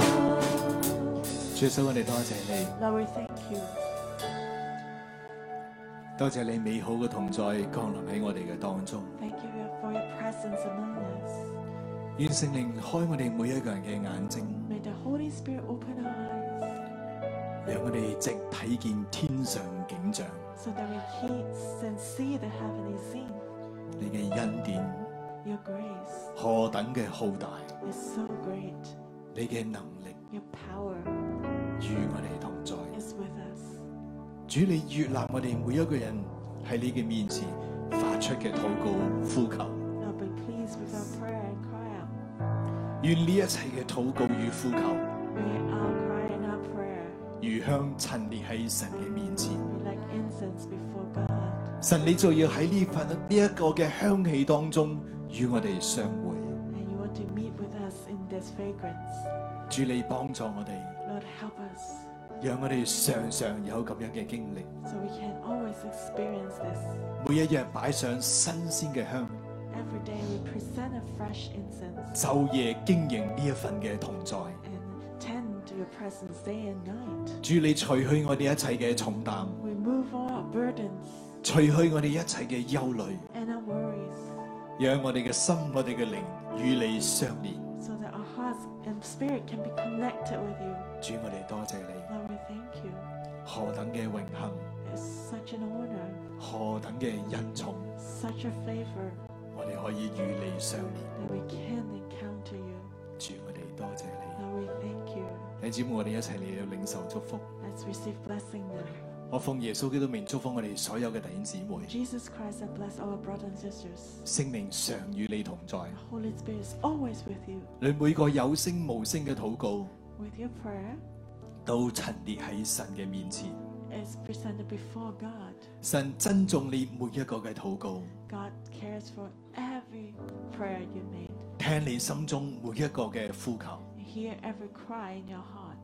[SPEAKER 5] 主耶穌，我哋多謝你，
[SPEAKER 2] Lord, we thank you.
[SPEAKER 5] 多謝你美好嘅同在降臨喺我哋嘅當中。
[SPEAKER 2] Thank you for your presence among us.
[SPEAKER 5] 願聖靈開我哋每一個人嘅眼睛，
[SPEAKER 2] May the Holy Spirit open our eyes
[SPEAKER 5] 讓我哋直睇見天上景象。
[SPEAKER 2] so that we hear and see the heavenly scene.
[SPEAKER 5] 你嘅恩典
[SPEAKER 2] Your grace
[SPEAKER 5] 何等嘅浩大，
[SPEAKER 2] is so great.
[SPEAKER 5] 你嘅能力
[SPEAKER 2] Your power
[SPEAKER 5] 與我哋同在。
[SPEAKER 2] is with us.
[SPEAKER 5] 主，你悦納我哋每一個人喺你嘅面前發出嘅禱告呼求。
[SPEAKER 2] Now be pleased with our prayer and cry out.
[SPEAKER 5] 愿呢一切嘅祷告与呼求，
[SPEAKER 2] May our cry and our prayer
[SPEAKER 5] 如香陳列喺神嘅面前。
[SPEAKER 2] be like incense before God.
[SPEAKER 5] 神你就要喺呢份呢一個嘅香氣當中與我哋相會。
[SPEAKER 2] And you want to meet with us in this fragrance.
[SPEAKER 5] 主你幫助我哋，
[SPEAKER 2] Lord, help us
[SPEAKER 5] 讓我哋常常有咁樣嘅經歷，
[SPEAKER 2] so we can always experience this.
[SPEAKER 5] 每一日擺上新鮮嘅香，
[SPEAKER 2] Every day we present a fresh incense
[SPEAKER 5] 晝夜經營呢一份嘅同在。
[SPEAKER 2] and tend to your presence day and night.
[SPEAKER 5] 主你除去我哋一切嘅重擔，
[SPEAKER 2] We move all our burdens
[SPEAKER 5] 除去我哋一切嘅憂慮，
[SPEAKER 2] and our worries
[SPEAKER 5] 讓我哋嘅心、我哋嘅靈與你相連。
[SPEAKER 2] so that our hearts and spirit can be connected with you.
[SPEAKER 5] 主我哋多謝你，
[SPEAKER 2] Lord, we thank you.
[SPEAKER 5] 何等嘅榮幸，
[SPEAKER 2] It's such an honor,
[SPEAKER 5] 何等嘅恩寵，
[SPEAKER 2] such a favor
[SPEAKER 5] 我哋可以與你相連。
[SPEAKER 2] that we can encounter you.
[SPEAKER 5] 主我哋多謝你。
[SPEAKER 2] Lord, we thank you.
[SPEAKER 5] 你姊妹，我哋一齊嚟到領受祝福。
[SPEAKER 2] Let's receive blessing now.
[SPEAKER 5] 我奉耶穌基督名祝福我哋所有嘅弟兄姊妹。
[SPEAKER 2] Jesus Christ, I bless our brothers and sisters.
[SPEAKER 5] 聖靈常與你同在，
[SPEAKER 2] The Holy Spirit is always with you,
[SPEAKER 5] 你每個有聲無聲嘅禱告，
[SPEAKER 2] with your prayer.
[SPEAKER 5] 都陳列喺神嘅面前。
[SPEAKER 2] is presented before God.
[SPEAKER 5] 神珍重你每一個嘅禱告，
[SPEAKER 2] God cares for every prayer you made.
[SPEAKER 5] 聽你心中每一個嘅呼求。
[SPEAKER 2] and Hear every cry in your heart.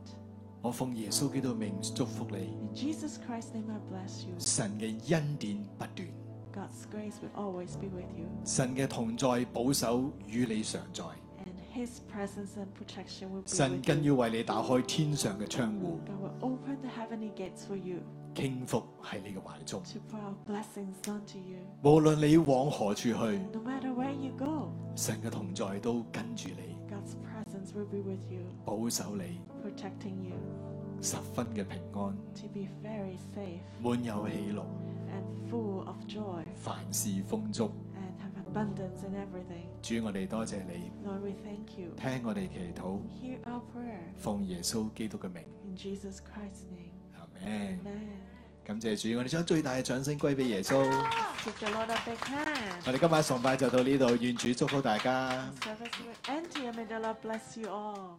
[SPEAKER 5] 我奉耶穌基督名祝福你，
[SPEAKER 2] In Jesus Christ's name, I bless you.
[SPEAKER 5] 神嘅恩典不斷，
[SPEAKER 2] God's grace will always be with you,
[SPEAKER 5] 神嘅同在保守與你常在。
[SPEAKER 2] and His presence and protection will be
[SPEAKER 5] 神
[SPEAKER 2] with
[SPEAKER 5] 更
[SPEAKER 2] you.
[SPEAKER 5] 要為你打開天上嘅窗戶，
[SPEAKER 2] God will open the heavenly gates for you
[SPEAKER 5] 傾覆喺你嘅懷中。
[SPEAKER 2] to pour out blessings onto you.
[SPEAKER 5] 無論你往何處去，
[SPEAKER 2] No matter where you go,
[SPEAKER 5] 神嘅同在都跟住你，
[SPEAKER 2] God's presence will be with you,
[SPEAKER 5] 保守你，
[SPEAKER 2] protecting you
[SPEAKER 5] 十分嘅平安，
[SPEAKER 2] to be very safe
[SPEAKER 5] 滿有喜樂，
[SPEAKER 2] and full of joy,
[SPEAKER 5] 凡事豐足。
[SPEAKER 2] and have abundance in everything.
[SPEAKER 5] 主，我哋多謝你，
[SPEAKER 2] Lord, we thank you.
[SPEAKER 5] 聽我哋祈禱，
[SPEAKER 2] Hear our prayer
[SPEAKER 5] 奉耶穌基督嘅名，
[SPEAKER 2] in Jesus Christ's name.
[SPEAKER 5] 阿門。
[SPEAKER 2] Amen.
[SPEAKER 5] 感謝主，我哋將最大嘅掌聲歸俾耶穌。
[SPEAKER 2] Give the Lord a big hand.
[SPEAKER 5] 我哋今晚崇拜就到呢度，願主祝福大家。
[SPEAKER 2] Service will end here. May the Lord bless you all.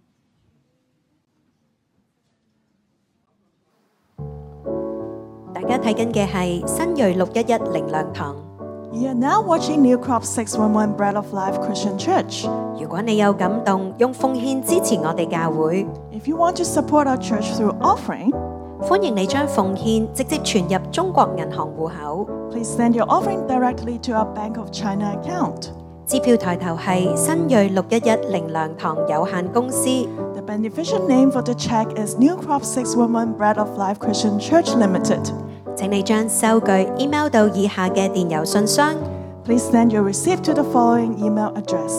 [SPEAKER 6] Đại gia thấy kinh cái hệ Sinh Rui 611 Linh Lượng堂.
[SPEAKER 7] You are now watching New Crop 611 Bread of Life Christian Church.
[SPEAKER 6] Nếu bạn có cảm động, dùng phong hiến hỗ trợ tôi哋教hội.
[SPEAKER 7] If you want to support our church through offering,
[SPEAKER 6] Hoan nghênh bạn将phong hiến trực tiếp chuyển nhập Trung Quốc ngân hàng hộ khẩu.
[SPEAKER 7] please send your offering directly to our Bank of China account.
[SPEAKER 6] Chi phiếu tài đầu hệ Sinh Rui 611 Linh Lượng堂Hữu hạn Công ty.
[SPEAKER 7] The beneficial name for the check is New Crop 611 Bread of Life Christian Church Limited.
[SPEAKER 6] Xin bạn将số據 email đến dưới hạ cái điện邮信箱.
[SPEAKER 7] Please send your receipt to the following email address.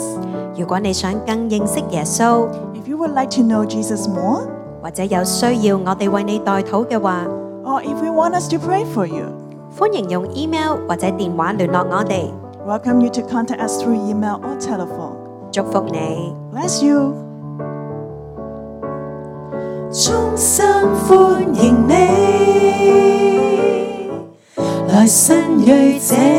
[SPEAKER 6] Nếu bạn muốn更认识耶稣,
[SPEAKER 7] If you would like to know Jesus more,
[SPEAKER 6] hoặc có需要我哋为你代祷嘅话，
[SPEAKER 7] or if you want us to pray for you,
[SPEAKER 6] 欢迎用 email 或者电话联络我哋。
[SPEAKER 7] welcome you to contact us through email or telephone.
[SPEAKER 6] 祝福你。
[SPEAKER 7] Bless you.
[SPEAKER 4] 衷心歡迎你，來新锐這